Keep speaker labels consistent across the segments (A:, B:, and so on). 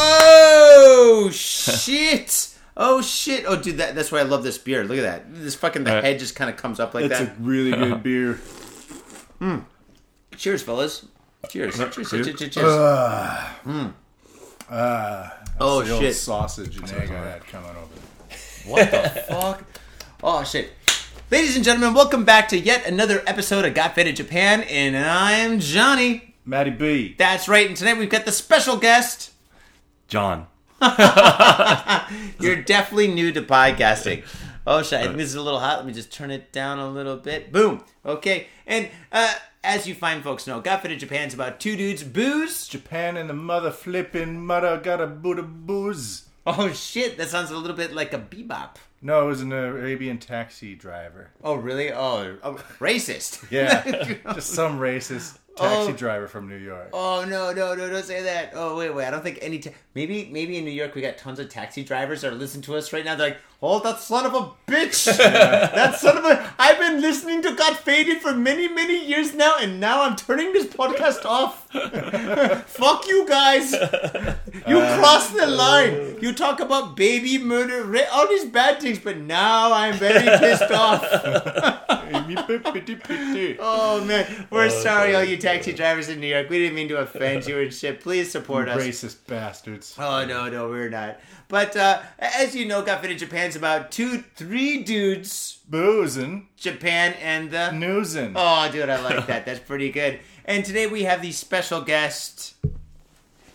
A: Oh, shit! Oh shit! Oh dude, that, that's why I love this beer. Look at that. This fucking the
B: All right.
A: head just kind of comes up like
C: That's
A: that.
C: a really good beer.
A: Cheers, fellas. Cheers. Cheers. Cheers. Cheers. cheers, cheers. Mm. oh
C: The old
A: shit!
C: sausage and egg I had coming over.
A: What the fuck? Oh shit. Ladies and gentlemen, welcome back to yet another episode of Got Fed in Japan, and I'm Johnny.
C: Matty B.
A: That's right, and tonight we've got the special guest.
B: John.
A: You're definitely new to podcasting. Oh shit, I think this is a little hot. Let me just turn it down a little bit. Boom. Okay. And uh, as you fine folks know, Got Fit in Japan's about two dudes booze.
C: Japan and the mother flipping mother got a Buddha booze.
A: Oh shit, that sounds a little bit like a bebop.
C: No, it was an Arabian taxi driver.
A: Oh really? Oh, oh racist.
C: Yeah, just some racist taxi
A: Oh.
C: driver from New York.
A: Oh no no no! Don't say that. Oh wait wait! I don't think any. Ta- maybe maybe in New York we got tons of taxi drivers that are listening to us right now. They're like, "Oh, that son of a bitch! that son of a! I've been listening to Got Faded for many many years now, and now I'm turning this podcast off. Fuck you guys! You crossed the line. You talk about baby murder, ra- all these bad things, but now I'm very pissed off. Oh man, we're sorry, all you taxi drivers in New York. We didn't mean to offend you and shit. Please support us.
C: racist bastards.
A: Oh no, no, we're not. But uh, as you know, Got Fit in Japan's about two, three dudes,
C: Boozing,
A: Japan and the.
C: noozing.
A: Oh, dude, I like that. That's pretty good. And today we have the special guest.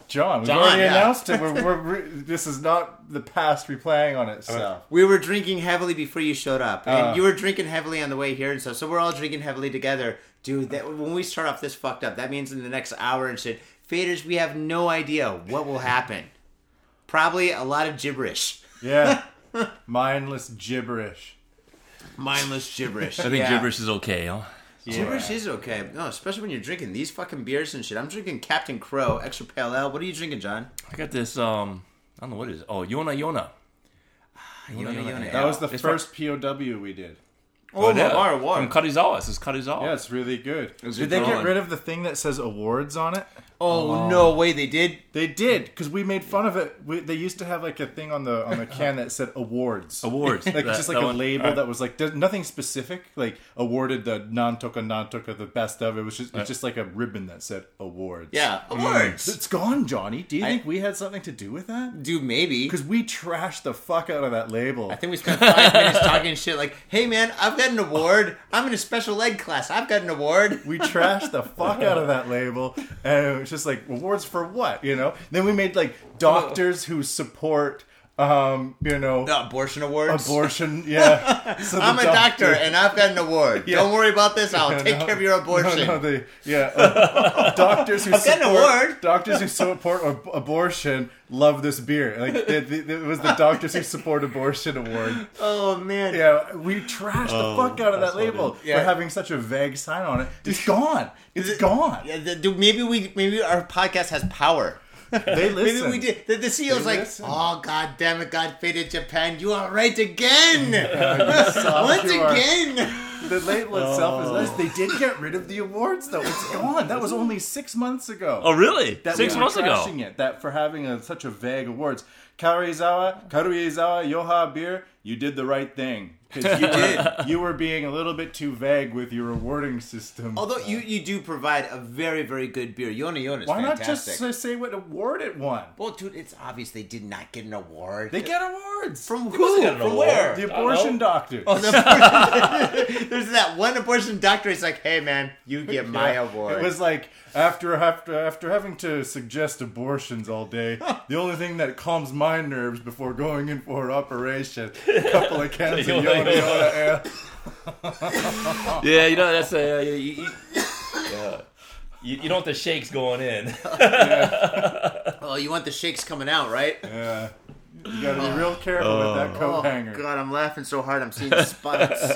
C: John, we've
A: John,
C: already
A: yeah.
C: announced it. We're, we're, we're- this is not the past replaying on it. So
A: We were drinking heavily before you showed up, and
C: Uh.
A: you were drinking heavily on the way here and stuff. So we're all drinking heavily together, dude. That when we start off this fucked up, that means in the next hour and shit, faders, we have no idea what will happen. Probably a lot of gibberish,
C: yeah, mindless gibberish.
A: mindless gibberish.
B: I think gibberish is okay, huh?
A: Gibberish is okay. No, especially when you're drinking these fucking beers and shit. I'm drinking Captain Crow, extra pale ale. What are you drinking, John?
B: I got this, um, I don't know what it is. Oh, Yona
A: Yona,
B: Yona. Yona,
A: Yona
B: Yona.
C: Ah, That was the
B: It's
C: first POW we did.
A: Oh,
B: yeah.
A: my God, what?
B: From Karizawa. This is Karizawa.
C: Yeah, it's really good.
B: good
C: Did they
B: going.
C: get rid of the thing that says awards on it?
A: Oh, no way they did.
C: They did because we made fun of it. We, they used to have like a thing on the on the can that said awards,
B: Awards.
C: like
B: That-
C: just
B: that
C: like a
B: one.
C: label that was like there's nothing specific, like awarded the non toka non toka the best of. It was just it's just like a ribbon that said awards.
A: Yeah, awards.
C: it's gone, Johnny. Do you think we had something to do with that?
A: Dude, maybe.
C: Because we trashed the fuck out of that label.
A: I think we spent five minutes talking shit like, hey, man, I've got an award. I'm in a special ed class. I've got an award.
C: we trashed the fuck out of that label, and it was just like awards for what, you know? Then we made like doctors who support, um, you know,
A: No, abortion awards.
C: abortion. Yeah, so the
A: I'm a doctor, and I've got an award.
C: Yeah.
A: Don't worry about this. I'll take
C: no.
A: care of your abortion.
C: No, no, they, yeah. uh, doctors who
A: got an
C: support
A: award.
C: doctors who support ab- abortion love this beer. Like they, they- it was the doctors who support abortion award.
A: Oh, man.
C: Yeah, we trashed the fuck out of that label
A: Yeah.
C: for having such a vague sign on it. It's gone. It's gone.
A: Yeah, th- Dude, maybe we maybe our podcast has power.
C: They listen.
A: Maybe we did. The, the CEO's like,
C: listen.
A: "Oh God damn it, God faded Japan, you are right again,
C: Soft
A: once
C: you are.
A: again."
C: The label itself is nice.
B: Oh.
C: They did get rid of the awards though. It's gone. That was only six months ago.
B: Oh, really?
C: that
B: Six
C: we
B: months
C: were
B: ago.
C: trashing it that for having a, such a vague awards. Karuizawa, Karuizawa, Yoha beer, you did the right thing. 'Cause You did. you were being a little bit too vague with your rewarding system.
A: Although you you do provide a very very good beer, Yona Yona is
C: why not
A: fantastic.
C: just say- say what award it won?
A: well, dude, it's obvious they did not get an award.
C: They get awards
A: from
B: must
A: who?
B: have got an
A: From
B: award.
A: where?
C: the abortion doctor.
A: Oh, the- There's that one abortion doctor. He's like, "Hey man, you get my award."
C: It was like after after after having to suggest abortions all day, the only thing that calms my nerves before going in for an operation, a couple of cans of Yoda Yoda ale.
B: Yeah, you know, that's a. Uh, you, you, yeah. You, you don't want the shakes going in.
A: oh, you want the shakes coming out, right?
C: Yeah. You gotta be real careful with that coat
A: Oh
C: hanger.
A: God, I'm laughing so hard, I'm seeing spots.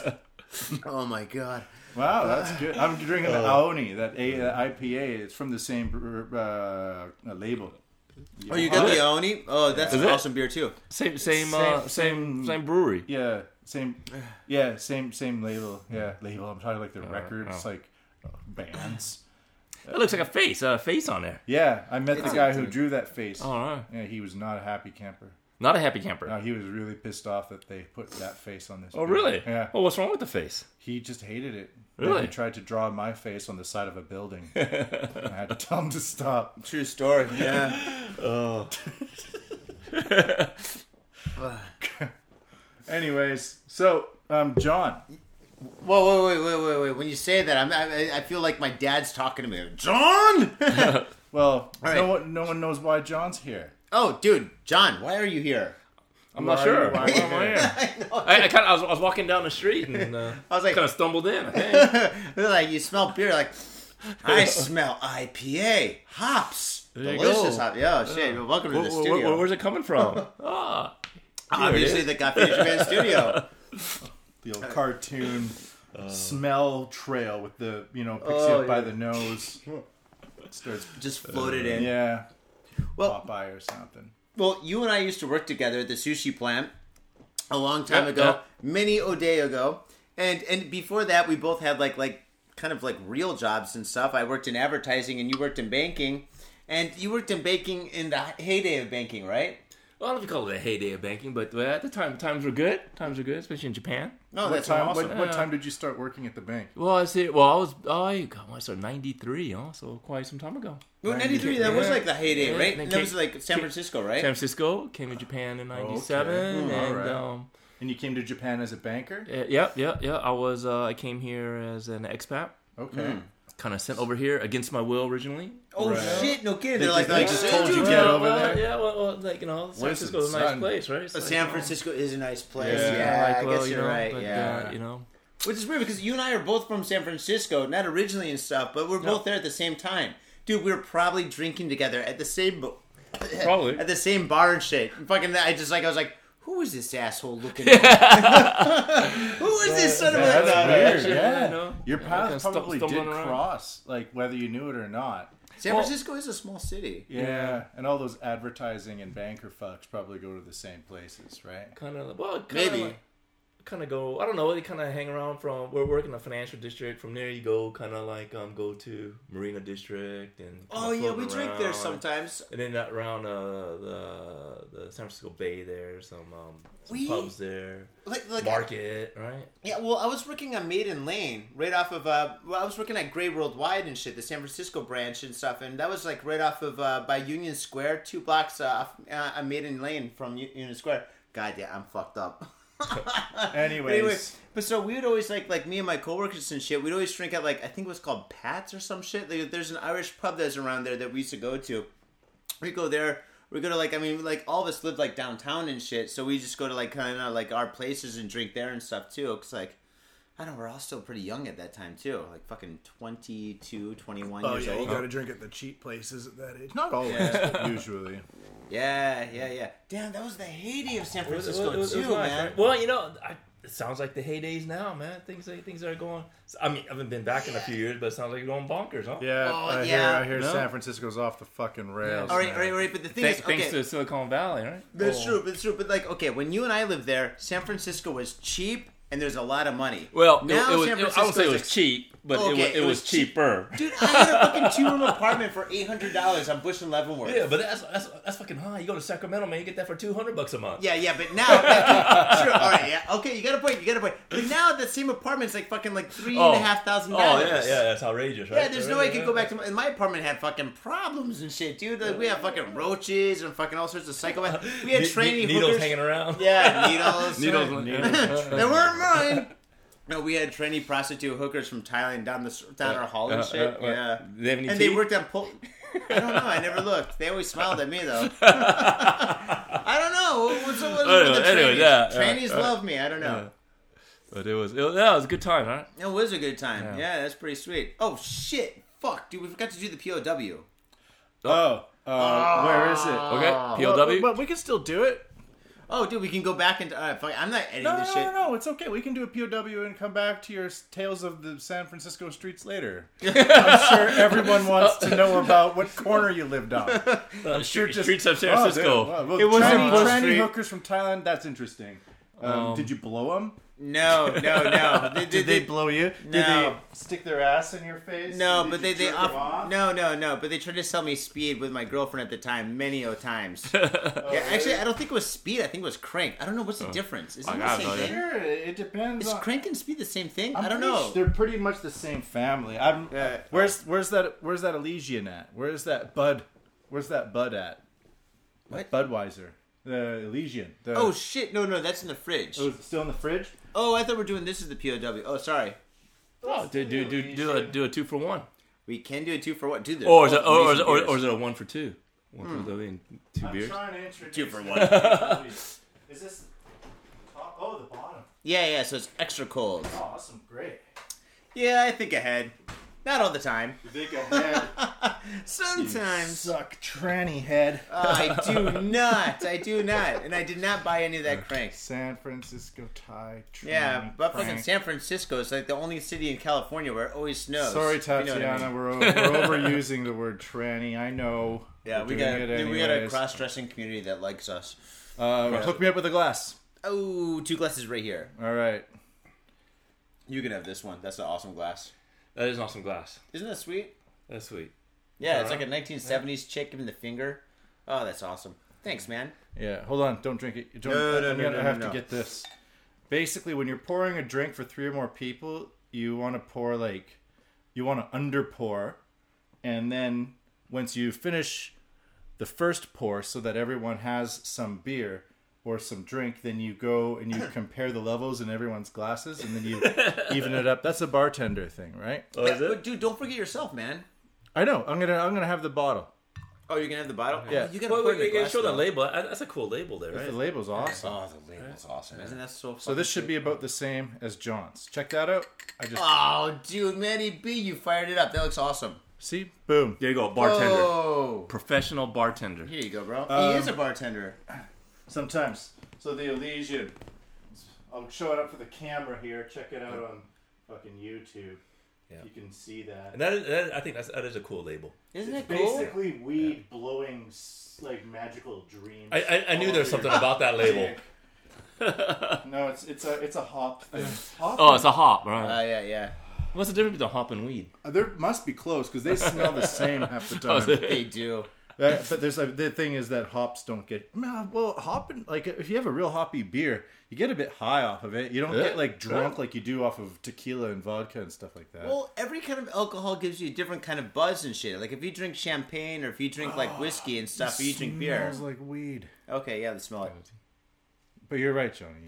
A: oh my God.
C: Wow, that's good. I'm drinking the
A: Oh.
C: Aoni, that A, uh, IPA. It's from the same brewer- uh, uh, label.
A: Oh, you got
B: Is
A: the
B: it?
A: Oni? Oh, that's an
B: it?
A: awesome beer too.
B: Same, same, uh, same,
C: Same- same-
B: same, brewery.
C: Yeah, same. Yeah, same same label. Yeah, label. I'm talking like
A: Oh,
C: the records, like uh, bands.
B: That looks like a face, a face on there.
C: Yeah, I met the guy who drew that face.
A: Oh,
B: All right.
C: Yeah, he was not a happy camper.
B: Not a happy camper.
C: No, he was really pissed off that they put that face on this.
B: oh, really?
C: Yeah.
B: Well, what's wrong with the face?
C: He just hated it.
B: Really?
C: Then He tried to draw my face on the side of a building. I had to tell him to stop.
A: True story. Yeah.
C: Anyways, so um, John,
A: Whoa, wait, wait, wait, wait, wait. When you say that, I'm, I, I feel like my dad's talking to me. John.
C: well,
A: All
C: no
A: right.
C: one, no one knows why John's here.
A: oh, dude, John, why are you here?
B: I'm
C: Why
B: not
C: are
B: sure.
C: you- why am I here?
B: I, I kind of I was, I was walking down the street and uh,
A: I was like,
B: kind of stumbled in. I think.
A: They're like you smell beer, like I smell IPA hops.
B: you
A: Delicious
B: go.
A: hop. Yeah, shit. well, Welcome to the
B: Where-
A: studio.
B: where- where's it coming from? ah,
A: Obviously, the Godfrey Man
B: Uh,
A: studio.
C: The
A: Uh,
C: old cartoon smell trail with the you know picks you
A: Oh,
C: up by
A: yeah.
C: the nose. Starts
A: Just floated in.
C: yeah,
A: Well,
C: Popeye or something.
A: well, you and I used to work together at the sushi plant a long time
B: Yeah,
A: ago,
B: yeah.
A: many a day ago, and and before that, we both had like like kind of like real jobs and stuff. I worked in advertising, and you worked in banking, and you worked in banking in the heyday of banking, right?
B: well, I don't know if you call it a heyday of banking, but uh, at the time, times were good. Times were good, especially in Japan.
A: No,
C: What
A: that's
C: time?
A: awesome.
C: What, what time did you start working at the bank?
B: Well, I see. Well, I was. Oh, God, I started '93, huh? So quite some time ago.
A: Well, 93, that was like the heyday,
B: Yeah,
A: right?
B: then
A: And that was
B: Kate-
A: like San
B: Kate-
A: Francisco, right?
B: San Francisco came to Japan in '97,
A: Hmm,
C: Okay. Mm,
B: and
C: alright.
B: um,
C: And you came to Japan as a banker.
B: eh, yeah, yeah, yeah. I was. Uh, I came here as an expat,
C: Okay.
B: kind of sent over here against my will originally.
A: oh
C: Right.
A: shit, no kidding.
C: They
A: They're like,
C: just- they
A: like,
C: just
A: "Send
C: told you
A: to
C: get
B: Well,
C: over
B: well,
C: there.
B: Yeah, well, well, like you know, San
C: Listen,
B: Francisco's a nice
C: son.
B: place, right? It's like,
A: San
B: you know,
A: Francisco is a nice place.
C: Yeah.
A: Yeah,
B: like,
A: I
B: well,
A: guess
B: you
A: you're
B: know,
A: right.
B: but,
A: yeah,
B: uh, you know,
A: which is weird because you and I are both from San Francisco, not originally and stuff, but we're both there at the same time, dude. We were probably drinking together at the same bo-
B: probably.
A: at the same bar and shit. And fucking, I just like I was like, who is this asshole looking? at? who is this son of
C: Yeah,
A: a?
C: that's
B: no,
C: weird.
B: no, no,
C: Yeah,
B: no, no.
C: your
B: Yeah,
C: path
B: kinda stum-
C: probably did
B: stumbling around.
C: cross, like whether you knew it or not.
A: San
B: Well-
A: Francisco is a small city.
C: Yeah. and all those advertising and banker fucks probably go to the same places, right?
B: kind of well, kinda
A: Maybe.
B: like- kind of go. I don't know. They kind of hang around from. We're working a financial district. From there, you go kind of like um go to Marina District and. kinda
A: Oh yeah,
B: floating
A: we drink there
B: around.
A: sometimes.
B: And then that around uh, the the San Francisco Bay, there's some, um, some
A: We-
B: pubs there,
A: Like, like
B: market, right?
A: Yeah, well, I was working on Maiden Lane right off of. Uh, well, I was working at Gray Worldwide and shit, the San Francisco branch and stuff, and that was like right off of uh, by Union Square, two blocks uh, off uh, on Maiden Lane from U- Union Square. God, yeah, I'm fucked up.
C: Anyways,
A: anyway, but so we would always like like me and my coworkers and shit. We'd always drink at like I think it was called Pat's or some shit. Like, there's an Irish pub that's around there that we used to go to. We go there. We go to like I mean like all of us lived like downtown and shit, so we just go to like kind of like our places and drink there and stuff too. Cause like. I don't know, we're all still pretty young at that time too. Like fucking 22, 21
D: Oh
A: years
D: yeah, you
A: old.
D: got to drink at the cheap places at that age. Not all.
C: always, but usually.
A: Yeah, yeah, yeah. Damn, that was the heyday of San
B: It was- it
A: Francisco
B: was- it was- it
A: too,
B: was nice,
A: man.
B: right? Well, you know, I, it sounds like the heydays now, man. Things like, things are going. I mean, I haven't been back in a few years, but it sounds like you're going bonkers, huh?
C: Yeah,
A: Oh,
C: I hear,
A: yeah.
C: I hear
B: No.
C: San Francisco's off the fucking rails.
A: All right,
C: now.
A: all right, all right. But the thing
B: Thanks,
A: is,
B: thanks
A: okay,
B: to Silicon Valley, right?
A: That's
B: Oh.
A: true. That's true. But like, okay, when you and I lived there, San Francisco was cheap and there's a lot of money.
B: Well, it,
A: now
B: it was,
A: San
B: it-
A: Francisco
B: I would say it
A: is
B: was
A: ex-
B: cheap, but it,
A: Okay,
B: was, it,
A: it
B: was,
A: was cheap.
B: cheaper.
A: Dude, I had a fucking two room apartment for eight hundred dollars on Bush and Leavenworth.
B: Yeah, but that's, that's that's fucking high. You go to Sacramento, man, you get that for two hundred bucks a month.
A: Yeah, yeah, but now, like, sure, all right, yeah, okay, you got a point, you got a point. But now that same apartment's like fucking like three and a half thousand
B: Oh yeah,
A: dollars.
B: yeah, that's outrageous, right?
A: Yeah, there's no way I could go back to my, and my apartment had fucking problems and shit, dude. Like we had fucking roaches and fucking all sorts of psychopaths. We had
B: Ne-
A: training
B: ne- needles
A: hookers.
B: hanging around.
A: Yeah, needles.
B: Needles.
A: they weren't mine. No, we had trainee prostitute hookers from Thailand down the s- down our hall and
B: uh,
A: shit.
B: uh,
A: yeah,
B: do they have any
A: and
B: tea?
A: they worked on. Pol- I don't know. I never looked. They always smiled at me though. I don't know. What's up with
B: Anyway,
A: the trainees?
B: anyway, yeah, uh, yeah,
A: trainees
B: yeah.
A: love me. I don't know.
B: But it was it, was- yeah, it was a good time, huh?
A: It was a good time.
B: Yeah.
A: Yeah. that's pretty sweet. Oh shit! Fuck, dude, we forgot to do the POW.
C: Oh, uh, where is it?
B: Oh, Okay, POW.
D: Uh, But, but we can still do it.
A: Oh, dude, we can go back into. Uh, fuck, I'm not editing
C: No, no,
A: this
C: no,
A: shit.
C: no, no, it's okay. We can do a POW and come back to your s- tales of the San Francisco streets later. I'm sure everyone wants to know about what corner you lived on.
B: I'm sure
C: just-
B: streets of San
C: Oh, dude,
B: Francisco.
C: wow. Well,
B: It was
C: tranny,
B: on Bull
C: tranny
B: Street. Um,
C: hookers from Thailand. That's interesting. Um, did you blow them?
A: No, no, no. They-
C: Did they blow you? Did they
A: No.
C: stick their ass in your face?
A: No,
C: Did
A: but
C: you
A: they they
C: jerk them
A: off.
C: off?
A: No, no, no. But they tried to sell me speed with my girlfriend at the time, many o times.
B: Oh,
A: yeah, actually, I don't think it was speed. I think it was crank. I don't know what's the difference. Is it
B: Oh. I
A: the
B: have
A: same
B: no idea.
A: thing?
C: Sure, it depends.
A: Is
C: on,
A: crank and speed the same thing?
C: I'm
A: I don't
C: pretty
A: know.
C: su- They're pretty much the same family. I'm.
A: Yeah.
C: Where's where's that where's that Elysian at? Where's that Bud? Where's that Bud at?
A: What?
C: Budweiser. The Elysian. The, oh,
A: Oh shit! No, no, that's in the fridge.
C: it was still in the fridge.
A: Oh, I thought we're doing this as the POW. Oh, sorry.
B: Oh, do do do do a do a two for one,
A: We can do a two for one, dude. they're
B: or is it
A: both
B: or
A: amazing
B: is it, or,
A: beers.
B: or is it a one for two? One for the and two beers.
C: to introduce
A: Two for one.
C: Is this? Top? Oh, the bottom. Oh,
A: Yeah, yeah. So it's extra cold.
C: Awesome, great.
A: Yeah, I think ahead. Not all the time.
C: You think ahead?
A: Sometimes.
C: Suck tranny head.
A: I do not. I do not. And I did not buy any of that crank.
C: San Francisco tie. Tranny
A: Yeah, but fucking
C: prank.
A: San Francisco is like the only city in California where it always snows.
C: Sorry,
A: You know what I
C: Tatiana,
A: mean.
C: we're, o- we're overusing the word tranny. I know.
A: Yeah,
C: We're
A: we
C: doing
A: got
C: it
A: dude, we got a
C: anyways.
A: cross-dressing community that likes us.
C: Uh, hook me up with a glass.
A: Oh, two glasses right here.
C: All right.
A: You can have this one. That's an awesome glass.
B: That is an awesome glass.
A: Isn't that sweet?
B: That's sweet.
A: Yeah, it's
B: Uh-huh.
A: like a 1970s chick giving the finger. Oh, that's awesome. Thanks, man.
C: Yeah, hold on. Don't drink it. Don't,
A: No, no,
C: I'm
A: no,
C: gonna
A: no,
C: have
A: no,
C: to
A: no.
C: get this. Basically, when you're pouring a drink for three or more people, you want to pour like you want to under pour, and then once you finish the first pour, so that everyone has some beer or some drink, then you go and you compare the levels in everyone's glasses, and then you even it up. That's a bartender thing, right?
B: Oh, is
A: Yeah,
B: it?
A: but dude, don't forget yourself, man.
C: I know. I'm gonna I'm gonna have the bottle.
A: Oh, you're gonna have the bottle.
C: Yeah.
A: oh, you gotta
B: Wait,
A: put
B: wait,
A: it in
B: wait,
A: the
B: yeah,
A: glass.
B: show the
A: though.
B: label. That- That's a cool label there,
C: The
B: right?
C: label's awesome.
A: Oh, the label's awesome. Isn't that so?
C: So this should be about the same as John's. Check that out. I just
A: Oh, dude, Manny B, you fired it up. That looks awesome.
C: see. Boom.
B: There you go,
A: Oh,
B: professional bartender.
A: here you go, bro. he
C: Um,
A: is a bartender.
C: Sometimes. So the Elysian. I'll show it up for the camera here. Check it out on fucking YouTube.
B: Yeah.
C: You can see that.
B: And that, is, that I think that's that is a cool label.
A: Isn't
C: It's
A: that cool?
C: basically weed blowing s- like magical dreams.
B: I I, I
C: all
B: knew there was
C: over
B: something
C: your
B: about that label.
C: dick. no, it's it's a it's a hop thing. Hop
B: Oh, it's a hop, right?
A: Uh, yeah, yeah.
B: What's the difference between hop and weed?
C: Oh. there must be close because they smell the same half
B: Oh,
C: the time.
A: They do.
C: That- but there's a, the thing is that hops don't get no, well hopping like if you have a real hoppy beer you get a bit high off of it you don't
B: Yeah.
C: get like drunk like you do off of tequila and vodka and stuff like that
A: Well, every kind of alcohol gives you a different kind of buzz and shit. Like if you drink champagne or if you drink like whiskey and stuff, or you drink beer.
C: smells like weed
A: Okay, yeah, the smell. It.
C: but you're right Johnny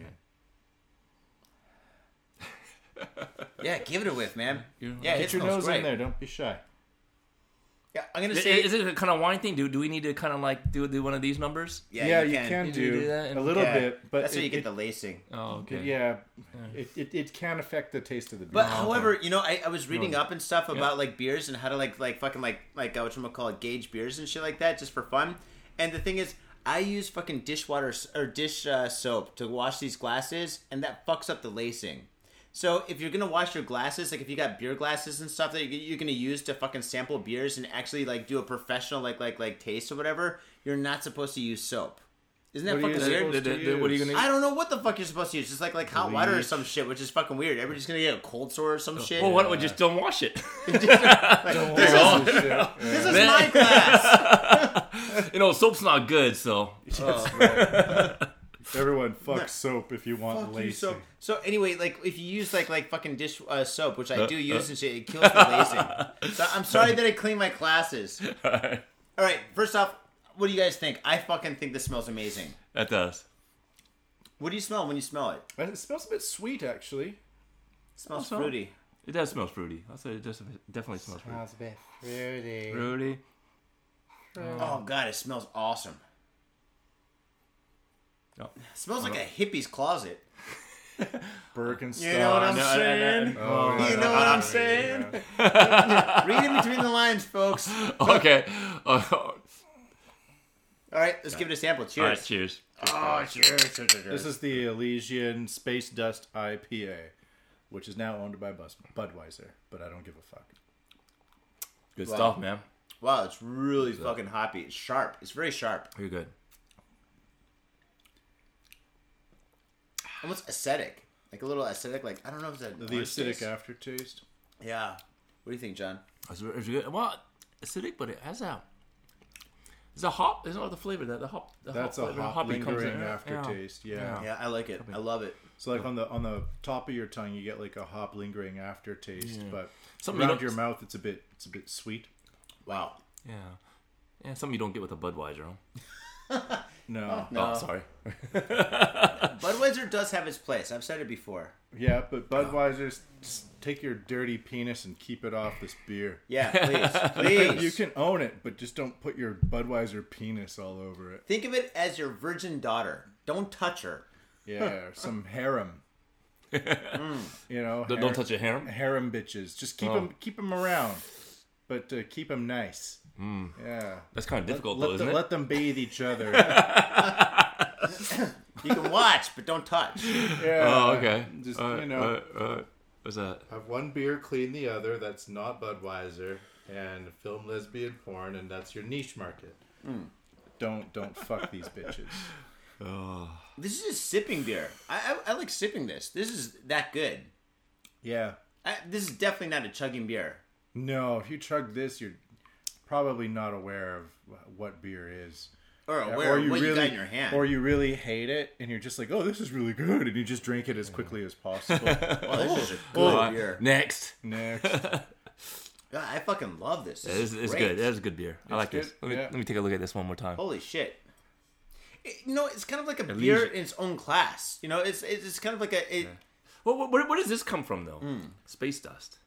C: yeah.
A: Yeah, give it a whiff, man.
B: Yeah.
A: Yeah, it
C: get your
A: smells
C: nose
A: great.
C: in there don't be shy
A: Yeah, I'm gonna
B: Is,
A: say.
B: is it a kind of wine thing? Do do we need to kind of like do do one of these numbers?
A: yeah,
C: you, can,
B: You do
C: do,
B: do that and-
C: a little
A: Yeah,
C: bit but
A: that's where
C: it-
A: you get
C: it-
A: the lacing.
B: Oh, okay.
C: yeah, It, it, it can affect the taste of the beer
A: But however, you know, I, I was reading up and stuff about like beers and how to like like fucking like like uh, whatchamacallit call it gauge beers and shit like that just for fun. And the thing is, I use fucking dishwater s- or dish uh, soap to wash these glasses, and that fucks up the lacing. So if you're gonna wash your glasses, like if you got beer glasses and stuff that you- you're gonna use to fucking sample beers and actually like do a professional like like like taste or whatever, you're not supposed to use soap. Isn't that
C: What are you
A: fucking weird?
B: Th- th- th- what are you gonna?
A: I don't know what the fuck you're supposed to use. It's like like hot water or
C: Bleach.
A: some shit, which is fucking weird. Everybody's gonna get a cold sore or some shit.
B: Oh, Well, what? Just don't wash it.
A: This is, this is my class.
B: you know, soap's not good, so
A: Oh.
C: everyone fuck soap if you want
A: Fuck you,
C: lacing
A: so, so anyway, like if you use like like fucking dish uh, soap, which I do use and shit, it kills the lacing. So I'm sorry that I clean my classes. All right, first off, what do you guys think? I fucking think this smells amazing.
B: that does.
A: What do you smell when you smell it?
C: But it smells a bit sweet actually
A: It smells
B: Also-
A: fruity.
B: It does smell fruity. I'll say it does, definitely smells fruity.
A: a bit fruity.
B: Fruity.
A: Oh god, it smells awesome.
B: Oh.
A: It smells like a hippie's closet.
C: Birkenstock
A: You know what I'm
B: no, I- I-
A: saying?
C: Oh, yeah.
A: You know what I'm saying? Read in between the lines, folks.
B: Okay. Oh,
A: All right, let's give it a sample.
B: all right.
A: Cheers.
B: Cheers.
A: Oh, cheers.
C: This is the Elysian Space Dust IPA, which is now owned by Bus- Budweiser, but I don't give a fuck.
B: Good
A: Wow.
B: stuff, man.
A: Wow, it's really fucking hoppy. It's sharp. It's very sharp.
B: You're good.
A: Almost acidic. like a little acidic. Like I don't know if that
C: The
A: orange
C: acidic
A: taste.
C: aftertaste.
A: Yeah. What do you think, John?
B: It's, it's good. Well, acidic, but it has a. It's a hop. There's no other flavor that the hop. The
C: That's
B: hop
C: a
B: flavor, the
C: hop
B: hoppy comes in.
C: lingering
B: Yeah.
C: aftertaste, yeah.
A: Yeah, I like it. I love it.
C: So like on the on the top of your tongue, you get like a hop lingering aftertaste, but
B: Something you
C: around
B: don't-
C: your mouth, it's a bit it's a bit sweet.
A: Wow.
B: yeah, yeah. Something you don't get with a Budweiser. Huh?
C: No,
B: No, oh, sorry.
A: Budweiser does have its place. I've said it before.
C: yeah, but Budweiser's just take your dirty penis and keep it off this beer.
A: Yeah, please, please.
C: You can own it, but just don't put your Budweiser penis all over it.
A: think of it as your virgin daughter. Don't touch her.
C: Yeah, or some harem.
E: Mm.
C: You know,
B: Don't, don't touch your harem.
C: harem bitches. Just keep
B: Oh.
C: them keep them around, but uh, keep them nice. Yeah.
B: Mm. That's kind of difficult,
C: Let,
B: though,
C: the,
B: isn't it?
C: let them bathe each other.
A: You can watch, but don't touch.
C: Yeah.
B: Oh, okay.
C: uh, Just
B: All right,
C: you know,
B: all right, all right. What's that?
E: Have one beer, clean the other. That's not Budweiser, and film lesbian porn, and that's your niche market.
C: Mm. don't don't fuck these bitches.
A: This is just sipping beer. I, I, I like sipping this. This is that good.
C: Yeah.
A: I, this is definitely not a chugging beer.
C: No, if you chug this, you're probably not aware of what beer is.
A: Or aware of what you got in your hand.
C: or you really hate it, and you're just like, "Oh, this is really good," and you just drink it as quickly as possible.
A: oh, this is a
B: All
A: good
B: right,
A: beer.
B: Next.
C: Next,
A: God, I fucking love this. This is
B: It's, it's
A: great.
B: good. That's a good beer. I like this.
C: good,
B: Let me,
C: yeah.
B: let me take a look at this one more time.
A: Holy shit. It- you know, it's kind of like a beer
B: least-
A: in its own class. You know, it's it's, it's kind of like a. It,
B: What, what, where, where does this come from, though?
C: Hmm.
B: Space dust.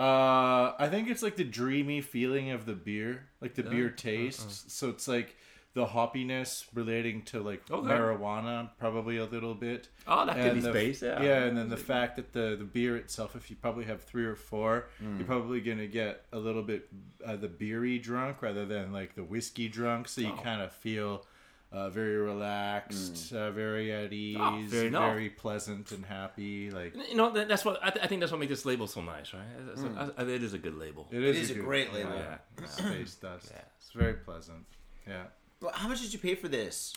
C: uh, I think it's like the dreamy feeling of the beer, like the beer
B: Uh-uh.
C: taste. So it's like the hoppiness relating to like
B: Okay.
C: marijuana, probably a little bit.
B: Oh, that could be
C: the,
B: space. Yeah.
C: and then the fact that the the beer itself, if you probably have three or four,
B: Hmm.
C: you're probably gonna get a little bit uh, the beery drunk rather than like the whiskey drunk. So
B: Oh.
C: you kind of feel uh, very relaxed, uh, very at ease,
B: Oh, Hmm. fair enough.
C: very pleasant and happy. Like
B: You know, that, that's what I, th- I think. That's what makes this label so nice, right? It's- it's- I- it is a good label.
C: Hmm. it
A: it
C: is,
A: is a
C: good-
A: great label.
B: Yeah.
C: space dust.
B: Yeah.
C: It's very pleasant. Yeah.
A: Well, how much did you pay for this?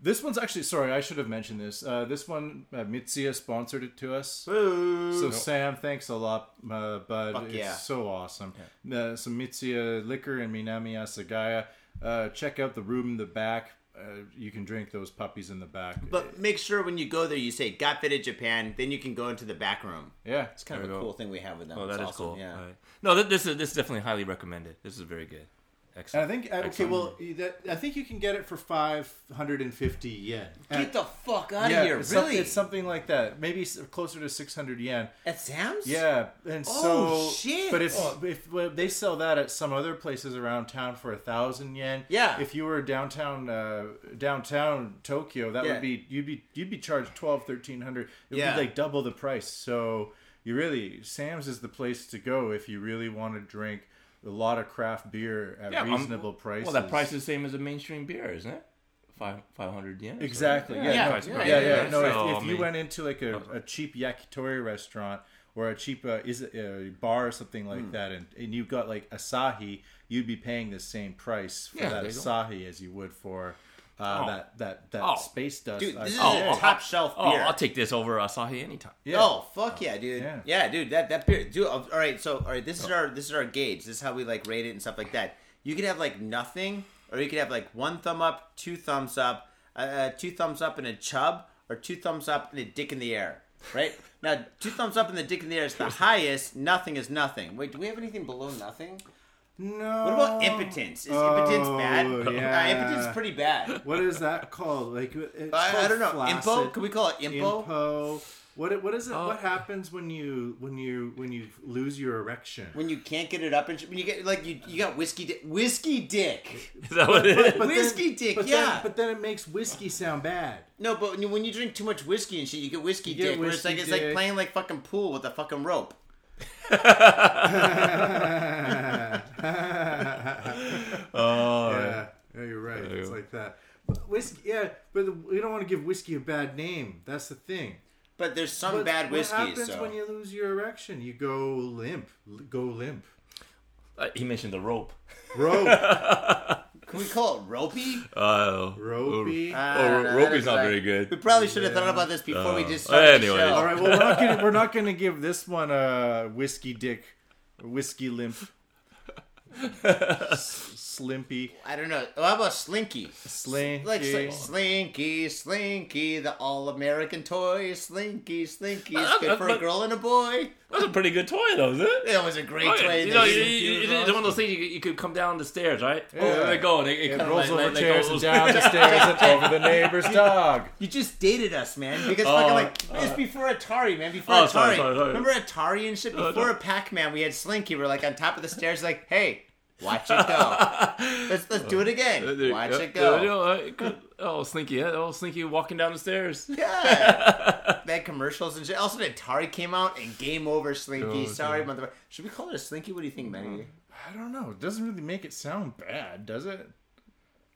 C: This one's actually sorry. I should have mentioned this. Uh, this one, uh, Mitsuya sponsored it to us. So Sam, thanks a lot, uh, bud.
A: Fuck
C: it's
A: yeah.
C: so awesome. Uh, so Mitsuya Liquor and Minami Asagaya. Uh, check out the room in the back. Uh, you can drink those puppies in the back.
A: But make sure when you go there, you say "Got Fitted Japan." Then you can go into the back room.
C: yeah, it's
A: It's kind of a
B: There you go.
A: cool thing we have with them.
B: Oh, that
A: It's
B: is
A: awesome,
B: cool.
A: Yeah.
B: All right. No, th- this is this is definitely highly recommended. This is very good.
C: And I
B: Excellent.
C: think uh, okay.
B: Excellent.
C: Well,
E: That, I think you can get it for five hundred and fifty yen.
A: Get the fuck out
C: yeah,
A: of here!
C: it's, some-
A: really?
C: it's something like that. Maybe s- closer to six hundred yen.
A: At Sam's?
C: Yeah, and
A: Oh,
C: so
A: shit.
C: but if,
B: Oh.
C: if well, they sell that at some other places around town for a thousand yen,
A: Yeah.
C: If you were downtown uh, downtown Tokyo, that
A: Yeah.
C: would be you'd be you'd be charged twelve thirteen hundred.
A: Yeah.
C: It would be like double the price. So you really Sam's is the place to go if you really want to drink a lot of craft beer at
B: Yeah, um,
C: reasonable prices.
B: Well, that price is the same as a mainstream beer, isn't it? Five five hundred yen. or something.
C: Exactly. Yeah.
A: Yeah,
C: no,
A: it's
C: yeah,
A: great.
C: yeah,
A: Yeah,
C: No,
B: so,
C: if,
B: I
C: if you
B: mean-
C: went into like a,
A: uh-huh.
C: a cheap yakitori restaurant or a cheap uh, is it a bar or something like
A: Hmm.
C: that, and, and you got like Asahi, you'd be paying the same price for
B: Yeah,
C: that
B: there you go.
C: Asahi as you would for uh,
B: Oh.
C: that that that
B: Oh.
C: space dust.
A: Dude, this is
C: IPA.
A: a top shelf
B: Oh,
A: beer.
B: I'll take this over Asahi anytime.
C: yeah.
A: Oh fuck yeah, dude! Yeah.
C: Yeah.
A: dude, that that beer, dude. All right, so all right,
B: Oh.
A: this is our this is our gauge. This is how we like rate it and stuff like that. You could have like nothing, or you could have like one thumb up, two thumbs up, uh, uh, two thumbs up and a chub, or two thumbs up and a dick in the air. Right now, two thumbs up and the dick in the air is the highest. Nothing is nothing. Wait, do we have anything below nothing?
C: no.
A: What about impotence? Is impotence bad?
C: Oh,
A: Uh,
C: yeah.
A: impotence is pretty bad.
C: What is that called? Like it's
A: I, I
C: called
A: don't know.
C: flaccid.
A: Impo? Can we call it impo? Uh,
C: Impo. What what is it? What happens when you when you when you lose your erection?
A: When you can't get it up, and sh- when you get like you, you got whiskey, di- whiskey dick.
B: Is that what it is?
C: But
A: Whiskey dick,
C: but
A: yeah.
C: Then, but then it makes whiskey sound bad.
A: No, but when you- when you drink too much whiskey and shit, you get whiskey
C: get
A: dick. where it's
C: whiskey
A: like it's like
C: dick.
A: playing like fucking pool with a fucking rope.
C: yeah, yeah, you're right. It's like that. But whiskey, yeah, but the- we don't want to give whiskey a bad name. That's the thing.
A: But there's some
C: But
A: bad
C: What
A: whiskeys.
C: happens
A: so.
C: when you lose your erection? You go limp. L- Go limp.
B: Uh, he mentioned the rope.
C: Rope.
A: Can we call it ropey?
C: Uh,
B: Oh,
E: Ropey.
A: I
B: Oh,
A: don't
B: ro-
A: know,
B: ropey's
A: that is
B: not very good.
A: We probably should have thought about this before we
B: Uh,
A: just started
B: anyway.
A: the show.
C: All right, well, we're not gonna, we're not gonna give this one a whiskey dick, or whiskey limp, S- slimpy,
A: I don't know. How about Slinky?
C: slinky.
A: Like sl- Slinky, Slinky, the all-American toy. Slinky, Slinky is
B: Uh,
A: good
B: uh,
A: for a
B: but-
A: girl and a boy.
B: That's a pretty good toy, though, isn't it?
A: That was a great
B: Oh, yeah.
A: toy.
B: You
A: that
B: know,
A: he-
B: you,
A: he
B: you-
A: was
B: it's
A: awesome.
B: one of those things you, you could come down the stairs, right? Oh, there they go. And it, it
C: it
B: kinda
C: rolls
B: like-
C: over
B: like-
C: chairs
B: goes-
C: and down the stairs and over the neighbor's dog.
A: You just dated us, man. Because
B: Oh,
A: fucking like it's before Atari, man. Before
B: Oh,
A: Atari,
B: sorry, sorry, sorry.
A: remember Atari and shit. Before Pac-Man, we had Slinky. We're like on top of the stairs, like, hey, watch it go. let's let's do it
B: Uh, there
A: again.
B: you
A: Watch
B: go.
A: it
B: Uh, you
A: go.
B: know, uh, it could- Oh, Slinky. yeah, Oh, Slinky walking down the stairs.
A: Yeah. They had commercials and shit. Also, then Atari came out and Game Over Slinky. Sorry, motherfucker. Should we call it a Slinky? What do you think, Benny?
C: I don't know. It doesn't really make it sound bad, does it?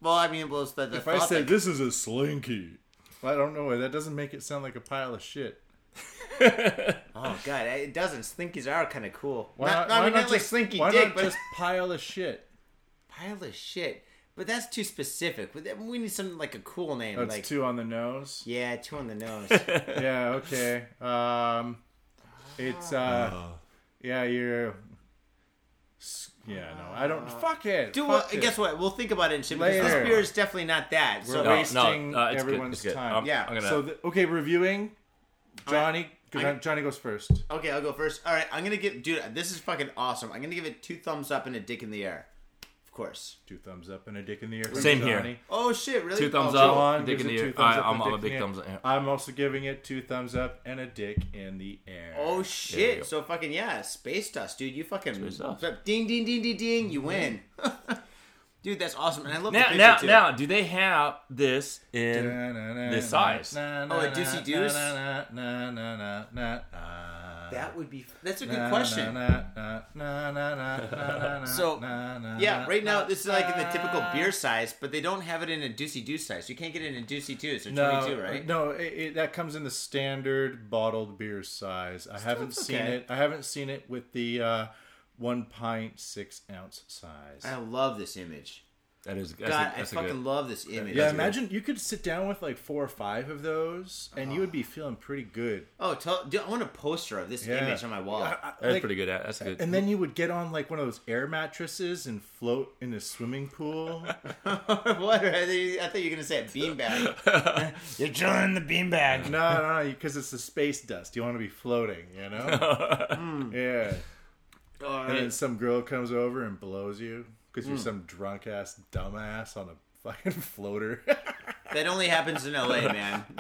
A: Well, I mean, well, it's the, the
C: If I
A: thought
C: said
A: that-
C: this is a slinky, I don't know. That doesn't make it sound like a pile of shit.
A: oh god, it doesn't. Slinkies are kind of cool.
C: Why
A: not,
C: not,
A: not, I
C: why
A: mean,
C: not
A: not like
C: just-
A: Slinky
C: Why
A: Dick,
C: not
A: but
C: just pile of shit?
A: pile of shit. But that's too specific. We- We need something like a cool name,
C: That's
A: like
C: two on the nose.
A: yeah, two on the nose.
C: yeah okay um it's uh yeah you're s- yeah no i don't fuck it
A: Uh, Do
C: fuck
A: what? Guess what? We'll think about it and shit. Because
C: Later.
A: this beer is definitely not that. So
C: No,
A: we-
C: wasting
B: uh, it's
C: everyone's
B: good, it's good.
C: time.
B: I'm,
A: Yeah,
B: I'm
C: it.
B: gonna,
C: so the, okay reviewing johnny
A: I-
C: John- johnny goes first
A: okay, I'll go first. All right, I'm gonna give dude. This is fucking awesome. I'm gonna give it two thumbs up and a dick in the air. Of course.
C: two thumbs up and a dick in the air from
B: Same here.
C: Johnny.
A: Oh shit! Really?
B: Two thumbs
A: Oh,
B: up.
C: John
B: dick
C: gives
B: in
C: it
B: the
C: two
B: air.
C: thumbs
B: I-
C: up
B: I'm-
C: and
B: I'm a
C: dick
B: big
C: in the
B: thumbs up, yeah.
C: i'm also giving it two thumbs up and a dick in the air
A: Oh
B: There you
A: shit!
B: go.
A: So fucking yeah, space dust, dude. You fucking
B: Space dust. Mm-hmm.
A: ding ding ding ding ding. You win, dude. That's awesome, and I love
B: now,
A: the
B: now,
A: picture, too.
B: now, do they have this in?
C: This
B: size.
A: Oh, a Deucey Deuce?
C: That
A: That would be. That's a good question. So,
C: Uh,
A: Yeah, right now this is like in the typical beer size, but they don't have it in a deucey deuce size. You can't get it in a deucey deuce or twenty two,
C: No,
A: right?
C: no, it, it, that comes in the standard bottled beer size. I haven't
A: that's
C: seen
A: okay.
C: it. I haven't seen it with the uh, one pint six ounce size.
A: I love this image.
B: That is. That's
A: God,
B: a,
A: I
B: that's a
A: fucking
B: good.
A: love this image.
C: yeah,
A: dude.
C: imagine you could sit down with like four or five of those, and you would be feeling pretty good.
A: Oh, tell, dude, I want a poster of this
C: Yeah.
A: image on my wall.
C: I- I-
B: That's
C: Uh, like-
B: pretty good. That's good.
C: And then you would get on like one of those air mattresses and float in a swimming pool.
A: what? I thought you I thought you were gonna say a beanbag.
B: You're joining the beanbag.
C: no, no, because it's the space dust. You want to be floating, you know? yeah.
A: Oh,
C: And then some girl comes over and blows you because you're some drunk ass dumbass on a fucking floater.
A: that only happens in L.A., man.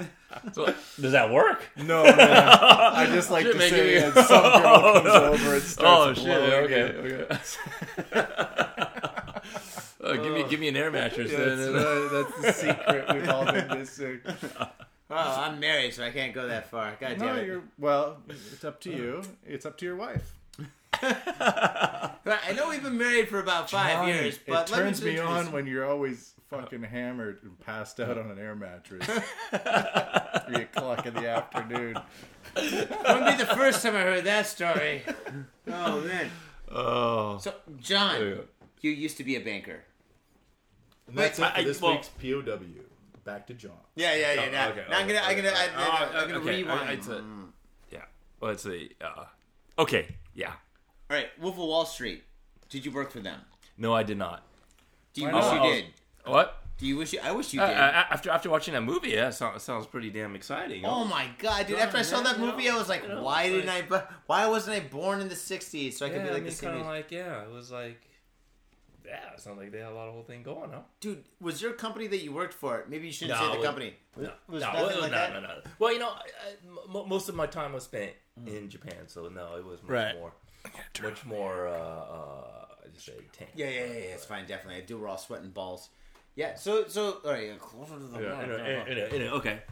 B: So, does that work?
C: no, no, I just like
B: Shit,
C: to
B: man,
C: say
B: give
C: that
B: me-
C: some girl comes
B: no.
C: over and starts
B: Oh shit!
C: blowing
B: Okay.
C: you.
B: okay. Uh, give me give me an air mattress. then.
C: That's, right, that's the secret we've all been missing.
A: Oh, I'm married, so I can't go that far. God damn
C: No,
A: it.
C: you're well. It's up to you. It's up to your wife.
A: Right, I know we've been married for about five
C: Fine.
A: years, but
C: it
A: let
C: turns
A: me,
C: me
A: introduce-
C: on when you're always fucking hammered and passed out on an air mattress. Three o'clock in the afternoon.
A: Wouldn't be the first time I heard that story. Oh man.
B: oh.
A: So
B: There you
A: John,
B: go.
A: you used to be a banker.
E: And that's
B: Wait,
E: it for
B: I- I-
E: this
B: well-
E: week's POW. Back to John.
A: Yeah, yeah, yeah. now-
B: Oh, okay,
A: now I'm gonna, I'm gonna, I- I-
B: Oh,
A: I'm gonna
B: okay,
A: rewind.
B: I- it's a-
A: Mm.
B: yeah. Well, it's a. Uh, okay. Yeah.
A: All right, Wolf of Wall Street. Did you work for them?
B: No, I did not.
A: Do you
C: Why
A: wish
C: not?
A: you
B: Oh,
A: did?
B: What?
A: Do you wish you? I wish you
B: Uh,
A: did.
B: uh, after after watching that movie, yeah, sounds sounds pretty damn exciting.
A: oh my god, dude! After I saw that movie, I was like,
B: Yeah,
A: why
B: it's
A: didn't I?
B: like-
A: bu- Why wasn't I born in the '60s so I could
B: yeah,
A: be like
B: I
A: the
B: mean,
A: same?
B: kind of
A: age?
B: like yeah, it was like yeah, it sounded like they had a lot of whole thing going, huh?
A: Dude, was your company that you worked for? Maybe you shouldn't
B: No,
A: say
B: it
A: the
B: was-
A: company.
B: No,
A: was
B: no,
A: nothing
B: well,
A: like
B: no,
A: that?
B: no, no. Well, you know, I, I- m- m- most of my time was spent
A: Mm.
B: in Japan, so no, it was much
C: Right.
B: more, much more. Uh, uh, I just say tank.
A: Yeah, yeah, yeah, yeah. It's fine, definitely. I do. We're all sweating balls. Yeah. So, so all right. yeah, Closer to the
B: Yeah,
A: wall.
B: you know, you know, you know, okay.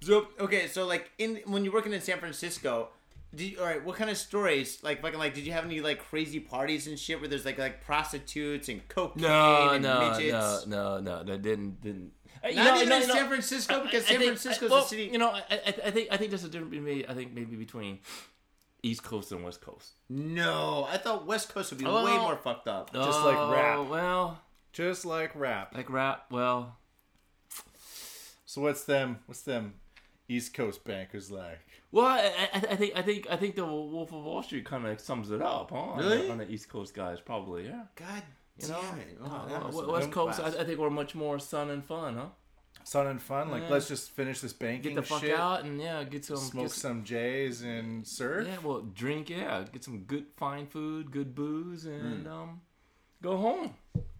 A: So okay, so like in when you're working in San Francisco, do you, all right, what kind of stories like fucking like did you have any like crazy parties and shit where there's like like prostitutes and cocaine
B: No,
A: and
B: no,
A: midgets?
B: no, no, no, no, didn't, didn't. Uh, you
A: Not
B: know,
A: even
B: you know,
A: in
B: you know,
A: San Francisco because
B: I
A: San
B: think-
A: Francisco's
B: well,
A: a city.
B: You know, I, I, I think I think there's a difference between me- I think maybe between East Coast and West Coast.
A: no, I thought West Coast would be
B: Well- oh,
A: way more fucked up.
C: Just like rap.
B: Well,
C: Just like rap.
F: Like rap. Well,
C: So what's them? What's them? East Coast bankers like?
B: Well, I, I, I think I think I think the Wolf of Wall Street kind of sums it up, huh? On
A: Really?
B: the, on the East Coast guys, probably, yeah.
A: God
B: You know,
A: damn it. Oh, that
B: Uh,
A: was
B: West,
A: a
B: West
A: dumb
B: Coast, I,
A: class.
B: I think we're much more sun and fun, huh?
C: Sun and fun. Like
B: Yeah.
C: let's just finish this banking
B: Get the fuck
C: shit.
B: out and yeah, get some
C: Smoke
B: get,
C: some J's and surf.
B: Yeah, well, drink, yeah, get some good fine food, good booze, and um, go home.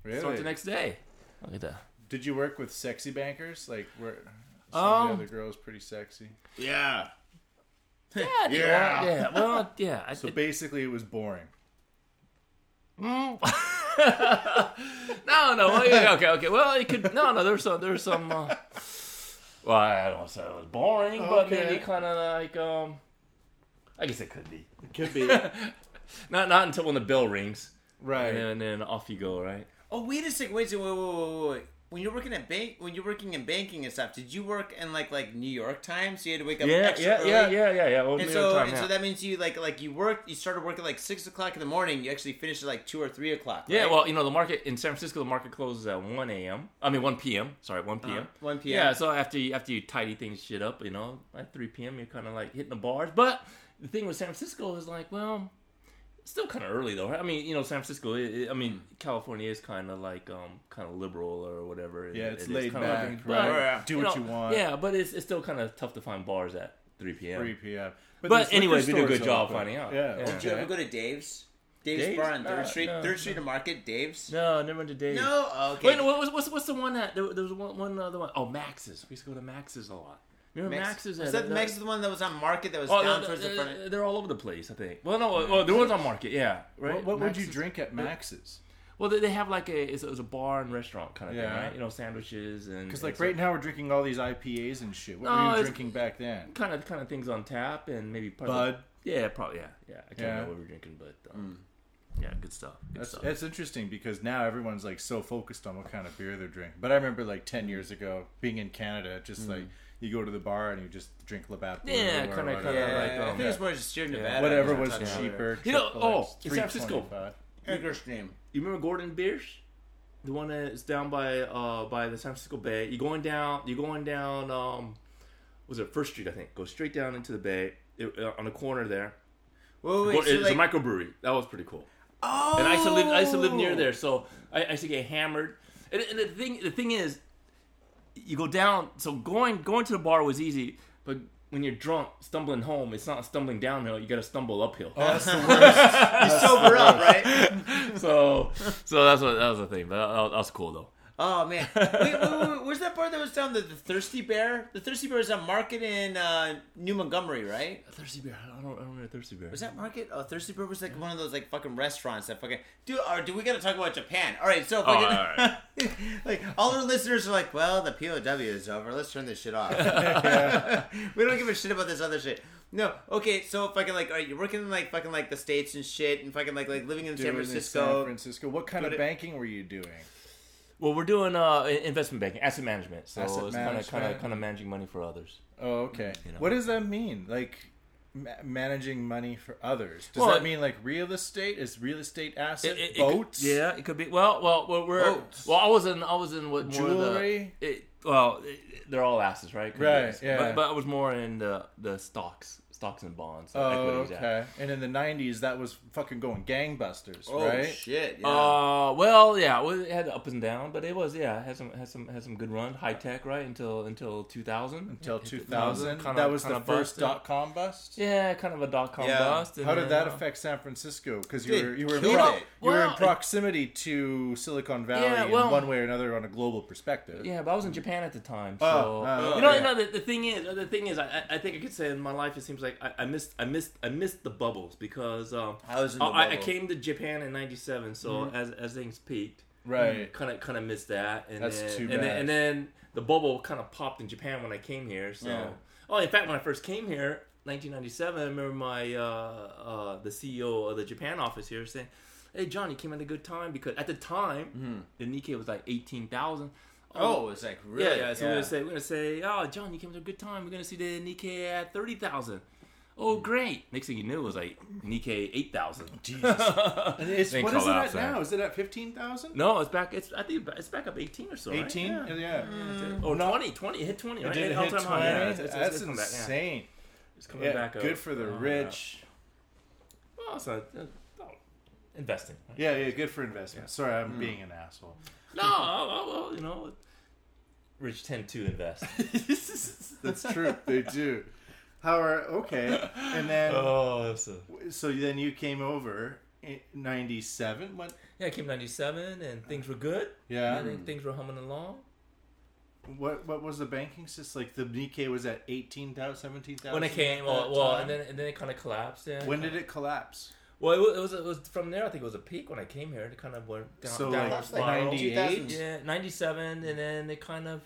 C: Really?
B: Start the next day. Look at that.
C: Did you work with sexy bankers? Like were some of
B: Um,
C: the other girls pretty sexy?
E: Yeah.
B: Yeah, I think-
E: Yeah.
B: yeah. Well, yeah. I,
C: So basically, it was boring.
B: no, no. Well, yeah, okay, okay. Well, it could. No, no. There's some. There's some. Uh, well, I don't want to say it was boring, but
C: Okay.
B: maybe kind of like um. I guess it could be.
C: Could be
B: Not not until when the bell rings,
C: right.
B: and then, and then off you go, right?
A: Oh wait a second, wait a second, wait, wait, wait, wait, wait. When you're working at bank, when you're working in banking and stuff, did you work in like like New York time? So you had to wake up.
B: Yeah,
A: extra
B: yeah,
A: early?
B: yeah, yeah, yeah, yeah. Well,
A: And
B: New
A: so,
B: York time,
A: and
B: yeah.
A: so that means you like like you worked, you started working like six o'clock in the morning. You actually finished at like two or three o'clock.
B: yeah,
A: right?
B: well, you know, the market in San Francisco, the market closes at one a.m. I mean, one p.m. Sorry, one p.m.
A: Uh, one p.m.
B: Yeah, so after you, after you tidy things shit up, you know, at 3 p.m. you're kind of like hitting the bars. But the thing with San Francisco is like, well, it's still kind of early though. right? I mean, you know, San Francisco. It, it- I mean,
C: Mm.
B: California is kind of like um kind of liberal or whatever.
C: Yeah, it's
B: It is
C: laid
B: kinda
C: back,
B: liberal,
C: right?
B: but,
C: Do what
B: know,
C: you want.
B: Yeah, but it's, it's still kind of tough to find bars at 3 p.m.
C: 3 p.m.
B: But
C: there's
B: anyways,
C: liquor
B: we do a good
C: stores
B: job
C: open.
B: finding out.
C: Yeah.
B: Yeah.
A: Did you ever go to Dave's? Dave's,
B: Dave's?
A: Bar on
B: No,
A: Third Street,
B: no,
A: Third Street to Market. Dave's.
B: No, never to Dave.
A: No, okay.
B: Wait, no, what was what's, what's the one that there, there was one one other one? Oh, Max's. We used to go to Max's a lot. Remember
A: Max,
B: Max's?
A: was
B: at-
A: that
B: uh,
A: Max is the one that was on Market that was
B: Oh,
A: down
B: no,
A: towards the
B: uh,
A: front? Of,
B: They're all over the place, I think. Well, no, well, there was on market, yeah. Right.
C: What, what would you
B: Max's-
C: drink at Max's?
B: Well, they, they have like a it's, a- it's a bar and restaurant kind of
C: Yeah.
B: thing, right? You know, sandwiches and
C: Because
B: and
C: like right now we're drinking all these IPAs and shit. What
B: No,
C: were you
B: Oh, it's-
C: drinking back then?
B: kind of kind of things on tap and maybe part of
C: Bud.
B: the- yeah, probably yeah, yeah. I can't
C: Yeah.
B: remember what we were drinking, but
A: Mm.
B: um, yeah, good stuff. Good
C: That's,
B: stuff.
C: that's interesting because now everyone's like so focused on what kind of beer they're drinking. But I remember like
B: Mm.
C: ten years ago being in Canada, just like you go to the bar and you just drink Labatt. Blue
B: Yeah,
C: or
B: kinda-
C: whatever.
B: kinda
A: yeah,
B: like,
A: I think
B: um,
A: it was more just Sierra Nevada.
C: whatever
A: Yeah.
C: was
A: Yeah.
C: cheaper.
B: You know,
C: triple
B: oh,
C: X,
B: in San Francisco.
C: 325.
A: Edgar's name.
B: You remember Gordon Biersch? The one that's down by uh by the San Francisco Bay. You're going down you're going down um was it First Street I think. Go straight down into the bay. It, uh, on the corner there.
A: Wait, wait,
B: Go-
A: so,
B: it's
A: like,
B: a microbrewery. That was pretty cool. Oh. And I used to live. I used to live near there, so I, I used to get hammered. And, and the thing, the thing is, you go down. So going going to the bar was easy, but when you're drunk, stumbling home, it's not stumbling downhill. You got to stumble uphill.
A: he's sober up, oh, right?
B: So so that's what that was the thing. That, that was cool though.
A: Oh man, wait, wait, wait, wait, where's that bar that was down the, the Thirsty Bear? The Thirsty Bear is on Market in uh, New Montgomery, right?
B: A thirsty bear. I don't, I don't remember a thirsty bear.
A: Was that Market? Oh, Thirsty Bear was like one of those like fucking restaurants that fucking dude. Or do we gotta talk about Japan? All right, so
B: Oh,
A: fucking,
B: all right.
A: like all our listeners are like, well, the POW is over. Let's turn this shit off. we don't give a shit about this other shit. No, okay, so fucking like, all right, you're working in like fucking like the states and shit, and fucking like like living in
C: Doing
A: San
C: in
A: Francisco.
C: San Francisco. What kind
A: But
C: of
A: it-
C: banking were you doing?
B: Well, we're doing uh, investment banking, asset management. So
C: Asset
B: it's kind of kind
C: management.
B: of kind of managing money for others.
C: Oh, okay.
B: Mm, You know.
C: What does that mean? Like ma- managing money for others? Does
B: Well,
C: that
B: it-
C: mean like real estate? Is real estate
B: It-
C: asset
B: it- it could-
C: boats?
B: yeah, it could be. Well, well, we're, we're
A: Boats.
B: well. I was in. I was in what more
C: Jewelry?
B: The, it, well, it, they're all asses, right? 'Cause
C: Right,
B: it's-
C: yeah.
B: But, but I was more in the the stocks, stocks and bonds. the
C: Oh,
B: equities,
C: okay.
B: yeah.
C: And in the '90s, that was fucking going gangbusters,
A: Oh
C: right?
A: shit! Yeah.
B: Uh, well, yeah, well, it had ups and down, but it was yeah, it had some had some had some good run, high tech, right until until two thousand.
C: Until 2000,
B: kinda-
C: that was the
B: kinda
C: first
B: bust,
C: dot com bust.
B: Yeah, kind of a dot com
A: Yeah.
B: bust. and
C: How did
B: then,
C: that
B: uh,
C: affect San Francisco? Because
A: Dude,
C: you were you were, in
A: killed
C: pro-
A: it.
C: you were in
B: Well,
C: proximity to Silicon Valley
B: Yeah,
C: in
B: well-
C: one way or another on a global perspective.
B: Yeah, but I was in Japan at the time, so
C: Oh, oh,
B: you know,
C: okay.
B: you know. The, the thing is, the thing is, I, I- I think I could say in my life, it seems like I, I missed, I missed, I missed the bubbles because um,
A: I was in the
B: I, I
A: bubble.
B: came to Japan in '97, so as as things peaked,
C: Right.
B: kind of kind of missed that, and
C: That's
B: then,
C: too
B: and
C: bad.
B: Then, and then the bubble kind of popped in Japan when I came here. So,
A: Yeah.
B: oh, in fact, when I first came here, 1997, I remember my uh, uh, the CEO of the Japan office here saying, "Hey, John, you came at a good time because at the
C: Mm-hmm.
B: time the Nikkei was like eighteen thousand.
A: oh, it's like really.
B: Yeah, yeah. So we're gonna say, we're gonna say, oh, John, you came to a good time. We're gonna see the Nikkei at thirty thousand. Oh, great! Next thing you knew, it was like Nikkei eight thousand.
C: And it's,
B: They
C: what
B: call
C: is it
B: out
C: at
B: there.
C: now? Is it at 15,000?
B: No, it's back. It's I think it's back up eighteen or so. right?
C: 18?
B: Yeah.
C: Yeah.
B: Oh, 20, 20, it hit 20. Right?
C: Did it hit
B: All-time
C: 20?
B: high, yeah, it's- it's-
C: That's
B: it's come back, yeah.
C: insane.
B: It's coming
C: Yeah,
B: back up.
C: good for the
B: Oh, yeah.
C: rich.
B: Well, it's not, uh, no. investing. right?
C: Yeah, yeah, good for investment. Sorry, I'm
B: Mm.
C: being an asshole.
B: No, well, well, you know, rich tend to invest.
C: That's true. they do. How are okay? And then
B: oh, that's a...
C: so then you came over in '97. What?
B: yeah. I came ninety seven, and things were good.
C: Yeah.
B: I think things were humming along.
C: What? What was the banking system like? The Nikkei was at 18,000, 17,000.
B: When it came,
C: at
B: well,
C: that
B: well,
C: time?
B: and then and then it kind of collapsed. Yeah.
C: when did it collapse?
B: Well, it was, it was it was from there. I think it was a peak when I came here. It kind of went down.
C: So
B: down
C: like
A: That's like
B: spiral.
A: 2000.
C: 98.
B: Yeah, ninety seven, and then it kind of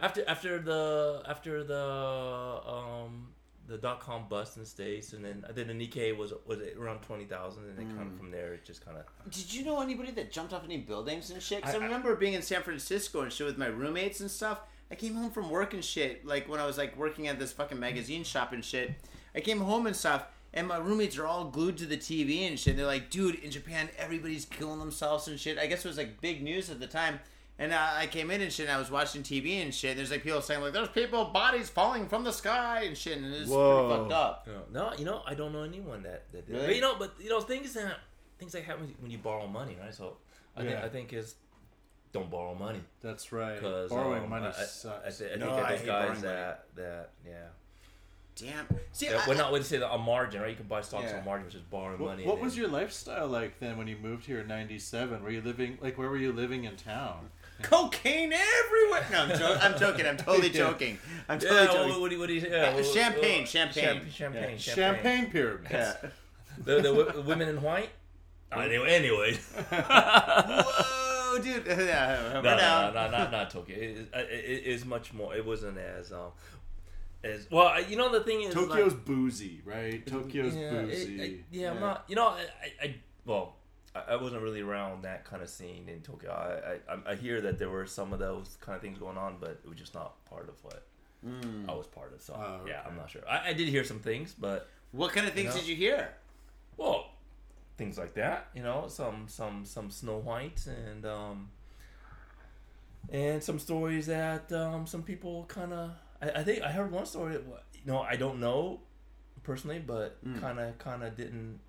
B: after after the after the um the dot com bust in the states, and then I think the Nikkei was was around twenty thousand, and then
C: Mm.
B: kind of from there it just kind of
A: Did you know anybody that jumped off any buildings and shit? Because I,
B: I- I-
A: remember being in San Francisco and shit with my roommates and stuff. I came home from work and shit, like when I was like working at this fucking magazine shop and shit. I came home and stuff, and my roommates are all glued to the TV and shit. They're like, dude, in Japan, everybody's killing themselves and shit. I guess it was like big news at the time. And uh, I came in and shit, and I was watching TV and shit. And there's like people saying like, "There's people bodies falling from the sky and shit," and it's
C: Whoa.
A: pretty fucked up.
B: no, you know I don't know anyone that that did.
A: Really?
B: But you know, but you know things that things that happen when you borrow money, right? So I think
C: Yeah.
B: I think is don't borrow money.
C: That's right.
B: 'cause,
C: Borrowing
B: um,
C: money
B: I, I, I,
C: sucks.
B: thi- I
A: No,
B: think that
A: I
B: those
A: hate borrowing
B: guys
A: money.
B: that that yeah.
A: Damn. See,
B: yeah
A: I-
B: well, not when you say that on margin, right? You can buy stocks
C: Yeah.
B: on margin, which is borrowing
C: What,
B: money.
C: what
B: and
C: was
B: then-
C: your lifestyle like then when you moved here in '97? Were you living like where were you living in town?
A: cocaine everywhere. No, I'm, jo- I'm joking. I'm totally joking. I'm totally
B: Yeah, what,
A: joking.
B: what do you, what do you, yeah, what-
A: champagne,
B: what-
A: champagne.
B: champ- champagne, champagne,
C: Champagne pyramids.
B: the, the wo- women in white. Anyway, anyway,
A: Whoa, dude. yeah, we're
B: no, no,
A: down.
B: no, not not Tokyo. It is, it it is much more. It wasn't as um, as well. I- You know, the thing is,
C: Tokyo's
B: like,
C: boozy, right? Tokyo's
B: yeah, it-
C: boozy.
B: I- yeah, I'm not. You know, I, I, I well, I, I wasn't really around that kind of scene in Tokyo. I, I, I- I hear that there were some of those kind of things going on, but it was just not part of what I was part of. So
C: Hmm. Oh,
B: yeah,
C: okay.
B: I'm not sure. I, I did hear some things, but
A: What kind of things
B: No.
A: did you hear?
B: Well, things like that, you know, some some some Snow Whites and um and some stories that um some people kind of I, I think I heard one story that wa- you know I don't know personally, but
A: Hmm.
B: kind of kind of didn't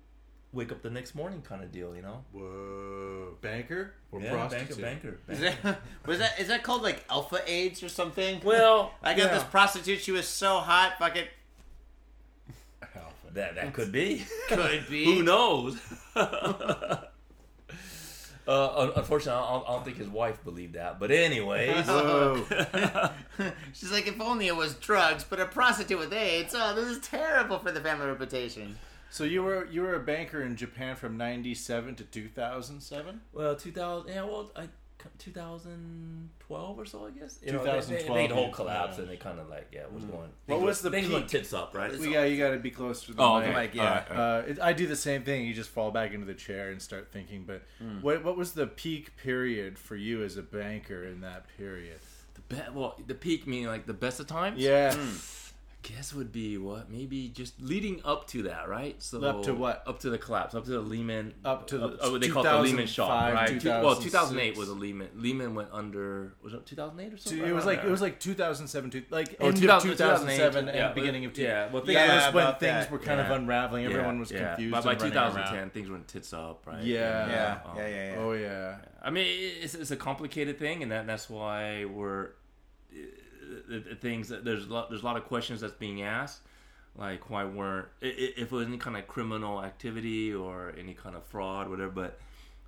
B: wake up the next morning kind of deal, you know.
C: Whoa, banker or
B: banker,
C: prostitute?
B: banker,
A: Is
B: banker.
A: that, was that is that called like alpha AIDS or something?
B: Well,
A: I got
B: yeah.
A: this prostitute. She was so hot. Fucking
B: That that could be.
A: could be.
B: Who knows? uh, un- unfortunately, I don't, I don't think his wife believed that. But anyways,
C: Whoa.
A: She's like, if only it was drugs, but a prostitute with AIDS. Oh, this is terrible for the family reputation.
C: so you were you were a banker in Japan from '97 to 2007.
B: Well, 2000, yeah, well, I, 2012 or so, I guess. You they, they,
C: 2012,
B: they, the whole
C: yeah.
B: collapse, and they kind of like, yeah, was going.
C: What
B: things
C: was the
B: went- things went
C: peak?
B: tits up, right?
C: We got you got to be close to the
B: Oh,
C: mic.
B: okay.
A: Like, yeah.
B: All right, all right.
C: Uh, it, I do the same thing. You just fall back into the chair and start thinking. But
B: Hmm.
C: what what was the peak period for you as a banker in that period?
B: The be- well, the peak meaning like the best of times.
C: Yeah,
B: I guess would be what maybe just leading up to that, right? So
C: Up to what?
B: Up to the collapse. Up to the Lehman.
C: Up to the-
B: oh, they call it the Lehman shock,
C: 2005,
B: right? Two- Well, 2008
C: 2006.
B: was a Lehman. Lehman went under. Was it 2008 or something?
C: Dude, it was like it was like 2007, two- like
B: Oh,
C: end
B: 2000
C: of 2007
B: yeah,
C: and beginning of
B: but- yeah, well,
C: yeah,
A: yeah,
C: that was when
A: about
C: things
A: that.
C: were kind
B: Yeah.
C: of unraveling. Everyone was
B: yeah.
C: confused.
B: By, by
C: and running around.
B: 2010, things went tits up, right?
C: Yeah.
B: yeah,
C: Yeah.
B: um,
C: Oh yeah.
B: I mean, it- it's, it's a complicated thing, and that, that's why we're uh, the, the things that there's a lot, there's a lot of questions that's being asked, like why weren't i- i- if it was any kind of criminal activity or any kind of fraud, whatever. But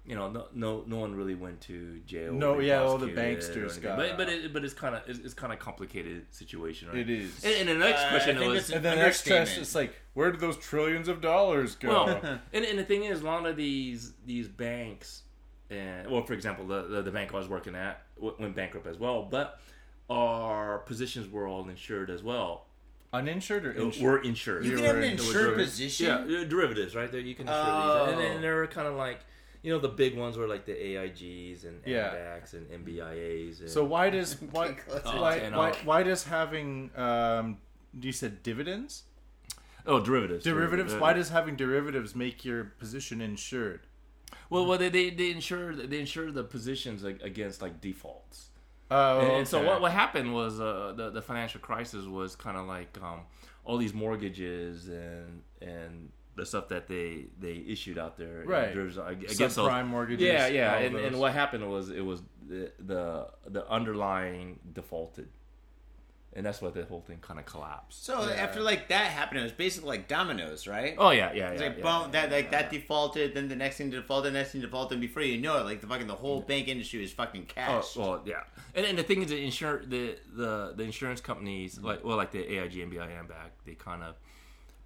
B: you know, no no, no one really went to jail.
C: No,
B: or
C: yeah, all the
B: prosecuted or
C: banksters
B: anything.
C: got
B: But
C: out.
B: but it, but it's kind of it's, it's kind of complicated situation, right?
C: It is.
B: And, and the next
A: Uh, I
B: question
A: think
B: was
A: it's-
C: And then next test, it's like, where did those trillions of dollars go?
B: Well, and, and the thing is, a lot of these these banks, and well, for example, the, the the bank I was working at w- went bankrupt as well, but our positions were all insured as well.
C: Uninsured or insured?
B: Were insured.
A: You
C: You
A: can have
C: were
A: an
C: in-
A: insured
B: it was-
A: position.
B: Yeah, uh, derivatives, right? There you can insure
A: Oh.
B: these, and, then there were kind of like. You know the big ones were like the AIGs and
C: Yeah.
B: MBACs and MBIAs. And,
C: So why does why
A: Okay, close
C: why,
B: it.
C: why, why does having um you said dividends?
B: Oh, derivatives.
C: Derivatives?
B: Uh,
C: Why does having derivatives make your position insured?
B: well, well, they, they they insure they insure the positions like, against like defaults.
C: Oh,
B: And, and so
C: okay.
B: what, what happened was uh, the the financial crisis was kind of like um, all these mortgages and and the stuff that they they issued out there. and
C: Right.
B: There's I, I guess those,
C: subprime mortgages?
B: yeah, yeah.
C: all
B: And, and
C: those.
B: what happened was it was the, the the underlying defaulted, and that's what the whole thing kind of collapsed.
A: So after like that happened, it was basically like dominoes, right?
B: Oh yeah, yeah, yeah.
A: It's like
B: yeah,
A: boom,
B: yeah,
A: that like
B: yeah,
A: that defaulted, then the next thing defaulted, next thing defaulted. And before you know it, like the fucking the whole bank industry is fucking
B: Oh
A: cash.
B: well, yeah, and, and the thing is, the insur the, the the insurance companies
A: Mm-hmm.
B: like well, like the AIG and BIM back, they kind of.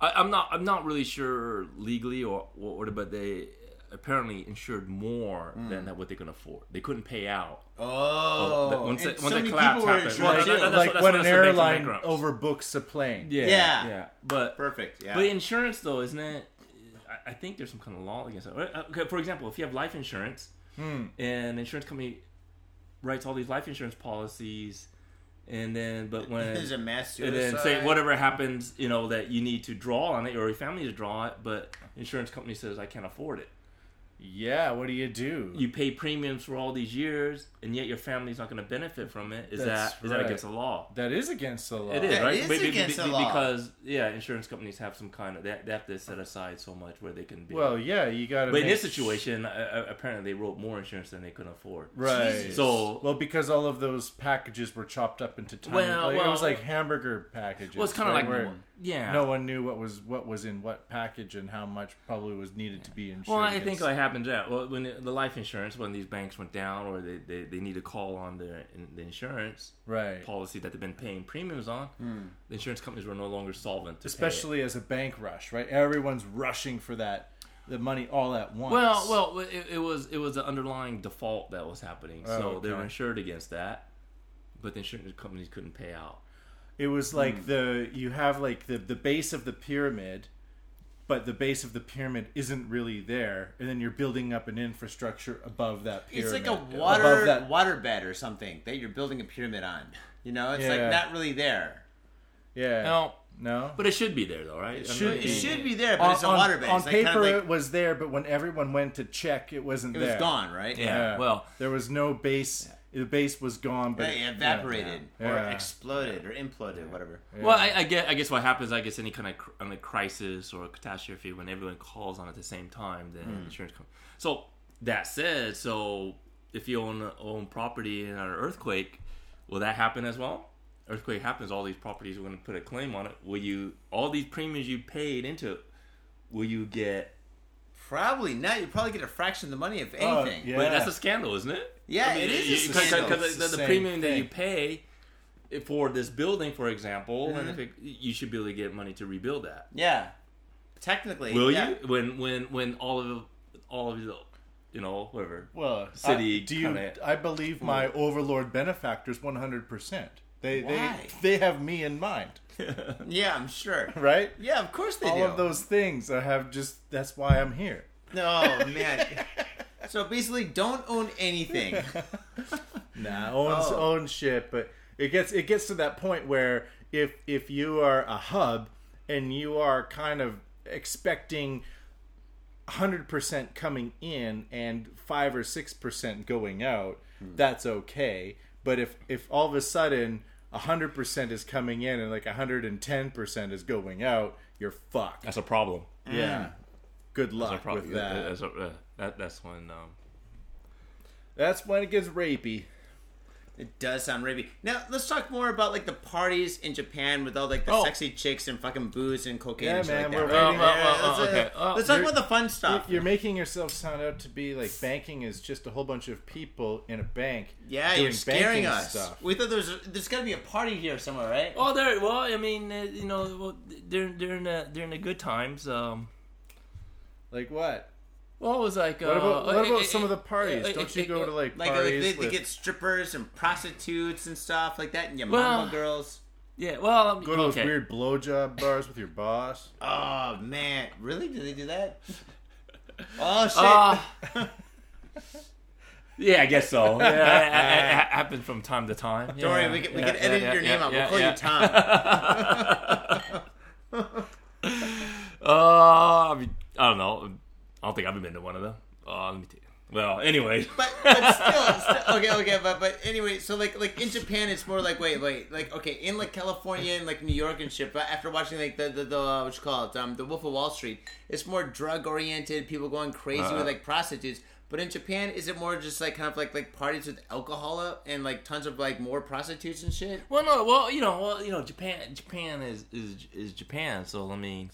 B: I, I'm not I'm not really sure legally or or but they apparently insured more than that what they can afford. They couldn't pay out.
A: Mm. Oh,
B: that- once
A: and
B: it- when the
A: many
B: collapse
A: people were
B: happened,
A: insured,
B: right?
A: too.
B: That- that- that's
C: like
B: what- that's
C: when
B: what
C: an
B: makes them
C: airline
B: bankrupt.
C: overbooks a plane.
B: Yeah,
A: Yeah.
B: yeah. But
A: perfect. Yeah,
B: but insurance though, isn't it? I, I think there's some kind of law against that. Right? Okay, for example, if you have life insurance,
A: Hmm.
B: and the insurance company writes all these life insurance policies, and then but when
A: there's a mass suicide.
B: and then say whatever happens, you know, that you need to draw on it or your family to draw it, but insurance company says I can't afford it.
C: Yeah, what do you do?
B: You pay premiums for all these years, and yet your family's not going to benefit from it. Is
C: That's
B: that is that
C: right.
B: against the law?
C: that is against the law.
B: It is
A: Yeah, it
B: right.
A: is
B: Be- be-
A: against
B: be-
A: the law.
B: because yeah, insurance companies have some kind of they, they have to set aside so much where they can be.
C: Well, yeah, you got to
B: but in this situation, uh, uh, apparently they wrote more insurance than they could afford.
C: right?
B: So
C: Well, because all of those packages were chopped up into tiny.
B: Well,
C: like, it
B: well-
C: was like hamburger packages.
B: well, it's kind of
C: right,
B: like
C: where
B: yeah.
C: no one knew what was what was in what package and how much probably was needed to be insured.
B: Well, I think
C: against.
B: what happened to that, well, when the life insurance, when these banks went down or they, they, they need to call on their in, the insurance
C: right,
B: policy that they've been paying premiums on, the insurance companies were no longer solvent. To pay it.
C: Hmm. especially as a bank rush, right? Everyone's rushing for that the money all at once.
B: Well, well, it, it was it was the underlying default that was happening, so
C: Oh,
B: they were
C: okay.
B: insured against that, but the insurance companies couldn't pay out.
C: It was
A: Hmm.
C: like the you have like the the base of the pyramid, but the base of the pyramid isn't really there, and then you're building up an infrastructure above that
A: it's like
C: pyramid.
A: a
C: above
A: water
C: that.
A: waterbed or something that you're building a pyramid on. You know, it's
C: Yeah.
A: like not really there.
C: Yeah.
B: No,
C: No.
B: but it should be there though, right? It
C: should
A: It
C: be.
A: should be there, but it's a
C: on,
A: waterbed.
C: on
A: it's like,
C: paper,
A: kind of like,
C: it was there, but when everyone went to check, it wasn't
A: it
C: there.
A: was gone, right?
B: Yeah. well-
C: there was no base. The base was gone, but
A: Yeah, it evaporated
C: Yeah.
A: or
C: Yeah.
A: exploded or imploded, whatever.
B: Well, I, I guess I guess what happens, I guess any kind of cr- kind of crisis or catastrophe when everyone calls on at the same time, then insurance company. So that said, so if you own own property in an earthquake, will that happen as well? Earthquake happens, all these properties are going to put a claim on it. Will you all these premiums you paid into it? Will you get?
A: Probably not. You probably get a fraction of the money if
C: Oh,
A: anything.
C: yeah.
B: Wait, that's a scandal, isn't it?
A: Yeah, it is a scandal.
B: Because
C: It's
B: the,
C: the
B: the,
C: same
B: premium that
C: thing.
B: you pay eh, for this building, for example, and if it, you should be able to get money to rebuild that.
A: Yeah. Technically.
B: Will
A: yeah.
B: you when when when all of all of the you know whatever?
C: well,
B: City
C: I, uh, do you?
B: kinda-
C: I believe my overlord benefactors one hundred percent. They
A: Why?
C: they they have me in mind,
A: Yeah, I'm sure.
C: right?
A: Yeah, of course they
C: All
A: do.
C: of those things I have just. That's why I'm here.
A: No, man. so basically, don't own anything.
C: Nah, owns
A: Oh.
C: own shit, but it gets it gets to that point where if if you are a hub and you are kind of expecting 100% coming in and 5 or 6% going out,
B: Hmm.
C: that's okay. But if if all of a sudden 100% is coming in and like 110% is going out, you're fucked.
B: That's Mm. a problem.
C: yeah. Good
B: That's a
C: luck
B: problem.
C: with that.
B: That's, a, uh, that, that's when um,
C: That's when it gets rapey.
A: it does sound rapey. Now let's talk more about like the parties in Japan with all like the
C: Oh.
A: sexy chicks and fucking booze and cocaine.
C: Yeah,
A: and shit like
C: man, we're
A: that, right?
C: waiting.
A: Yeah,
B: Oh, oh, oh,
A: let's, uh,
B: okay. Oh,
A: let's talk
C: you're-
A: about the fun stuff.
C: You're making yourself sound out to be like banking is just a whole bunch of people in a bank.
A: yeah,
C: doing
A: you're scaring
C: banking
A: us. We thought there's there's got to be a party here somewhere, right?
B: Oh, there. Well, I mean, uh, you know, well, during during the during the good times, um,
C: Like what?
B: well, it was like.
C: What
B: uh,
C: about what
B: uh,
C: about
B: uh,
C: some of the
B: uh,
C: parties?
B: uh,
C: Don't
B: uh,
C: you go
B: uh,
C: to like
A: Like, like they,
C: parties
A: they
C: with
A: get strippers and prostitutes and stuff like that, and your
B: Well-
A: mama girls.
B: Yeah. Well, um,
C: go to those
B: okay.
C: weird blowjob bars with your boss?
A: Oh man, really? Do they do that? oh shit!
B: Uh, yeah, I guess so. Yeah, it, it- it happens from time to time.
A: Don't
B: Yeah,
A: worry, we can, we
B: yeah,
A: can edit
B: yeah,
A: your
B: yeah,
A: name out.
B: yeah,
A: we'll call
B: yeah.
A: you Tom. Uh,
B: haven't been to one of
A: Uh,
B: them. Oh, let me tell you. Well, anyway,
A: but but still, still okay okay but but anyway so like like in japan it's more like wait wait like okay in like california and like new york and shit but after watching like the the, the uh, what you call it um the wolf of wall street it's more drug oriented people going crazy
B: Uh.
A: with like prostitutes but in japan is it more just like kind of like like parties with alcohol and like tons of like more prostitutes and shit
B: well, no, well, you know, well, you know, Japan, Japan is is is Japan. So I mean,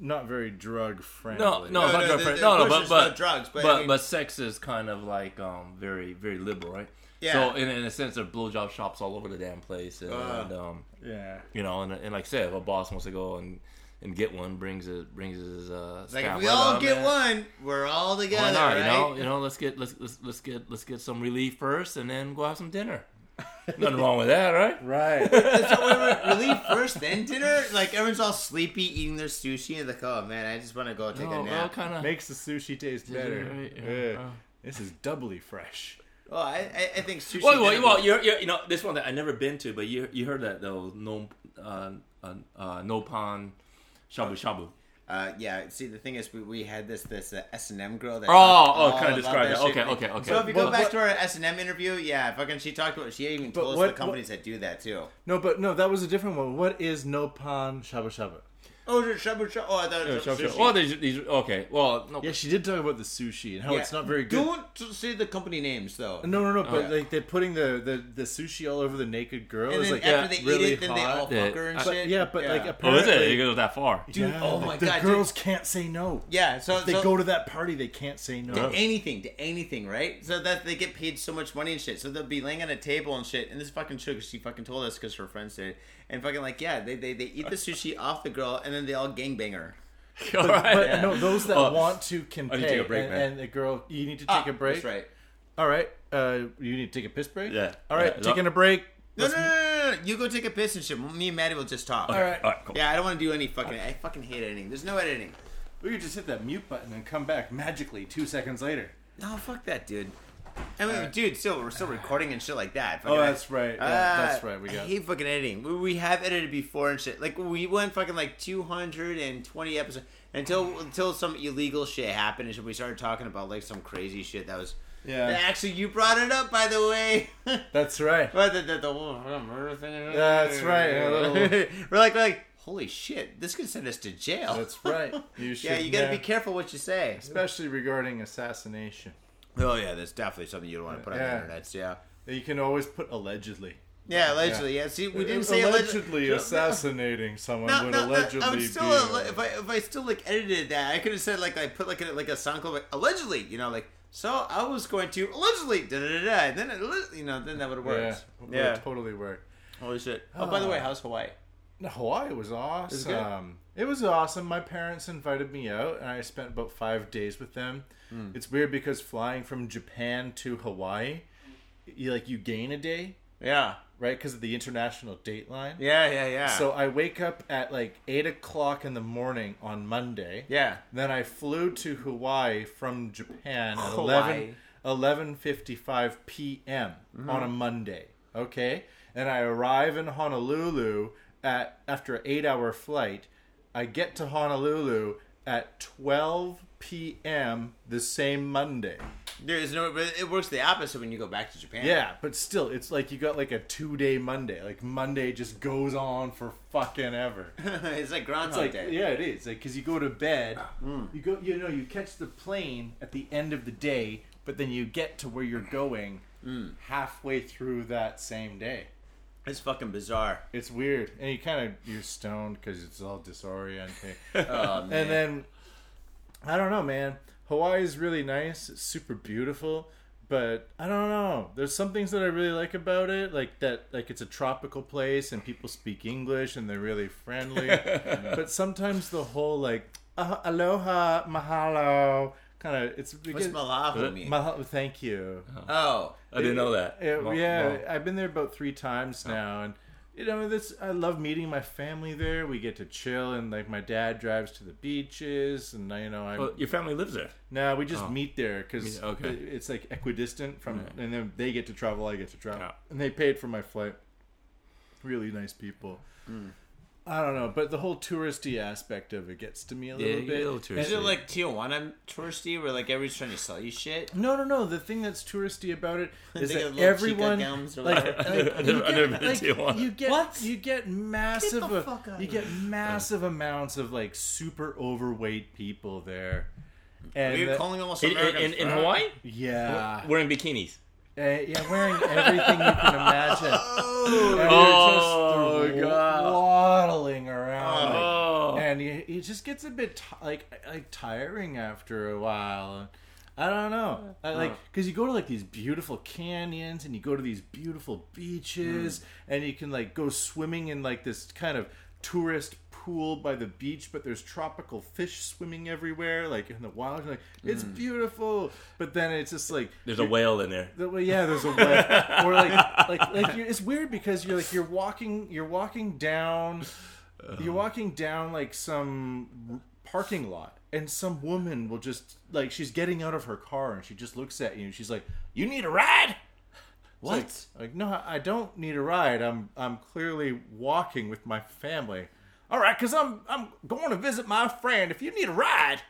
C: Not very drug friendly.
B: no,
A: No,
B: no, no,
A: no,
B: not drug
A: the-
B: free.
A: the
B: no, no,
A: push
B: but
A: is
B: but
A: not drugs, but
B: but,
A: I mean-
B: but sex is kind of like um very very liberal, right?
A: Yeah.
B: So in, in a sense, there are blowjob shops all over the damn place, and,
A: Uh.
B: and, um
C: Yeah.
B: you know, and, and like I said, if a boss wants to go and and get one, brings it brings his uh
A: It's like
B: staff
A: if we
B: right
A: all
B: on,
A: get
B: man.
A: one we're all
B: Why
A: together
B: not?
A: right?
B: You know, you know. Let's get let's, let's let's get let's get some relief first, and then go have some dinner. Nothing wrong with that, right?
C: Right.
A: so Oh, wait, wait, relief first then dinner like everyone's all sleepy eating their sushi and like oh man i just want to go take a
B: Oh, well,
A: nap
B: kind of.
C: Makes the sushi taste better.
B: Yeah, Oh.
C: Ugh.
B: yeah.
C: This is doubly fresh.
A: oh I, I i think sushi
B: Well, well,
A: dinner-
B: well you're, you're, you know this one that I never been to, but you you heard that though no uh, uh, uh, no pond shabu shabu.
A: Uh, yeah. See, the thing is, we, we had this this uh, S and M girl that.
B: Oh,
A: talked
B: oh,
A: all
B: kinda
A: about
B: describe that.
A: shit.
B: Okay, okay, okay.
A: So if you go
C: But
A: back
C: what-
A: to our S and M interview, yeah, fucking she talked about. She even told us
C: what-
A: the companies that do that too.
C: No, but no, that was a different one. What is no pan shabu shabu?
A: Oh, the shabu shabu. Oh, I thought it was shabu shabu.
B: Oh, these, these okay. Well, no.
C: Yeah, she did talk about the sushi and how
A: Yeah.
C: it's not very good.
A: Don't t- say the company names though.
C: No, no, no. But
A: Oh, yeah.
C: like they're putting the, the, the sushi all over the naked girl.
A: and
C: It's
A: then
C: like
A: after they
C: yeah, really
A: eat it, then they all
C: hot.
B: Yeah.
A: fuck her and
B: But-
A: shit.
C: yeah, but like
B: Oh, is
C: apparently,
B: it? It goes that far?
A: Dude,
C: yeah,
A: oh my
C: the
A: God, dude.
C: girls can't say no.
A: yeah. So
C: They
A: so-
C: go to that party, they can't say no.
A: to anything, to anything, right? So that they get paid so much money and shit. So they'll be laying on a table and shit. And this fucking chick, she fucking told us because her friends did. And fucking like, yeah, they, they, they eat the sushi off the girl and then they all gangbang her.
B: all right.
C: But no, those that
B: Oh,
C: want to can
B: I
C: pay.
B: need to take a break,
C: and,
B: man.
C: and the girl, you need to
A: Ah,
C: take a break.
A: That's right.
C: All right. Uh, you need to take a piss break.
B: Yeah.
C: All right.
B: Yeah.
C: Taking a break.
A: No, no, no, no, no, no. You go take a piss and shit. Me and Maddie will just talk.
B: All right. All right. Cool.
A: Yeah, I don't want to do any fucking. I fucking hate editing. There's no editing.
C: We could just hit that mute button and come back magically two seconds later.
A: No, fuck that, dude. I mean, dude, still we're still recording and shit like that.
C: Uh, Oh,
A: Fucking-
C: that's right. Yeah,
A: Ah,
C: that's right. We
A: I
C: got.
A: hate fucking editing. We, we have edited before and shit. Like we went fucking like two hundred and twenty episodes until until some illegal shit happened and shit. we started talking about like some crazy shit that was.
C: Yeah.
A: Actually, you brought it up by the way.
C: That's right.
A: But the, the, the whole murder thing.
C: That's right. a little-
A: we're like we're like holy shit. This could send us to jail.
C: That's right. You should.
A: yeah, you gotta
C: nev-
A: be careful what you say.
C: Especially regarding assassination,
A: Oh yeah, that's definitely something you don't want to put on the
C: Yeah.
A: internet. Yeah.
C: you can always put allegedly. Uh,
A: Yeah, allegedly. Yeah. See, we didn't say allegedly.
C: allegedly assassinating someone
A: No,
C: would
A: no, no,
C: allegedly
A: I'm still
C: be. uh,
A: alle- if I if I still like edited that, I could have said like I put like a, like a sound clip like allegedly, you know, like so I was going to allegedly da da da da, and then it, alle- you know then that would have
C: yeah, Ah.
A: worked.
C: would
A: Yeah.
C: totally work.
A: Holy shit! Oh, by the way, how's Hawaii?
C: No, Hawaii was
A: good?
C: awesome. It was awesome. My parents invited me out, and I spent about five days with them. It's weird because flying from Japan to Hawaii, you like you gain a day,
A: Yeah,
C: right? Because of the international date line.
A: yeah, yeah, yeah.
C: So I wake up at like eight o'clock in the morning on Monday.
A: yeah,
C: Then I flew to Hawaii from Japan at
A: Hawaii.
C: 11, 11.55 p.m. on a Monday. Okay? And I arrive in Honolulu at after an eight-hour flight. I get to Honolulu at 12 p.m. the same Monday.
A: there is no. But it works the opposite when you go back to Japan.
C: Yeah, but still, it's like you got like a two-day Monday. Like Monday just goes on for fucking ever.
A: it's like Groundhog
C: It's like
A: Day.
C: yeah, it is. Like because you go to bed, you go, you know, you catch the plane at the end of the day, but then you get to where you're going halfway through that same day.
A: It's fucking bizarre.
C: It's weird, and you kind of you're stoned because it's all disorienting.
A: Oh, man.
C: and then I don't know, man. Hawaii is really nice. It's super beautiful, but I don't know. There's some things that I really like about it, like that, like it's a tropical place and people speak English and they're really friendly. but sometimes the whole like uh, aloha, mahalo, kind of it's
A: What's
C: Uh,
A: Malawi mean?
C: mahalo. Thank you.
A: oh,
B: I didn't know that.
C: Yeah,
B: Well,
C: yeah,
B: well, Oh.
C: I've been there about three times now, and you know this. I love meeting my family there. We get to chill, and like my dad drives to the beaches, and you know I.
B: well, your family lives there.
C: now we just meet there because
B: Meet- Oh. okay.
C: it's like equidistant from,
B: Right.
C: and then they get to travel, I get to travel,
B: Yeah. Hmm.
C: and they paid for my flight. Really nice people. I don't know, but the whole touristy aspect of it gets to me a little
B: you
C: bit.
B: get a little touristy.
C: And-
A: Is it like Tijuana touristy where like everybody's trying to sell you shit?
C: No, no, no. The thing that's touristy about it is
A: They got
C: that
A: little
C: everyone
A: chica gums or
C: like,
A: whatever.
C: like,
B: I've
C: you
B: never- I've
C: get-
B: never been to
C: like,
B: Tijuana.
C: You get
A: What?
C: you get massive
A: Get the
C: uh,
A: fuck out
C: you
A: of
C: get massive amounts of like super overweight people there. And
A: You're
C: the-
A: calling almost
B: in, in,
A: Americans.
B: in, in
A: fat?
B: Hawaii,
C: yeah,
B: wearing bikinis.
C: Uh, yeah, wearing everything you can imagine. and
B: Oh,
C: you're just
B: God.
C: waddling around. like,
B: Oh,
C: and it, it just gets a bit ti like like tiring after a while. I don't know, I, like because you go to like these beautiful canyons and you go to these beautiful beaches
B: Hmm.
C: and you can like go swimming in like this kind of tourist pool by the beach, but there's tropical fish swimming everywhere, like in the wild. You're like it's beautiful, but then it's just like
B: Hmm. there's a whale in there.
C: the- well, yeah, there's a way. or like, like, like you're, it's weird because you're like you're walking, you're walking down, you're walking down like some parking lot, and some woman will just like she's getting out of her car and she just looks at you and she's like, "You need a ride." What? Like, like, no, I don't need a ride. I'm I'm clearly walking with my family. All right, cause I'm I'm going to visit my friend. If you need a ride,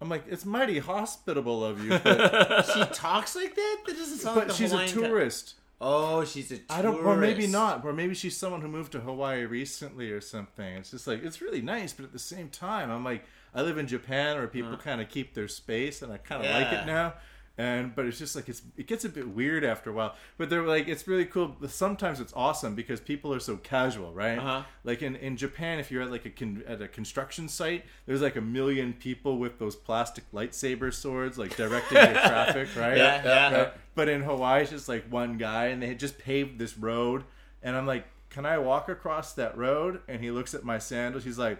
C: I'm like, it's mighty hospitable of you, but,
A: She talks like that? That doesn't sound
C: but
A: like the
C: she's a
A: Hawaiian guy.
C: tourist.
A: Oh, she's a tourist.
C: I don't, or maybe not, or maybe she's someone who moved to Hawaii recently or something. It's just like it's really nice, but at the same time, I'm like, I live in Japan where people kind of keep their space, and I kind of like
A: Uh-huh. Yeah.
C: it now. And but it's just like it's it gets a bit weird after a while. But they're like it's really cool. Sometimes it's awesome because people are so casual, right?
A: Uh-huh.
C: Like in, in Japan, if you're at like a con- at a construction site, there's like a million people with those plastic lightsaber swords, like directing the traffic, right?
A: Yeah, yeah.
C: Right? But in Hawaii, it's just like one guy, and they had just paved this road, and I'm like, "Can I walk across that road?" And he looks at my sandals. He's like,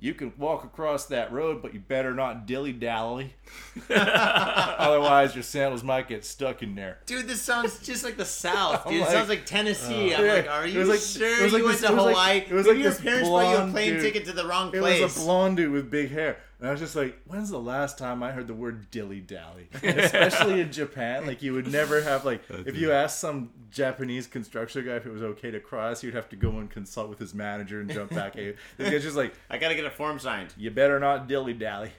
C: "You can walk across that road, but you better not dilly dally, otherwise your sandals might get stuck in there."
A: Dude, this sounds just like the South.
C: I'm
A: Dude,
C: like- uh,
A: it sounds like Tennessee. I'm
C: Yeah.
A: like, are
C: It
A: you
C: was like- it
A: sure
C: was like
A: you went
C: this-
A: to
C: it was like-
A: Hawaii?
C: it was
A: Maybe
C: like
A: your
C: this
A: parents bought you a
C: blonde
A: plane
C: dude.
A: ticket to the wrong
C: It
A: place.
C: was a blonde dude with big hair. And I was just like, when's the last time I heard the word dilly dally? Especially in Japan. Like, you would never have, like, if you asked some Japanese construction guy if it was okay to cross, you'd have to go and consult with his manager and jump back. Hey, this guy's just like,
A: I gotta get a form signed.
C: you better not dilly dally.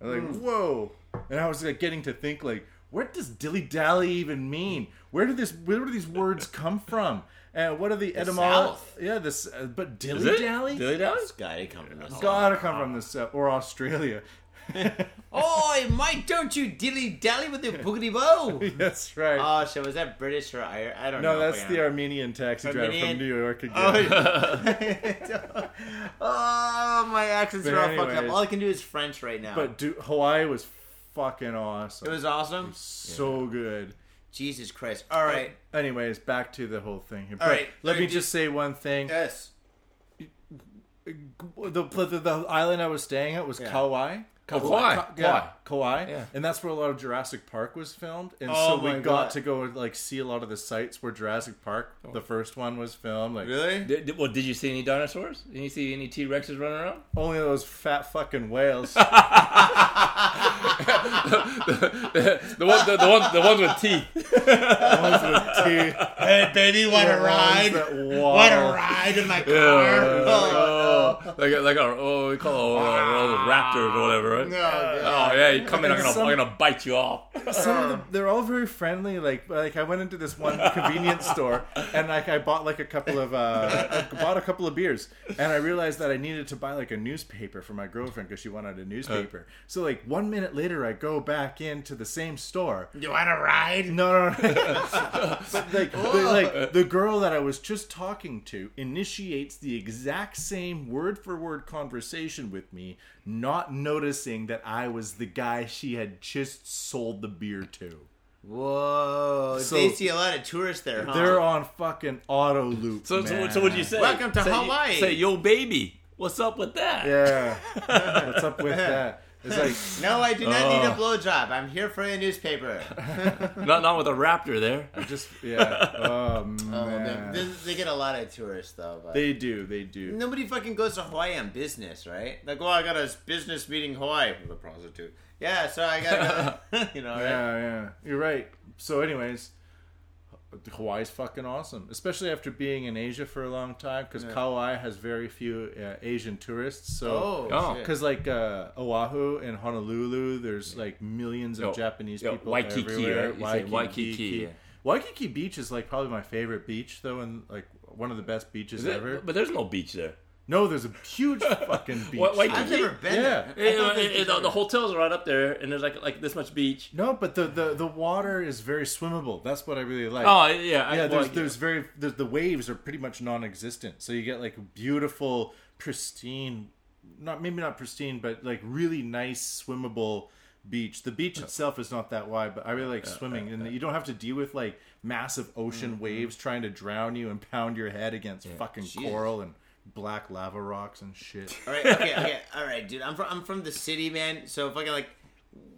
C: I was
A: Hmm.
C: like, whoa. And I was like getting to think like, what does dilly dally even mean? Where did this? Where do these words come from? And what are the, etymology?
A: South.
C: Yeah, this. Uh, but
B: Is
C: dilly
B: it
C: dally?
B: Dilly dally?
A: This guy come from the South.
C: Gotta come from this uh, or Australia.
A: Oi, Mike, don't you dilly dally with your boogity bow.
C: That's right.
A: Oh, shit, was that British or Irish? I don't
C: no,
A: know.
C: that's
A: Hang
C: the
A: on.
C: Armenian taxi driver
A: Armenian?
C: from New York again.
A: Oh, yeah. oh, my accents
C: But
A: are all fucked up.
C: anyways-
A: All I can do is French right now.
C: But dude, Hawaii was fucking awesome.
A: it was awesome.
C: so good.
A: Jesus Christ. All right.
C: Anyways, back to the whole thing here. But
A: right,
C: let
A: so
C: me
A: you-
C: just say one thing.
A: Yes.
C: the, the the island I was staying at was Kauai. Kauai.
B: Kauai.
C: Ka- yeah, Kauai.
B: Yeah.
C: And that's where a lot of Jurassic Park was filmed. And
A: Oh
C: so we
A: my
C: got
A: God. Oh.
C: to go like see a lot of the sites where Jurassic Park, the first one, was filmed. Like
A: Really?
B: Did, did- well, did you see any dinosaurs? Did you see any T Rexes running around?
C: only those fat fucking whales.
B: The one, the, the one, the ones with teeth.
C: ones with teeth.
A: Hey, baby, want
C: the ones that waddle.
A: ride in my car.
B: oh, like a, like a oh, we call it a, a, a raptor or whatever, right? Oh yeah, you come in, I'm gonna,
C: Some-
B: I'm gonna bite you off.
C: Some of them, they're all very friendly. Like, like I went into this one convenience store and like I bought like a couple of uh, I bought a couple of beers, and I realized that I needed to buy like a newspaper for my girlfriend because she wanted a newspaper. so like one minute later, I go back into the same store.
A: You want to ride?
C: No, no, no. but like, the, like the girl that I was just talking to initiates the exact same word for word conversation with me, not noticing that I was the guy she had just sold the beer to.
A: Whoa.
C: So-
A: they see a lot of tourists there, huh?
C: They're on fucking auto loop.
B: Uh. So, so,
C: man.
B: so what'd you say?
A: Welcome to
B: Say-
A: Hawaii.
B: Say, yo, baby, what's up with that?
C: Yeah. What's up with that? It's like
A: no, I do not need a blowjob. I'm here for a newspaper.
B: Not, not with a raptor there.
C: I just yeah. Oh man.
A: They, they get a lot of tourists, though. But
C: They do. They do.
A: Nobody fucking goes to Hawaii on business, right? Like, well, I got a business meeting in Hawaii with a prostitute. Yeah, so I got, to you know, right?
C: Yeah, yeah. You're right. So, anyways, Hawaii's fucking awesome, especially after being in Asia for a long time because Kauai has very few uh, Asian tourists. So,
B: Oh. shit.
C: because like uh, Oahu and Honolulu, there's like millions of
B: Yo,
C: Japanese
B: yo,
C: people
B: Waikiki,
C: everywhere.
B: right? You say Waikiki, yeah.
C: Waikiki Beach is like probably my favorite beach though, and like one of the best beaches
B: Is it-
C: ever.
B: but there's no beach there.
C: No, there's a huge fucking beach.
B: Wa- Waikiki-
A: I've never been
C: Yeah.
A: there. I
B: Yeah,
A: thought they
B: yeah,
A: did
B: the, the
A: that.
B: hotels are right up there, and there's like like this much beach.
C: No, but the, the the water is very swimmable. That's what I really like.
B: Oh yeah, I,
C: yeah,
B: well,
C: there's there's very the, the waves are pretty much non-existent. So you get like beautiful, pristine, not maybe not pristine, but like really nice swimmable beach. The beach itself is not that wide, but I really like swimming, and you don't have to deal with like massive ocean waves trying to drown you and pound your head against fucking coral and black lava rocks and shit.
A: All right, okay, okay, all right, dude. I'm from I'm from the city, man. So if I can like,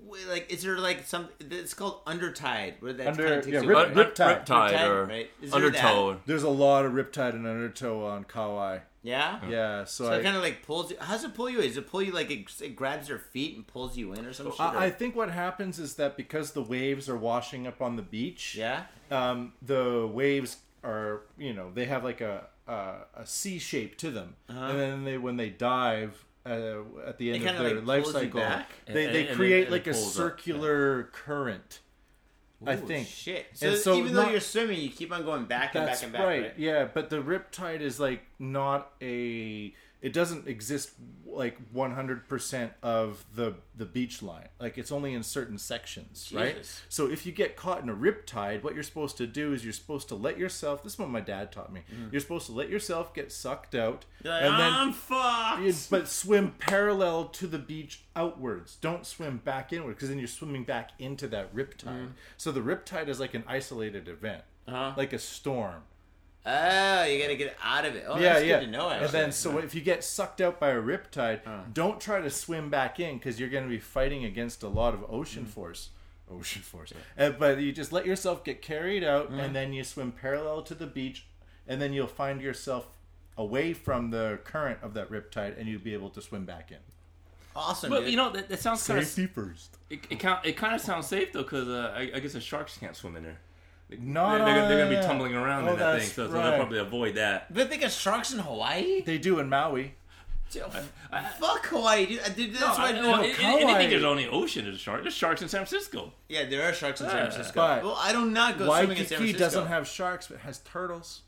A: w- like, is there like some? It's called undertide, where that
C: Under-
A: kind of takes
C: yeah,
A: you
C: rip-
A: away.
B: Uh, rip-
C: Riptide.
B: riptide or
A: Riptide, right. Is there
B: undertow.
C: There's a lot of riptide and undertow on Kauai.
A: yeah.
C: Yeah, so,
A: So
C: I,
A: it kind of like pulls you. How's it pull you? in? Does it pull you like it, it grabs your feet and pulls you in or some shit? or-
C: I, I think what happens is that because the waves are washing up on the beach,
A: yeah.
C: um, the waves are you know they have like a a, a C shape to them,
B: Uh-huh.
C: and then they when they dive. Uh, at the end
A: kinda,
C: of their
A: like,
C: life
A: pulls you
C: cycle,
A: back?
C: they,
B: And-
C: they
B: and- and
C: create
B: it- and
C: like
B: it
C: a
B: pulls up, yeah.
C: circular current. I
A: Ooh,
C: think
A: Shit. So,
C: And so
A: even
C: not-
A: though you're swimming, you keep on going back and back and back.
C: right. Yeah, but the riptide is like not a. It doesn't exist like 100% of the the beach line. Like it's only in certain sections, right?
A: Jesus.
C: So if you get caught in a riptide, what you're supposed to do is you're supposed to let yourself. This is what my dad taught me. You're supposed to let yourself get sucked out,
A: You're Mm-hmm. like, I'm fucked.
C: yeah, but swim parallel to the beach outwards. Don't swim back inward because then you're swimming back into that riptide.
A: Mm.
C: So the riptide is like an isolated event,
A: Uh-huh.
C: like a storm.
A: Oh, you gotta get out of it. Oh,
C: yeah,
A: that's
C: yeah.
A: good to know. Actually.
C: and then, so if you get sucked out by a riptide, don't try to swim back in because you're going to be fighting against a lot of ocean force. Ocean force. Uh, but you just let yourself get carried out,
B: Hmm.
C: and then you swim parallel to the beach, and then you'll find yourself away from the current of that riptide, and you'll be able to swim back in.
A: awesome.
B: But
A: dude.
B: you know that, that sounds kind of
C: first.
B: it, it, kind- it kind of sounds safe though, because uh, I, I guess the sharks can't swim in there. They're,
C: Not
B: they're, gonna- they're gonna
C: on-
B: be tumbling around
C: Oh,
B: in that
C: that's
B: thing, so, so
C: right.
B: they'll probably avoid that.
A: but they got sharks in Hawaii.
C: They do in Maui.
A: Dude, Fuck Hawaii, dude. I- dude, that's why.
B: I-
A: no,
B: well, in- in-
C: Kauai-
B: anything there's only ocean is a shark. There's sharks in San Francisco.
A: yeah, there are sharks in San Francisco.
C: but
A: well, I do not go swimming in San
C: Waikiki
A: Francisco.
C: doesn't have sharks, but has turtles.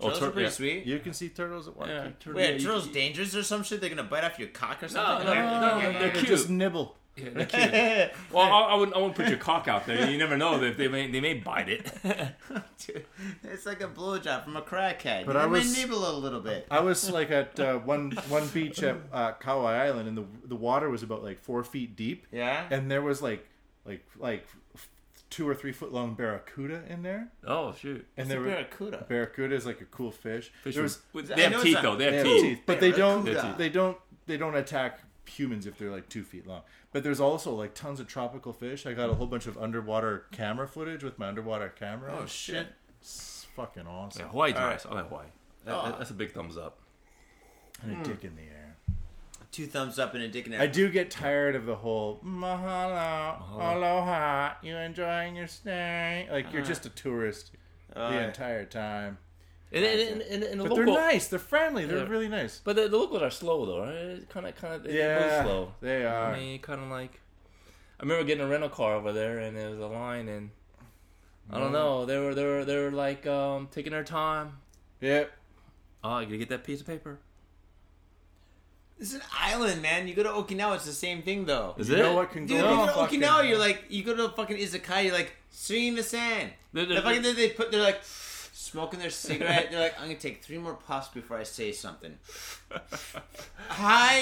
B: Oh,
A: Those are
B: tur-
A: pretty
B: yeah.
A: sweet.
C: You can see turtles at Waikiki.
B: Yeah, tur-
A: Wait,
B: yeah,
A: are
B: you-
A: turtles dangerous or some shit? They're gonna bite off your cock or
B: No,
A: something?
B: no, no, no, they're
C: They
B: cute.
C: just nibble.
B: Yeah, they're cute. well, I, I wouldn't. I wouldn't put your cock out there. You never know. They, they may. They may bite it.
A: Dude, it's like a blowjob from a crackhead.
C: But
A: But I
C: I was-
A: may nibble a little bit.
C: I was like at uh, one one beach at uh, Kauai Island, and the the water was about like four feet deep.
A: Yeah?
C: and there was like like like two or three foot long barracuda in there,
B: oh shoot.
C: and
A: It's
C: there
A: a
C: were-
A: barracuda.
C: barracuda is like a cool fish.
B: Fish
C: there was
B: with-
A: I
B: they
A: know
B: have
A: it's
B: teeth
A: not-
B: though. They have
C: they have
B: teeth.
C: teeth, but they don't
A: barracuda.
C: they don't they don't attack humans if they're like two feet long. But there's also like tons of tropical fish. I got a whole bunch of underwater camera footage with my underwater camera. Oh
A: shit.
C: It's fucking
B: Yeah,
C: awesome.
B: Hawaii's nice. I like Hawaii. That-
A: Oh.
B: That's a big thumbs up.
C: And a dick in the air.
A: Two thumbs up and a dick in
C: I
A: there.
C: do get tired of the whole mahalo, aloha, you enjoying your stay? Like
B: Uh-huh.
C: you're just a tourist the entire time.
B: And, and, and, and Uh, the
C: But
B: local,
C: they're nice. They're friendly. They're
B: Yeah.
C: really nice.
B: But the, the locals are slow though, right? Kind of, kind of, they yeah.
C: Yeah,
B: slow.
C: they are.
B: I mean, kind of like. I remember getting a rental car over there, and there was a line, and I don't know. They were, they were, they were like um, taking their time.
C: Yep.
B: Oh, you gotta get that piece of paper.
A: It's an island, man. You go to Okinawa, it's the same thing, though.
B: Is
C: You
B: it?
C: know what can
A: Dude,
C: go
A: you
C: wrong?
A: go to
C: Fucking-
A: Okinawa, you're like, you go to a fucking izakaya, you're like, swim the sand.
B: They're-
A: The
B: they're-
A: fucking they put, they're like smoking their cigarette. They're like, I'm gonna take three more puffs before I say something. Hi,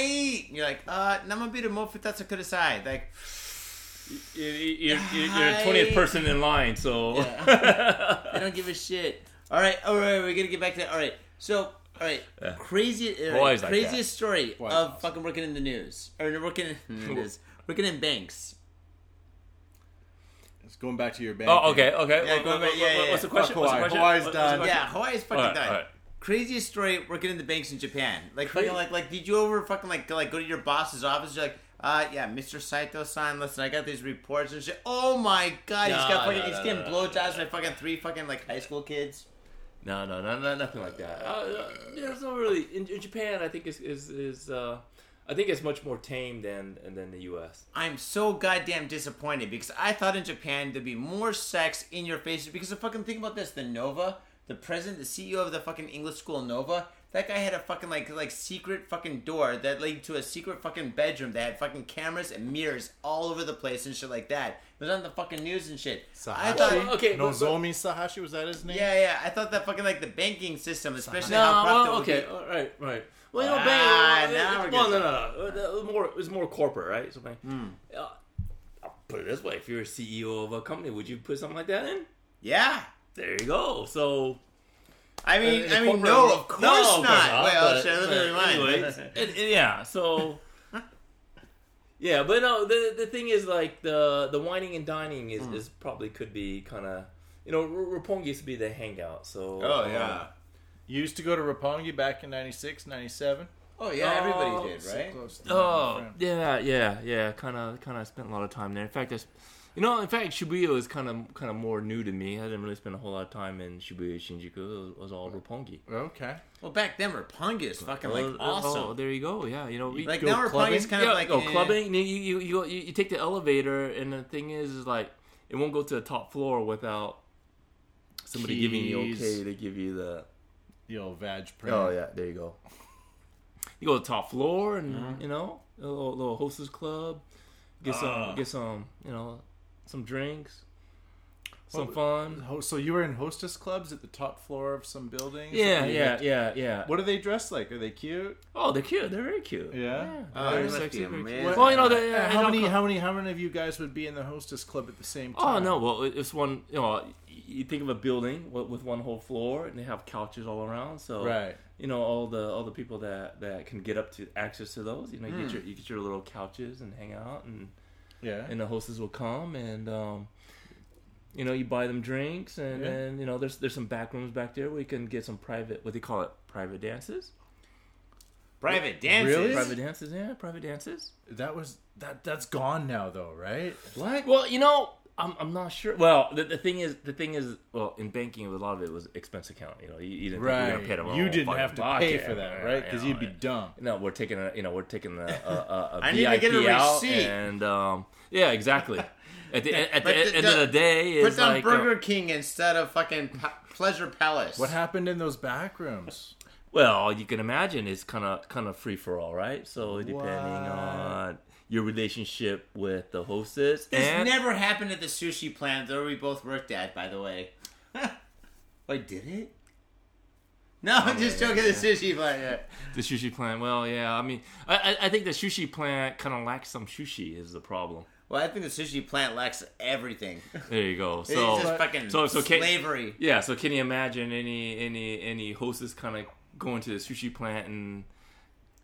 A: you're like, uh, namabiru mofutatsu kudasai. Like,
B: You- you- you- You're the twentieth person in line, so
A: I don't give a shit. oh, All right, all right, we're gonna get back to that. All right, so all right, crazy, all right,
B: Hawaii's like
A: craziest
B: that.
A: story
C: Hawaii's
A: of
C: awesome.
A: fucking working in the news or working in the news, working in banks.
C: It's going back to your bank.
B: Oh, okay, okay.
A: Yeah,
B: What-
A: go
B: what-
A: back- yeah,
B: what-
A: yeah,
B: What's the
A: yeah.
B: question?
C: Fuck
B: What's the
C: Hawaii.
B: question?
C: Hawaii's
B: What's the
C: done.
B: question?
A: Yeah, Hawaii's fucking
B: Alright,
A: done.
B: alright.
A: Craziest story working in the banks in Japan. Like fucking like like did you ever fucking like go, like go to your boss's office? You're like, Uh, yeah, Mr. Saito-san, listen, I got these reports and shit. Oh my god, he's got
B: No,
A: fucking,
B: no,
A: he's
B: no,
A: getting
B: no,
A: blowjobs by fucking three fucking like high school kids.
B: No, no, no, no nothing like that. Uh, Uh, yeah, it's not really in, in Japan. I think is is is uh, I think it's much more tame than and than the U.S.
A: I'm so goddamn disappointed because I thought in Japan there'd be more sex in your face because the fucking think about this, the Nova, the president, the CEO of the fucking English school Nova, that guy had a fucking like like secret fucking door that led to a secret fucking bedroom that had fucking cameras and mirrors all over the place and shit like that. It was on the fucking news and shit. I
E: Sahashi?
A: thought
B: Well, okay, but- but-
C: Nozomi Sahashi was that his name?
A: Yeah, yeah. I thought that fucking like the banking system, especially
B: No,
A: how corrupt
B: well,
A: it would
B: okay,
A: be.
B: all right, right. Well, you know,
A: Ah,
B: Bang. uh,
A: now
B: it-
A: we're
B: well, no,
A: getting- Hmm.
B: no, no. Uh, More, it's more corporate, right? So, Bang. Uh, I'll put it this way: if you're a CEO of a company, would you put something like that in?
A: Yeah.
B: There you go. So
A: I mean,
B: Uh,
A: I mean,
B: corporate-
A: no, of course
B: No,
A: not.
B: of course not,
A: well,
B: but-
A: shit, that doesn't
B: but
A: remind
B: anyways, it- it- yeah. So. Yeah, but no. The the thing is, like the the whining and dining
A: Hmm.
B: is, is probably could be kind of you know R- Roppongi used to be the hangout. So
A: Oh,
B: um,
A: yeah.
C: You used to go to Roppongi back in 96, 97.
A: Oh yeah, everybody
B: Oh,
A: did,
D: So
A: right?
D: close to
B: Oh
D: friend.
B: yeah, yeah, yeah. Kind of, kind of spent a lot of time there. In fact, I, sp- you know, in fact, Shibuya is kind of, kind of more new to me. I didn't really spend a whole lot of time in Shibuya, Shinjuku. It was, it was all Roppongi.
C: Okay.
A: Well, back then, Rapungi is fucking like
B: Oh, Oh,
A: awesome.
B: there you go. Yeah, you know, we
A: Like
C: go
A: now, Rapungi is
C: clubbing?
A: kind of like
B: go
A: eh.
B: clubbing. and You, you you go- you you take the elevator, and the thing is, is like it won't go to the top floor without somebody giving you
C: Keys.
B: okay to give you the.
C: The old Vag print.
B: Oh yeah, there you go. You go to the top floor, and
C: Uh-huh.
B: you know, a little, little hostess club. Get some,
C: Uh.
B: get some, you know, some drinks, some fun.
C: Ho- So you were in hostess clubs at the top floor of some buildings?
B: Yeah,
C: And you
B: yeah,
C: got-
B: yeah, yeah.
C: What are they dressed like? Are they cute?
B: Oh, they're cute. They're very cute.
C: Yeah.
A: Oh,
B: very
A: you must
B: sexy,
A: be
B: very cute.
A: amazing.
B: Well, you know, they,
C: Uh,
B: they
C: how
B: don't
C: many?
B: come-
C: How many? How many of you guys would be in the hostess club at the same
B: Oh
C: time?
B: no! Well, it- it's one. You know, you think of a building wi- with one whole floor, and they have couches all around. So,
C: Right.
B: you know, all the all the people that that can get up to access to those, you know, you
C: Hmm.
B: get your you get your little couches and hang out, and
C: Yeah.
B: and the hostess will come, and um, you know, you buy them drinks, and
C: Yeah.
B: then you know, there's there's some back rooms back there where you can get some private what they call it private dances,
A: Private dances.
C: Really?
B: private dances, yeah, private dances.
C: that was that. That's gone now, though, right?
B: What? Well, you know, I'm, I'm not sure. Well, the, the thing is, the thing is, well, in banking, a lot of it was expense account. You know, you, you didn't think you were gonna pay the whole
C: You didn't
B: fucking
C: have to
B: pocket,
C: pay for that, right? Because
B: you
C: you'd
B: know,
C: be dumb.
B: No, we're taking a, you know, we're taking a, a, a, a
A: I need to
B: VIP
A: get a
B: out,
A: receipt.
B: and um, yeah, exactly. At the, at the,
A: But the-
B: end of the day,
A: Put
B: it's
A: down
B: like uh,
A: Burger King instead of fucking pa- Pleasure Palace.
C: What happened in those back rooms?
B: Well, you can imagine it's kind of kind of free for all, right? So depending
C: What?
B: on your relationship with the hostess
A: This
B: and
A: never happened at the sushi plant that we both worked at, by the way. Wait, did it? No,
C: Oh,
A: I'm just joking. The sushi plant. Yeah.
B: the sushi plant. Well, yeah, I mean, I I, I think the sushi plant kind of lacks some sushi is the problem.
A: Well, I think the sushi plant lacks everything.
B: There you go. So
A: it's just fucking
B: so- so can-
A: slavery.
B: yeah, so can you imagine any any any hostess kind of going to the sushi plant and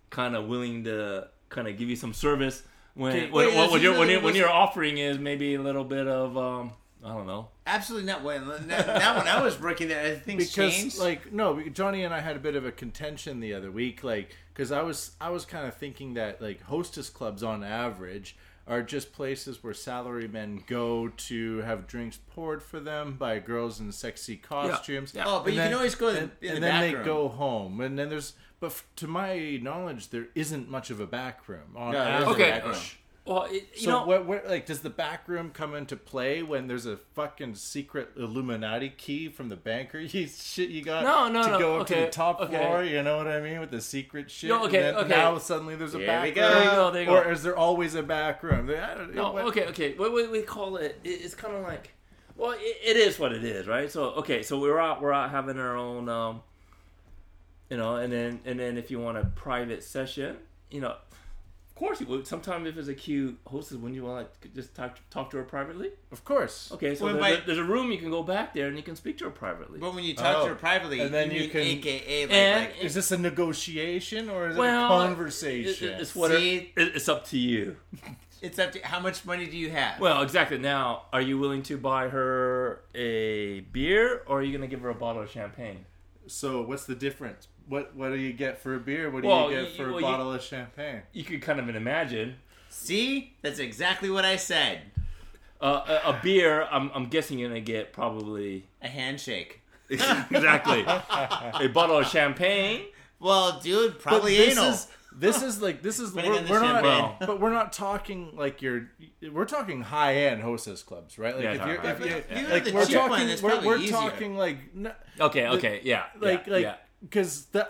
B: kind of willing to kind of give you some service when
A: Okay,
B: when,
A: wait,
B: when,
A: this
B: when,
A: is
B: your, when,
A: really
B: your, when
A: was-
B: your offering is maybe a little bit of um I don't know.
A: Absolutely not. When now, now when I was working there, things
C: because
A: changed.
C: like no we- johnny and i had a bit of a contention the other week like because i was i was kind of thinking that like hostess clubs on average are just places where salarymen go to have drinks poured for them by girls in sexy costumes
B: yeah.
A: oh, but
C: And
A: you
C: then-
A: can always go in,
C: and,
A: in
C: and
A: the
C: then
A: back
C: they
A: room.
C: go home and then there's but f- to my knowledge there isn't much of a back room on
A: No, there isn't
C: average
A: a
B: Okay.
A: back room.
B: Well, it, you
C: so
B: know,
C: what, what like does the back room come into play when there's a fucking secret Illuminati key from the banker? You shit you got
B: No, no,
C: to
B: no,
C: go up to
B: okay,
C: the top
B: okay.
C: floor, you know what I mean? With the secret shit.
B: No, okay,
C: and then
B: okay.
C: now suddenly there's a
A: Here
C: back
A: we go.
B: there you
C: room.
B: go, there you go.
C: Or is there always a back room? I don't-
B: No,
C: what-
B: Oh, okay, okay. What, what we call it? it it's kind of like, well, it, it is what it is, right? So, okay, so we're out, we're out having our own, um, you know, and then and then if you want a private session, you know, of course you would. Sometimes if it's a cute hostess, wouldn't you want to just talk talk to her privately?
C: Of course.
B: Okay, so
A: Well,
B: there-
A: by-
B: there- there's a room you can go back there and you can speak to her privately.
A: But when you talk
C: Oh.
A: to her privately,
C: And then
A: you,
C: you
A: mean
C: can-
A: AKA like,
B: And-
A: like
C: Is this a negotiation or is it a
B: Well,
C: conversation?
B: It- it- it's what it-
A: See?
B: it- it's up to you.
A: it's up to how much money do you have?
B: Well, exactly. Now, are you willing to buy her a beer, or are you going to give her a bottle of champagne?
C: so what's the difference? What what do you get for a beer? What do
B: Well,
C: you
B: you-
C: get for
B: well,
C: a
B: you-
C: bottle of champagne?
B: you could kind of imagine.
A: See, that's exactly what I said.
B: Uh, a, a beer, I'm, I'm guessing you're gonna get probably
A: A handshake.
B: exactly a bottle of champagne.
A: Well, dude, probably
C: this
A: anal.
C: is this is like this is
A: Bring
C: we're,
A: in the
C: we're not
A: champagne.
C: but we're not talking like your we're talking high end hostess clubs right like
B: Yeah,
C: if you're
B: right,
C: if
B: right,
C: you
A: yeah. You
C: like
A: know the
C: we're
A: cheap one,
C: talking
A: that's
C: we're,
A: probably
C: we're
A: easier.
C: talking like n-
B: Okay, okay, yeah,
C: like
B: yeah,
C: like
B: yeah.
C: because the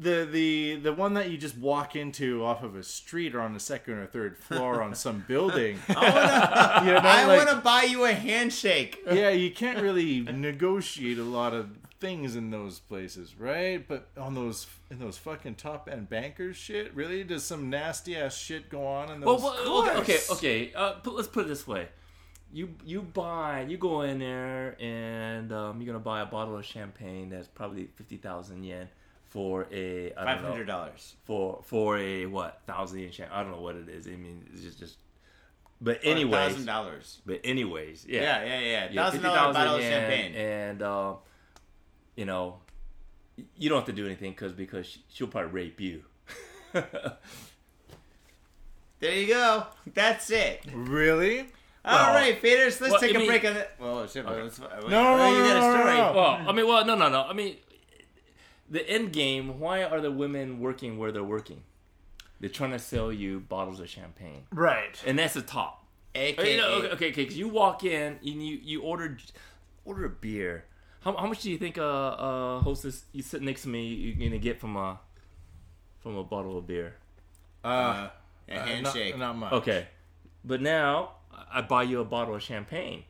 C: the the the one that you just walk into off of a street or on the second or third floor on some building you know,
A: I
C: like-
A: want to buy you a handshake.
C: yeah, you can't really negotiate a lot of things in those places, right? But on those in those fucking top end bankers shit, really does some nasty ass shit go on in
B: Well,
C: those?
B: well, okay, okay. okay, Uh, put, let's put it this way: you you buy, you go in there, and um, you're gonna buy a bottle of champagne that's probably fifty thousand yen for a I
A: Five
B: don't know,
A: hundred dollars.
B: for for a what thousand yen champagne. I don't know what it is. I mean, it's just just. But anyways,
A: thousand dollars.
B: but anyways, yeah,
A: Yeah, yeah, yeah.
B: Yeah,
A: Thousand dollar
B: 50,000
A: bottle of
B: yen,
A: champagne.
B: and uh, you know, you don't have to do anything cause, because she- she'll probably rape you.
A: There you go. That's it.
C: really?
A: All right, Peters, let's
B: well,
A: take
B: I
A: a
B: mean-
A: break on that. Well, oh, shit, but let's, no,
C: no, no,
A: you got
C: no,
A: a
C: no,
A: story.
C: no.
B: Well,
A: Hmm.
B: I mean, well, no, no, no. I mean, the end game. Why are the women working where they're working? They're trying to sell you bottles of champagne,
D: Right.
C: uh,
B: and that's the top. I
A: AKA,
B: mean, no, okay, okay, because you walk in and you you order order a beer. How, how much do you think a uh, uh, hostess you sit next to me you're gonna get from a from a bottle of beer?
C: Uh,
A: a
C: uh,
A: handshake.
C: Not, not much.
B: Okay, but now I- I buy you a bottle of champagne.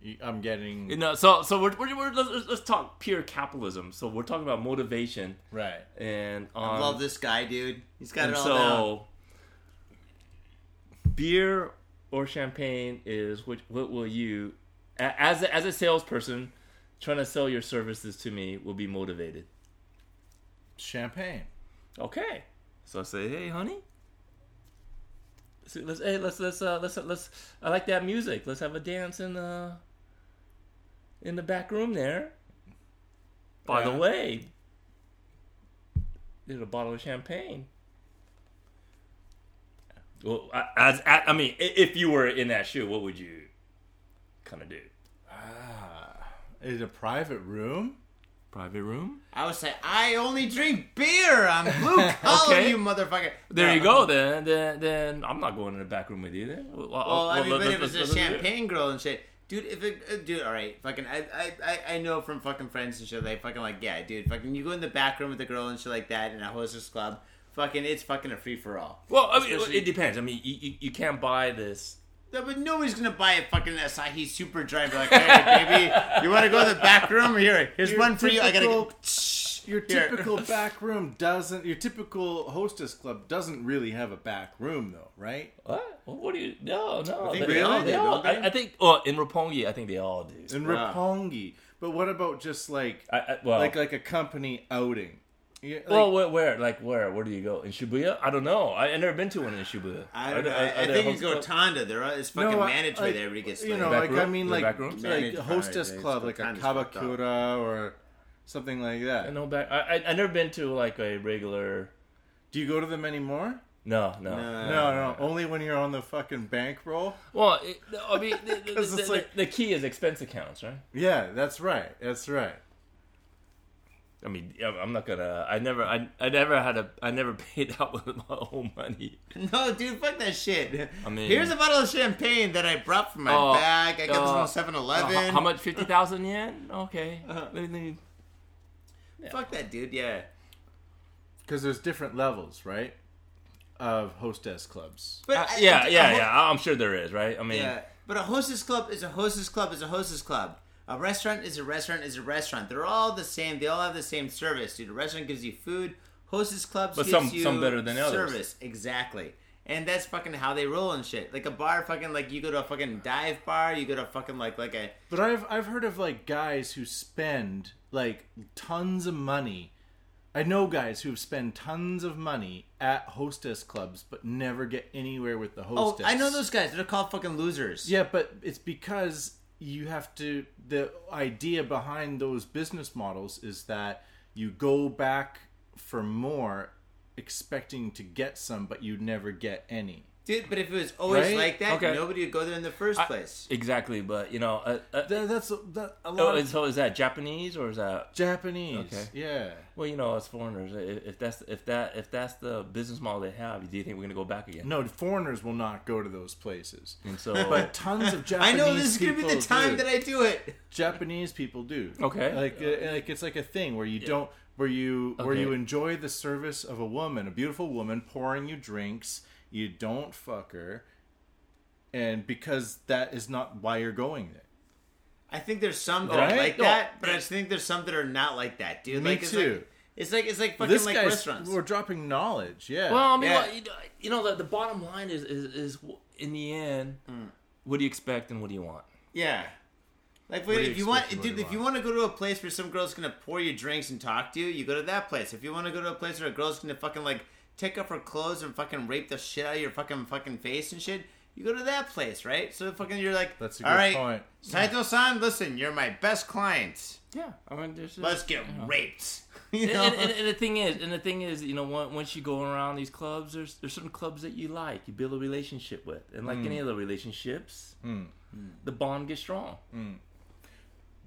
C: You- I'm getting
B: You know, so so we're, we're, we're let's, let's talk pure capitalism. So we're talking about motivation
C: right.
B: and
A: I
B: um,
A: love this guy, dude. He's got
B: and
A: it all
B: so
A: down.
B: beer or champagne is what what will you a- as a, as a salesperson trying to sell your services to me will be motivated
C: Champagne.
B: okay so i say hey honey so let's hey let's let's uh, let's let's i like that music let's have a dance in the in the back room there by the
C: Yeah.
B: way there's a bottle of champagne well I- as I, I mean i- if you were in that shoe what would you kind of do
C: Is it a private room?
B: private room
A: I would say, I only drink beer. I'm blue collar,
B: Okay.
A: you motherfucker.
B: there you
A: Uh,
B: go then then then i'm not going in the back room with you then well,
A: Well, I mean, but if it's a champagne girl and shit, dude. If it, uh, dude, all right, fucking, I, I, I, I know from fucking friends and shit. They fucking like, yeah, dude, fucking, you go in the back room with a girl and shit like that in a hostess club. Fucking, it's fucking a free for all.
B: Well, I mean,
A: Especially-
B: it depends. I mean, you, you, you can't buy this.
A: No, but nobody's gonna buy a fucking Asahi Super Drive. Like, hey, baby, you want to go to the back room? Here, here's
C: Your
A: one for you. I gotta.
C: typical-
A: Get...
C: Your
A: Here.
C: typical back room doesn't. Your typical hostess club doesn't really have a back room though, right?
B: What? Well, What do you? No, no.
A: think
B: they,
A: they
B: all-
A: all do,
B: they all-
A: don't they?
B: I, I think. Well, in Roppongi, I think they all do.
C: In
A: Wow.
C: Roppongi. But what about just like
B: I, I, well,
C: like like a company outing. Yeah, like,
B: well, where, where? Like where? Where do you go in Shibuya? I don't know. I, I never been to one in Shibuya.
A: I,
B: Are
A: don't know.
B: there-
A: I,
B: are- are
A: I
B: there
A: think you
B: host-
A: go Tanda. There is fucking
C: I-
A: management
C: like,
A: there. Everybody gets
C: you know,
A: laid.
C: like I
B: room?
C: mean,
B: The
C: like
B: back room?
C: like
A: Managed
C: a hostess
A: parties,
C: club, like a
A: sometimes fucked up.
C: Kabakura or something like
B: I
C: that.
B: know back. I, I I never been to like a regular.
C: Do you go to them anymore?
B: No, no.
A: No.
C: No, no, only when you're on the fucking bankroll.
B: Well, it, I mean, the, the,
C: 'Cause
B: the,
C: it's like-
B: the key is expense accounts, right?
C: Yeah, that's right. That's right.
B: I mean, I'm- I'm not gonna. I never. I, I never had a. I never paid out with my own money.
A: No, dude, fuck that shit.
B: I mean-
A: here's a bottle of champagne that I brought from my
B: Oh,
A: bag. I got
B: uh,
A: this from 7
B: Uh,
A: Eleven.
B: how, how much? Fifty thousand yen? Okay. Let me- let me-
A: Fuck that, dude. Yeah.
C: Because there's different levels, right? Of hostess clubs.
A: But
B: Uh,
A: I-
B: yeah,
A: a
B: yeah,
A: ho-
B: yeah. I'm sure there is, right? I mean,
A: Yeah. But a hostess club is a hostess club is a hostess club. A restaurant is a restaurant is a restaurant. They're all the same. They all have the same service, dude. A restaurant gives you food. Hostess clubs
B: But
A: gives
B: some-
A: you
B: some better than others.
A: service. Exactly. And that's fucking how they roll and shit. Like a bar, fucking like you go to a fucking dive bar, you go to a fucking like like a
C: But I've I've heard of like guys who spend like tons of money. I know guys who have spent tons of money at hostess clubs but never get anywhere with the
A: oh
C: hostess.
A: I know those guys. They're called fucking losers.
C: Yeah, but it's because you have to the idea behind those business models is that you go back for more expecting to get some, but you never get any.
A: Dude, but if it was always
C: Right?
A: like that,
B: Okay.
A: nobody would go there in the first place.
B: Exactly, but you know, uh, uh,
C: Tha- that's that, a lot
B: oh,
C: of
B: and so is that Japanese or is that
C: Japanese.
B: Okay.
C: Yeah.
B: well, you know, as foreigners, i- if that's if that if that's the business model they have, do you think we're gonna go back again?
C: No, foreigners will not go to those places.
B: And so,
C: But tons of
A: I
C: Japanese
A: know this is gonna be the
C: people
A: time
C: do.
A: that I do it.
C: Japanese people do.
B: Okay.
C: Like uh, like it's like a thing where you don't where you where
B: Okay.
C: you enjoy the service of a woman, a beautiful woman pouring you drinks. You don't fuck her, and because that is not why you're going there.
A: I think there's some that are
C: Right?
A: like
C: No.
A: that, but I think there's some that are not like that, dude.
C: Me
A: like, it's
C: too.
A: Like, it's like it's like fucking
C: this
A: like
C: guy's
A: restaurants.
C: we're dropping knowledge. uh, Yeah.
B: well, I mean,
A: Yeah.
B: well, you know- you know, the, the bottom line is is, is w- in the end, what do you expect and what do you want?
A: Yeah. Like wait,
C: you
A: if you want,
C: expect, what
A: dude,
C: do you
A: if you want to go to a place where some girl's gonna pour you drinks and talk to you, you go to that place. If you want to go to a place where a girl's gonna fucking like take off her clothes and fucking rape the shit out of your fucking fucking face and shit, you go to that place, right? So fucking, you're like,
C: That's a
A: all
C: good
A: right,
C: point."
A: Saito-san, listen, you're my best client.
B: Yeah, I mean, there's just,
A: Let's get raped. You
B: and,
A: know?
B: and, and, and the thing is, and the thing is, you know, on- once you go around these clubs, there's there's certain clubs that you like, you build a relationship with, and like any other relationships, the bond gets strong.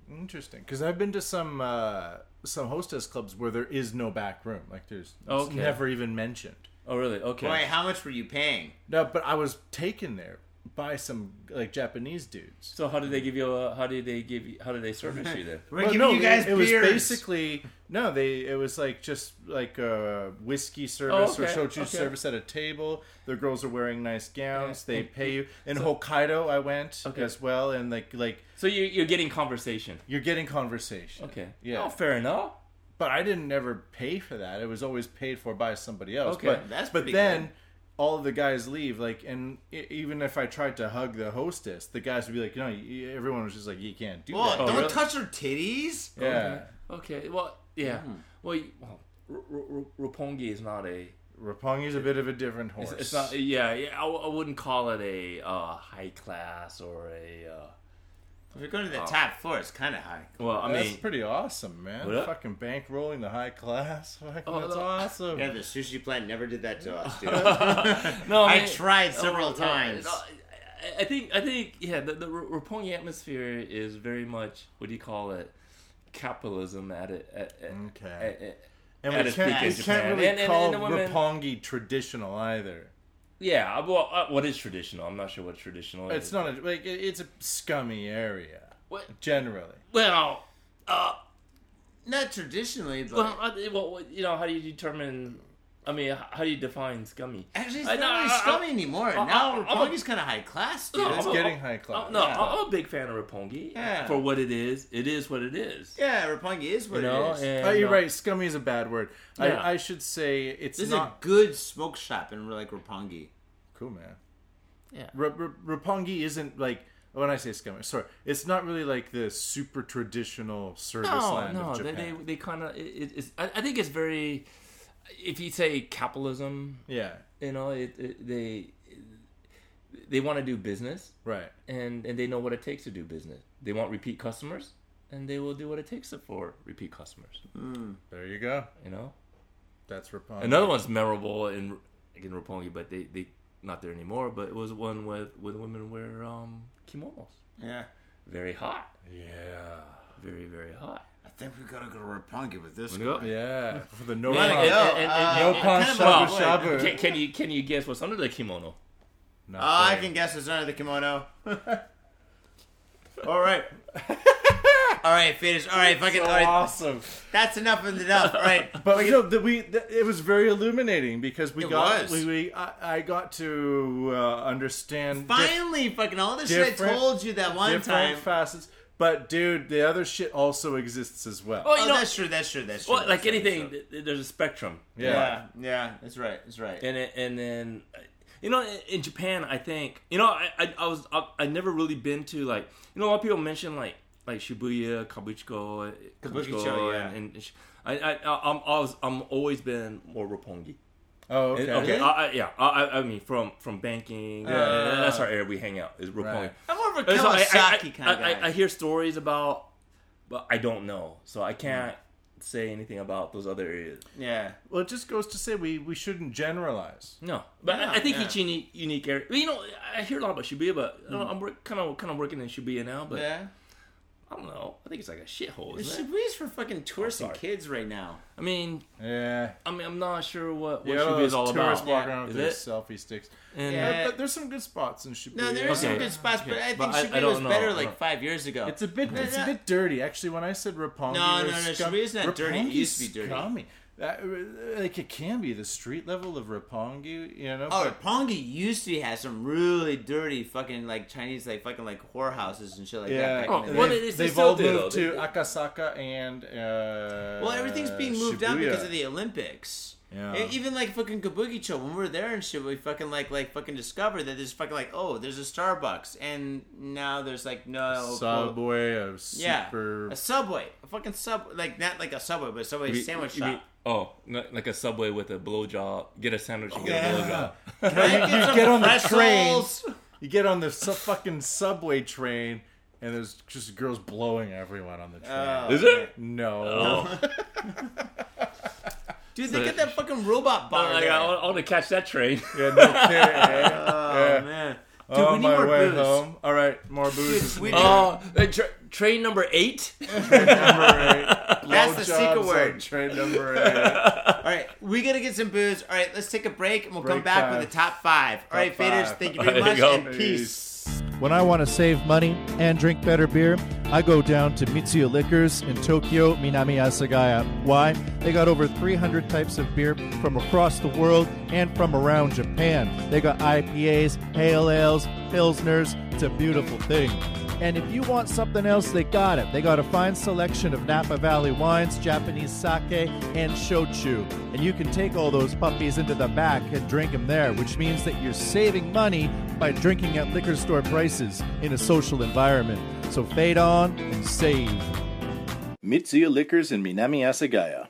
C: Interesting, because I've been to some uh, some hostess clubs where there is no back room. Like there's it's
B: Okay.
C: never even mentioned.
B: Oh, really? Okay.
A: Boy, how much were you paying?
C: No, but I was taken there by some like Japanese dudes.
B: So how did they give you? A, how did they give you? How did they service you then?
A: We're
C: Well,
A: giving
C: no,
A: you
C: it-
A: guys
C: it,
A: beers.
C: was basically no. They it was like just like a whiskey service
B: okay,
C: or shochu
B: okay.
C: service at a table. The girls are wearing nice gowns. They pay you. In Hokkaido, I went
B: Okay.
C: as well, and like like
B: So you, you're getting conversation.
C: you're getting conversation.
B: Okay.
C: Yeah.
B: Oh, fair enough.
C: but I didn't ever pay for that. It was always paid for by somebody else.
B: Okay,
C: but,
A: that's
C: but
A: pretty
C: then
A: good.
C: all of the guys leave. Like, and e- even if I tried to hug the hostess, the guys would be like, "No, you, everyone was just like, you can't do
A: Well,
C: that."
A: don't
B: really?
A: touch her titties.
C: Oh, yeah, Hmm.
B: Okay. Well, yeah. Well, you, well R- R- Roppongi is not a.
C: Rapongi's a bit of a different horse.
B: It's, it's not. Yeah. yeah I, w- I wouldn't call it a uh, high class or a. Uh,
A: If you're going to the top floor, it's kind of high.
B: well, I
C: That's
B: mean.
C: pretty awesome, man.
B: What up?
C: Fucking bankrolling the high class. Fucking,
B: Oh,
C: that's
B: no.
C: awesome.
A: Yeah, the sushi plant never did that to us, dude.
B: no,
A: I
B: mean-
A: tried several
B: Oh, uh,
A: times.
B: no, I- I think. I think. Yeah. The, the R- Roppongi atmosphere is very much. What do you call it? Capitalism at it. At, at,
C: Mm. Okay.
B: at- at-
C: and
B: at
C: we
B: its
C: can't,
B: peak in
C: we can't
B: Japan.
C: really
B: And- and-
C: call
B: and the women-
C: Roppongi traditional either.
B: yeah. Well, uh, what is traditional? I'm not sure what traditional is.
C: It's not a, like it- it's a scummy area
B: What?
C: generally.
B: Well, uh,
A: Not traditionally, but
B: well, I- well, you know, how do you determine? I mean, h- how do you define scummy?
A: actually, it's
B: I-
A: not
B: no,
A: really
B: I- I-
A: scummy anymore.
B: I-
A: now
B: I- I'm a-
A: Roppongi's kind of high class, dude.
B: No,
A: It's-
B: I'm a-
C: getting high class.
B: no,
A: Yeah.
B: I'm a big fan of Rapongi
A: Yeah.
B: for what it is. It is what it is.
A: yeah, Roppongi is what
B: You know,
A: it is.
B: and,
C: Oh, you're
B: uh,
C: right. Scummy is a bad word.
B: Yeah.
C: I, I should say it's
A: This is a
C: not
A: good smoke shop in like Roppongi.
C: cool, man.
B: Yeah.
C: R- Rapongi isn't like when I say scummy. Sorry, it's not really like the super traditional service
B: No,
C: land
B: no,
C: of
B: they
C: Japan.
B: they, they kind of. It, it- it's, I, I think it's very. If you say capitalism,
C: Yeah,
B: you know, it, it, they they want to do business,
C: right.
B: and and they know what it takes to do business. They want repeat customers, and they will do what it takes for repeat customers.
C: There you go.
B: You know.
C: That's Rapongi.
B: Another one's memorable in in Roppongi, but they they not there anymore. But it was one with with women wear um kimonos,
A: Yeah.
B: very hot,
C: Yeah.
B: very very hot.
A: I think we gotta go to Roppongi with this.
B: Wanna go?
C: Yeah. For the no
B: And-
A: Yeah,
C: pon-
B: and-
A: yeah.
B: and- and-
A: uh,
B: and-
C: no
A: I
C: pon
A: kinda
C: shabu
A: wanna-
C: shabu.
B: can, can you can you guess what's under the kimono?
C: Not
A: Oh, I
C: there.
A: can guess it's under the kimono. all right. All right, finish. All right, fucking.
C: So
A: All right,
C: awesome.
A: that's enough and enough. All right.
C: But you know that we that, it was very illuminating because we
A: It
C: got
A: was.
C: we, we I, I got to uh, understand diff-
A: Finally, fucking all this shit I
C: different-
A: told you that one
C: different
A: time.
C: facets. But dude, the other shit also exists as well.
B: Oh, you
A: Oh,
B: know,
A: that's true. That's true. That's true.
B: well,
A: that's
B: like
A: true, that's
B: anything,
A: true.
B: th- th- there's a spectrum,
A: Yeah, yeah, that's right. That's right.
B: and it, and then uh, you know, in, in Japan, I think you know, I I, I was I, I never really been to like you know, a lot of people mention like like Shibuya, Kabukicho,
A: Kabukicho, yeah.
B: and, and sh- I I I'm I was I'm always been more Roppongi.
C: Oh,
B: And-
C: okay.
B: Okay. I, I, yeah. I, I- I mean, from from banking. Yeah.
C: Yeah.
B: that's our area we hang out. Is Roppongi.
C: Right.
A: I'm more of a
B: And so I- I-
A: Kawasaki kind of
B: I, I,
A: guy.
B: I hear stories about, but I don't know, so I can't say anything about those other areas.
A: Yeah.
C: Well, it just goes to say we, we shouldn't generalize.
B: No, but I, I think
A: yeah.
B: each unique unique area. You know, I hear a lot about Shibuya, but you know, I'm work, kind of kind of working in Shibuya now. But
A: Yeah.
B: I don't know. I think it's like a shithole,
A: It's
B: isn't it?
A: Shibuya's for fucking tourists and
B: sorry.
A: kids right now.
B: I mean,
C: Yeah.
B: I mean, I'm not sure what what
C: yeah,
B: Shibuya is all
C: tourists
B: about.
C: walking
A: Yeah.
C: around with
B: Is
C: their
B: it?
C: selfie sticks.
B: And
A: Yeah.
C: But there's some good spots in Shibuya.
A: No, there is some
B: Okay.
A: good spots, but I think
B: But I- I
A: Shibuya
B: don't
A: was
B: know.
A: better
B: I
A: like
B: don't-
A: five years ago.
C: It's a bit.
A: No,
C: It's a
A: no.
C: bit dirty, actually. When I said Roppongi,
A: No, no,
C: was
A: no,
C: scum-
A: Shibuya's not dirty. It
C: Roppongi's
A: used to be dirty.
C: Scummy. That, like it can be the street level of Roppongi, you know.
A: Oh,
C: but-
A: Pongi used to have some really dirty fucking like Chinese like fucking like whorehouses and shit like
C: yeah.
A: that.
B: Oh,
A: Back in the
B: what
A: day.
B: it is-
C: they've
B: they
C: all
B: still do,
C: moved
B: though.
C: to Akasaka and. Uh,
A: well, everything's being moved out
C: Shibuya.
A: because of the Olympics.
C: Yeah.
A: E- Even like fucking Kabukicho, when we were there and shit, we fucking like like fucking discovered that there's fucking like oh there's a Starbucks and now there's like no
C: subway of
A: yeah
C: super.
A: a subway a fucking sub like not like a subway but a subway
B: You mean-
A: sandwich
B: you mean-
A: shop.
B: Oh, no- like a subway with a blowjob. Get a sandwich and get
C: Yeah.
B: a
A: Can I get some
C: get on the
A: pretzels?
C: You get on the su- fucking subway train, and there's just girls blowing everyone on the train.
A: Oh.
B: blowjob. Is it?
C: no.
B: Oh,
A: Dude, they get that fucking robot bar.
B: like,
A: there.
B: Oh, I, want to catch that train.
C: Yeah, no kidding. eh?
A: oh man, dude,
C: On
A: we need
C: my
A: more
C: way
A: booze.
C: home. All right, more booze.
A: We need
B: Oh, uh, tra- train number eight.
A: That's the secret word.
C: Train number eight.
A: All right, we gotta get some booze. All right, let's take a break and we'll come
C: Break
A: back
C: time.
A: with the top five. All right, faders,
C: five.
A: thank you very
B: There you
A: much
B: go.
A: and peace.
F: When I want to save money and drink better beer, I go down to Mitsuya Liquors in Tokyo, Minami Asagaya. Why? They got over 300 types of beer from across the world and from around Japan. They got IPAs, pale ales, pilsners. It's a beautiful thing. And if you want something else, they got it. They got a fine selection of Napa Valley wines, Japanese sake, and shochu. And you can take all those puppies into the back and drink them there, which means that you're saving money by drinking at liquor store prices in a social environment. So fade on and save.
C: Mitsuya Liquors in Minami Asagaya.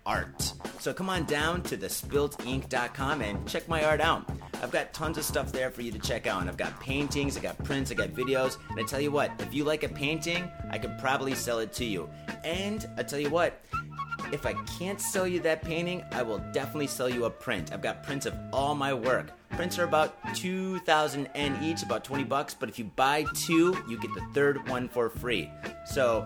A: art. So come on down to thespiltink.com and check my art out. I've got tons of stuff there for you to check out. And I've got paintings, I got prints, I got videos, and I tell you what, if you like a painting, I could probably sell it to you. And I tell you what, if I can't sell you that painting, I will definitely sell you a print. I've got prints of all my work. Prints are about 2,000 N each, about 20 bucks, but if you buy two, you get the third one for free. So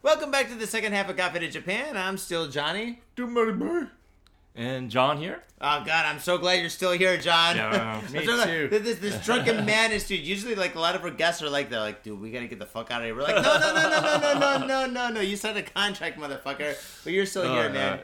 A: Welcome back to the second half of Got Fit in Japan. I'm still Johnny.
B: And John here.
A: Oh God, I'm so glad you're still here, John.
C: Yeah,
A: I'm
C: me
A: so glad-
C: too.
A: This, this drunken madness, dude. Usually, like a lot of our guests are like, they're like, dude, we gotta get the fuck out of here. We're like, no, no, no, no, no, no, no, no, no, no. You signed a contract, motherfucker. But you're still here, man.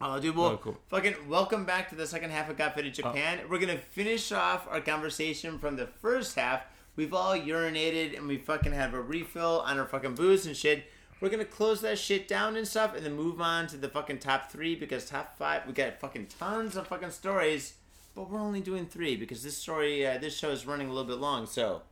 A: Oh, dude, well,
B: Oh, cool. Oh.
A: fucking welcome back to the second half of Got Fit in Japan. We're gonna finish off our conversation from the first half. We've all urinated and we fucking have a refill on our fucking booze and shit. We're gonna close that shit down and stuff, and then move on to the fucking top three because top five we got fucking tons of fucking stories, but we're only doing three because this story, uh, this show is running a little bit long. So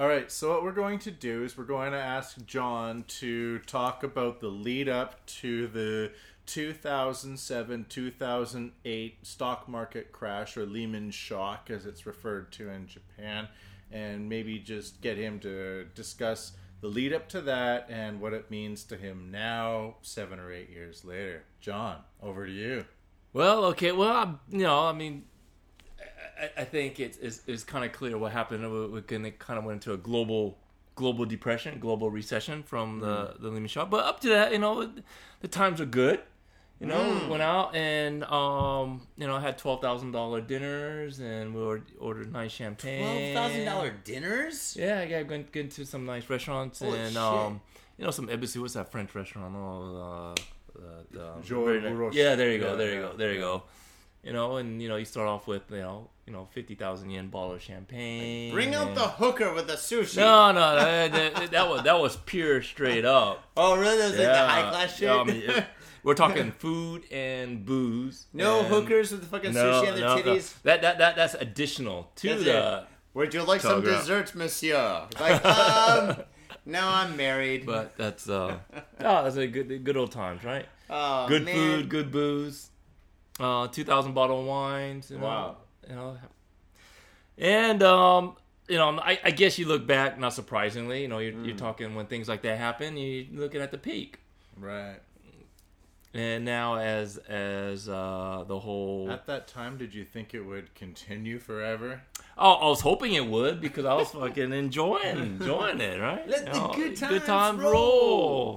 C: All right, so what we're going to do is we're going to ask John to talk about the lead up to the 2007 2008 stock market crash or Lehman shock, as it's referred to in Japan, and maybe just get him to discuss the lead up to that and what it means to him now, seven or eight years later. John, over to you.
B: Well, okay. Well, I, you know, I mean, I, I- I think it's, it's, it's kind of clear what happened. We- We're going to kind of went into a global global depression, global recession from the
A: Mm-hmm.
B: the Lehman shock. But up to that, you know, the times are good. You know,
A: Mm.
B: we went out and um, you know, had twelve thousand dollar dinners, and we or- ordered nice champagne.
A: Twelve thousand dollar dinners.
B: Yeah, I got went went to some nice restaurants
A: Holy
B: and
A: shit.
B: um, you know, some embassy. What's that French restaurant? Oh, uh, uh, the, um,
C: Joy
B: very nice-
C: Roche.
B: Yeah, there you go,
C: Yeah,
B: there you
C: yeah,
B: go, there you go. You know, and you know, you start off with you know, you know, fifty thousand yen bottle of champagne.
A: Bring out
B: and-
A: the hooker with the sushi.
B: No, no, that, that, that was that was pure straight up.
A: Oh, really? That was like the
B: Yeah.
A: high class shit.
B: Yeah, I mean, it- we're talking food and booze.
A: no
B: and-
A: hookers with the fucking sushi and their titties.
B: That, that that that's additional to
A: That's
B: the.
A: it. Would you like some
B: Telegram.
A: desserts, monsieur? Like, um, no, I'm married.
B: But that's uh, oh, that's a good good old times, right?
A: oh,
B: good
A: man.
B: food, good booze, uh, two thousand bottle of wines. You know,
C: Wow.
B: You know, and um, you know, I, I guess you look back, not surprisingly, you know, you're,
A: Mm.
B: you're talking when things like that happen, you're looking at the peak,
C: Right.
B: and now as as uh, the whole,
C: At that time, did you think it would continue forever?
B: oh, I was hoping it would because I was fucking enjoying enjoying it, right?
A: Let the good times roll.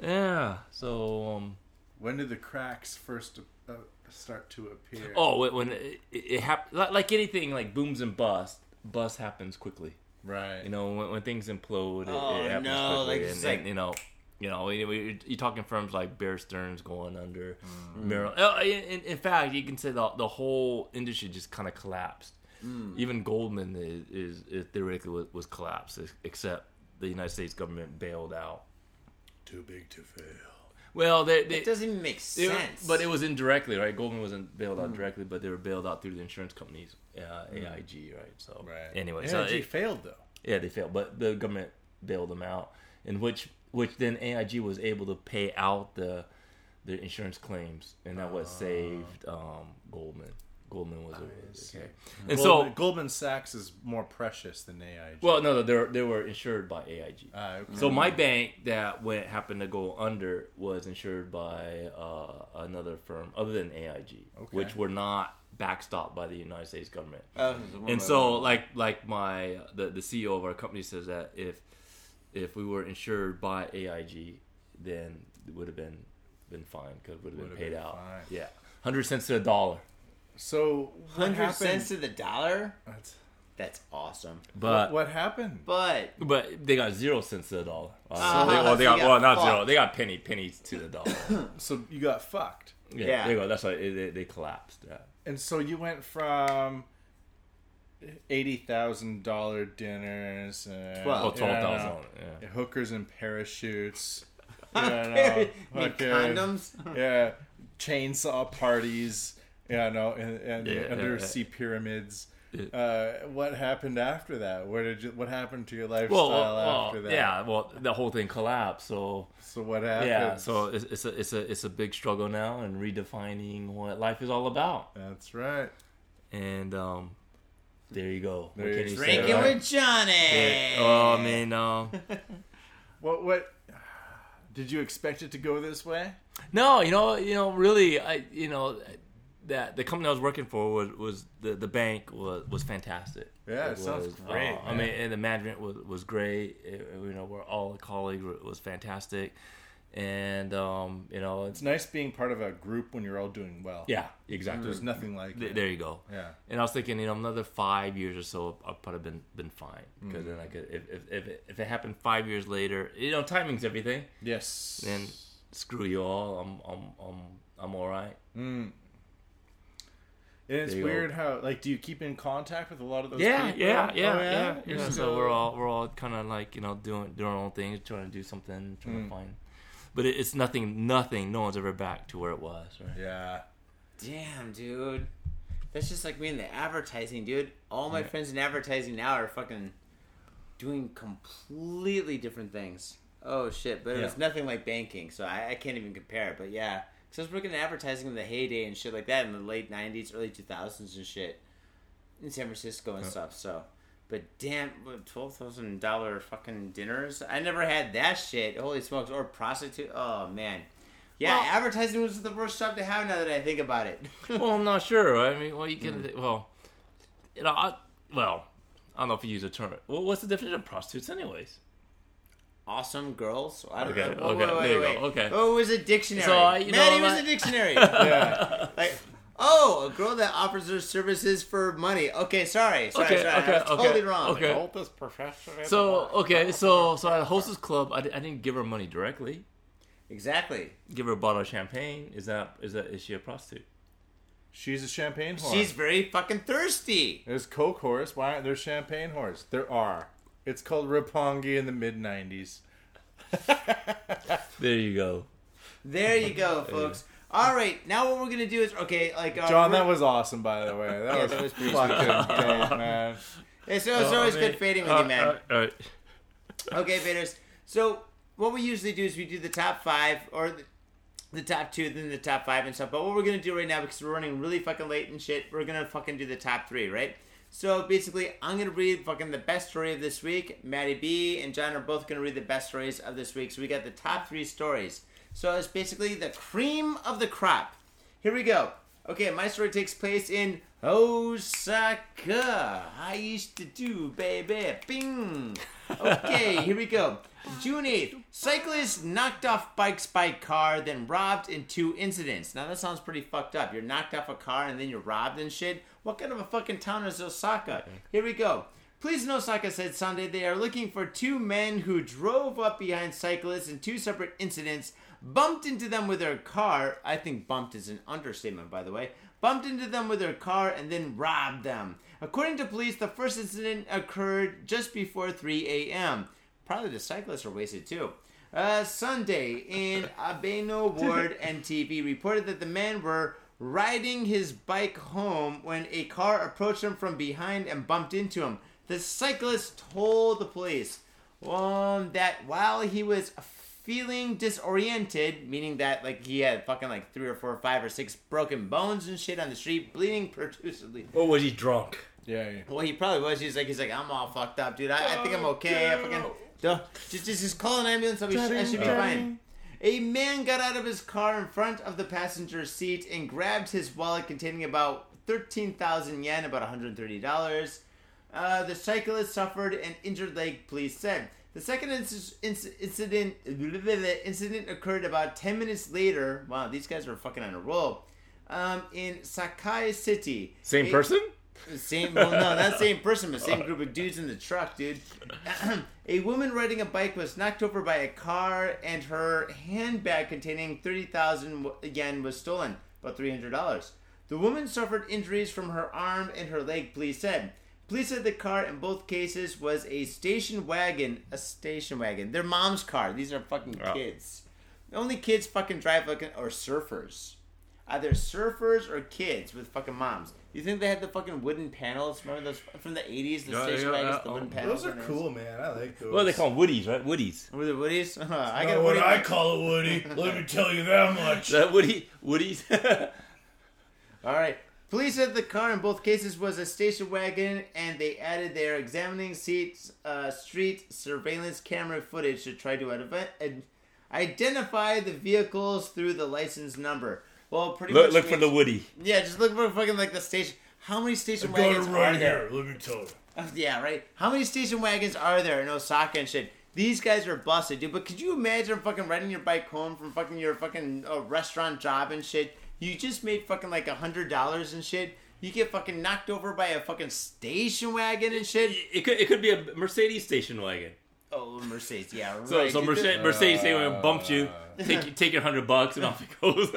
B: Yeah. So. um
C: When did the cracks first uh, start to appear?
B: Oh, when- when it, it, it hap- like, like anything, like booms and busts, bust happens quickly.
C: right.
B: You know, when, when things implode, it,
A: Oh,
B: it happens
A: no,
B: quickly.
A: like,
B: and,
A: it's
B: and,
A: like-
B: you know, you know, we- we- you're talking firms like Bear Stearns going under,
A: Mm.
B: Merrill. oh, In, in- in fact, you can say the the whole industry just kind of collapsed.
A: Mm.
B: Even Goldman is, is, is theoretically was, was collapsed, ex- except the United States government bailed out.
C: Too big to fail.
B: Well, they,
A: It
B: they,
A: doesn't even make
B: they were-
A: sense. Mm.
B: but it was indirectly, right? Goldman wasn't bailed out directly, but they were bailed out through the insurance companies, uh, AIG, right? So,
C: Right.
B: anyway,
C: AIG
B: so it-
C: failed though.
B: yeah, they failed, but the government bailed them out, and which which then AIG was able to pay out the the insurance claims, and that what saved um, Goldman. Goldman was okay, and
C: Goldman,
B: so
C: Goldman Sachs is more precious than AIG.
B: well, no, no, they were, they were insured by AIG.
C: Ah, okay.
B: So my bank that went happened to go under was insured by uh, another firm other than AIG, which were not backstopped by the United States government.
C: Oh,
B: and so, like like my the the CEO of our company says that if if we were insured by AIG, then it would have been been fine because would have been
C: Would've
B: paid
C: been
B: out.
C: fine.
B: Yeah, hundred cents to a dollar.
C: so what
A: hundred
C: happened-
A: cents to the dollar.
C: That's-
A: That's awesome.
B: But
C: what happened?
A: But
B: but they got zero cents to the dollar. Uh,
A: So-
C: Ah,
B: they, well, they
A: so
B: got
A: you got
B: well not zero.
A: fucked.
B: They got penny pennies to the dollar.
C: So you got fucked,
B: Yeah,
A: Yeah.
B: there you go. That's why it, they, they collapsed. Yeah.
C: and so you went from eighty thousand dollar dinners, and,
A: Twelve.
B: Oh,
A: Oh,
C: you know,
B: twelve thousand. Yeah.
C: hookers and parachutes. you know,
A: I mean,
C: fucking-
A: condoms.
C: yeah, chainsaw parties, yeah, no, and, and
B: Yeah,
C: the undersea
B: yeah,
C: pyramids. Uh, what happened after that? What did you, what happened to your
B: Well,
C: lifestyle
B: well, well, oh,
C: after that?
B: yeah. Well, the whole thing collapsed. So
C: So what happened?
B: yeah. So it's, it's a it's a it's a big struggle now and redefining what life is all about.
C: that's right.
B: And um, there you go.
C: There you go.
A: Drinking
B: right?
A: with Johnny.
B: Yeah. Oh man, um,
C: What what did you expect it to go this way?
B: No, you know, you know, really, I, you know, that the company I was working for was, was the the bank was was fantastic.
C: Yeah, it sounds
B: was,
C: great,
B: uh, I mean, and the management was was great. It- you know, we're all the colleagues were, was fantastic, and um, you know,
C: It's
B: it's
C: nice being part of a group when you're all doing well.
B: yeah, exactly.
C: there's nothing like
B: Th-
C: it.
B: There you go.
C: Yeah.
B: And I was thinking, you know, another five years or so, I've probably been been fine because then I could, if if if it, if it happened five years later, you know, timing's everything.
C: Yes.
B: Then screw you all. I'm I'm I'm I'm all right.
C: and it's
B: there you go.
C: weird how like do you keep in contact with a lot of those
B: yeah,
C: people?
B: yeah,
C: Oh,
B: yeah, yeah,
C: You're
B: yeah.
C: still-
B: So we're all we're all kind of like you know doing doing our own things, trying to do something, trying to find. But it, it's nothing, nothing. No one's ever back to where it was. Right?
C: Yeah.
A: Damn, dude. That's just like me in the advertising, dude. All my friends in advertising now are fucking doing completely different things. Oh shit! But it was nothing like banking, so I, I can't even compare. But yeah, because I was working in advertising in the heyday and shit like that in the late '90s, early 2000s and shit in San Francisco and stuff. So, but damn, twelve thousand dollar fucking dinners. I never had that shit. Holy smokes! Or prostitute. Oh man. Yeah,
B: Well-
A: advertising was the worst job to have. Now that I think about it,
B: well, I'm not sure. I mean, well, you can. Well, you know, I, well, I don't know if you use a term. Well, what's the definition of prostitutes, anyways?
A: awesome girls. I don't
B: Okay,
A: know.
B: okay, there you go, okay.
A: Oh, it was a dictionary.
B: So, uh, you know,
A: Maddie was
B: like-
A: a dictionary. yeah. Like, oh, a girl that offers her services for money. Okay, sorry, sorry,
B: Okay,
A: sorry. I
B: okay,
A: was totally
B: okay,
A: wrong.
B: okay.
E: All this professional.
B: So okay, so so at a hostess club, I, di- I didn't give her money directly.
A: Exactly.
B: Give her a bottle of champagne. Is that is that is she a prostitute?
C: She's a champagne horse.
A: She's very fucking thirsty.
C: There's Coke horse. Why aren't there champagne horse? There are. It's called Rapongi in the mid '90s.
B: There you go.
A: There you go, folks. All right, now what we're gonna do is okay, like uh,
C: John,
A: we're-
C: that was awesome, by the way. That
A: Yeah,
C: was,
A: that was pretty
C: fucking great, man.
A: It's,
B: Oh,
A: it's always good fading
B: Uh,
A: with you, man.
B: all right.
A: Okay, faders. So what we usually do is we do the top five or the, the top two, then the top five and stuff. But what we're gonna do right now because we're running really fucking late and shit, we're gonna fucking do the top three, right? So basically, I'm gonna read fucking the best story of this week. Maddie B and John are both gonna read the best stories of this week. So we got the top three stories. So it's basically the cream of the crop. Here we go. Okay, my story takes place in Osaka. I used to do, baby. Bing. Okay, here we go. June 8th. Cyclist knocked off bikes by car, then robbed in two incidents. Now that sounds pretty fucked up. You're knocked off a car and then you're robbed and shit. What kind of a fucking town is Osaka? Here we go. Police in Osaka said Sunday they are looking for two men who drove up behind cyclists in two separate incidents, bumped into them with their car. I think bumped is an understatement, by the way. Bumped into them with their car and then robbed them. According to police, the first incident occurred just before 3 a.m. Probably the cyclists are wasted too. Uh, Sunday in Abeno Ward NTV reported that the men were riding his bike home when a car approached him from behind and bumped into him. The cyclist told the police um, that while he was feeling disoriented, meaning that like he had fucking like three or four or five or six broken bones and shit on the street, bleeding profusely.
B: Or was he drunk?
C: Yeah, yeah.
A: Well, he probably was. He's like, he's like, I'm all fucked up, dude. I, I think I'm okay. I fucking Duh. just, just, just call an ambulance. I'll be, I should be fine. A man got out of his car in front of the passenger seat and grabbed his wallet containing about thirteen thousand yen, about one hundred thirty dollars. Uh, the cyclist suffered an injured leg, police said. The second inc- inc- incident incident occurred about 10 minutes later. Wow, these guys are fucking on a roll. Um, in Sakai City.
B: Same
A: A-
B: person?
A: same, well, no, not same person, but same group of dudes in the truck, dude. a woman riding a bike was knocked over by a car, and her handbag containing 30,000 yen was stolen, about $300. The woman suffered injuries from her arm and her leg, police said. Police said the car in both cases was a station wagon. A station wagon. Their mom's car. These are fucking kids. Only kids fucking drive like, or surfers either surfers or kids with fucking moms. You think they had the fucking wooden panels? Remember those from the eighties? The
B: Yeah,
A: station
B: yeah,
A: wagons,
B: yeah.
A: the wooden
B: Oh,
A: panels.
E: Those are
A: and everything.
E: cool, man. I like those.
B: Well, they call them woodies, right? Woodies.
A: Were the woodies? I
E: Not what
A: got woody.
E: I call a Woody. Let me tell you that much.
B: That woody woodies.
A: All right. Police said the car in both cases was a station wagon, and they added they are examining seats, uh, street surveillance camera footage to try to adve- ad- identify the vehicles through the license number. Well, pretty
B: look,
A: much
B: look for
A: means-
B: the woody.
A: yeah, just look for fucking like the station. How many station
E: Got it
A: wagons are
E: right
A: there?
E: here. Let me tell you.
A: Uh, Yeah, right. How many station wagons are there in Osaka and shit? These guys are busted, dude. But could you imagine fucking riding your bike home from fucking your fucking uh, restaurant job and shit? You just made fucking like a hundred dollars and shit. You get fucking knocked over by a fucking station wagon and shit.
B: It could it could be a Mercedes station wagon.
A: Oh, Mercedes, yeah. Right.
B: So so
A: dude.
B: Mercedes, Mercedes station wagon bumps you. Take you- take your hundred bucks and off it goes.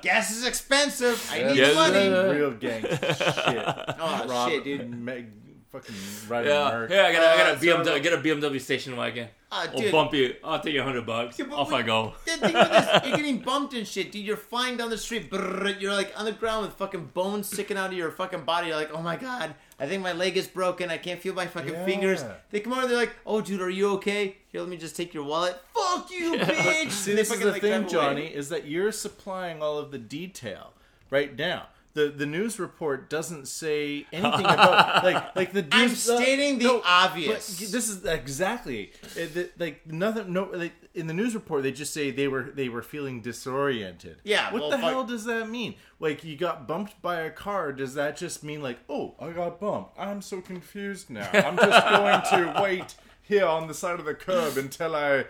A: gas is expensive. I need
B: Yes,
A: money.
B: sir.
C: Real gangster shit.
A: Oh
C: Rob
A: shit, dude.
C: Meg, fucking riding
B: yeah,
C: Merc.
B: yeah. I got a, I got
A: Uh,
B: a
A: so-
B: BMW. I got a BMW station wagon.
A: Ah,
B: I'll
A: dude.
B: bump you. I'll take your hundred bucks.
A: Yeah, but
B: Off
A: we-
B: I go.
A: The thing with this, you're getting bumped and shit, dude. You're flying down the street. Brrr, you're like on the ground with fucking bones sticking out of your fucking body. You're like, oh my god, I I think my leg is broken. I can't feel my fucking fingers.
C: Yeah.
A: They come over. They're like, "Oh, dude, are you okay? Here, let me just take your wallet." Fuck you, bitch!
C: See,
A: And
C: this is
A: fucking,
C: the
A: like, drive
C: thing,
A: away.
C: Johnny, is that you're supplying all of the detail right now. The the news report doesn't say anything about like like the.
A: I'm
C: news- uh,
A: stating the
C: no, but
A: obvious.
C: this is exactly it, the, like nothing. No, like, in the news report they just say they were they were feeling disoriented.
A: Yeah,
C: What
A: well,
C: the
A: fuck-
C: hell does that mean? Like you got bumped by a car? Does that just mean like oh I got bumped? I'm so confused now. I'm just going to wait here on the side of the curb until I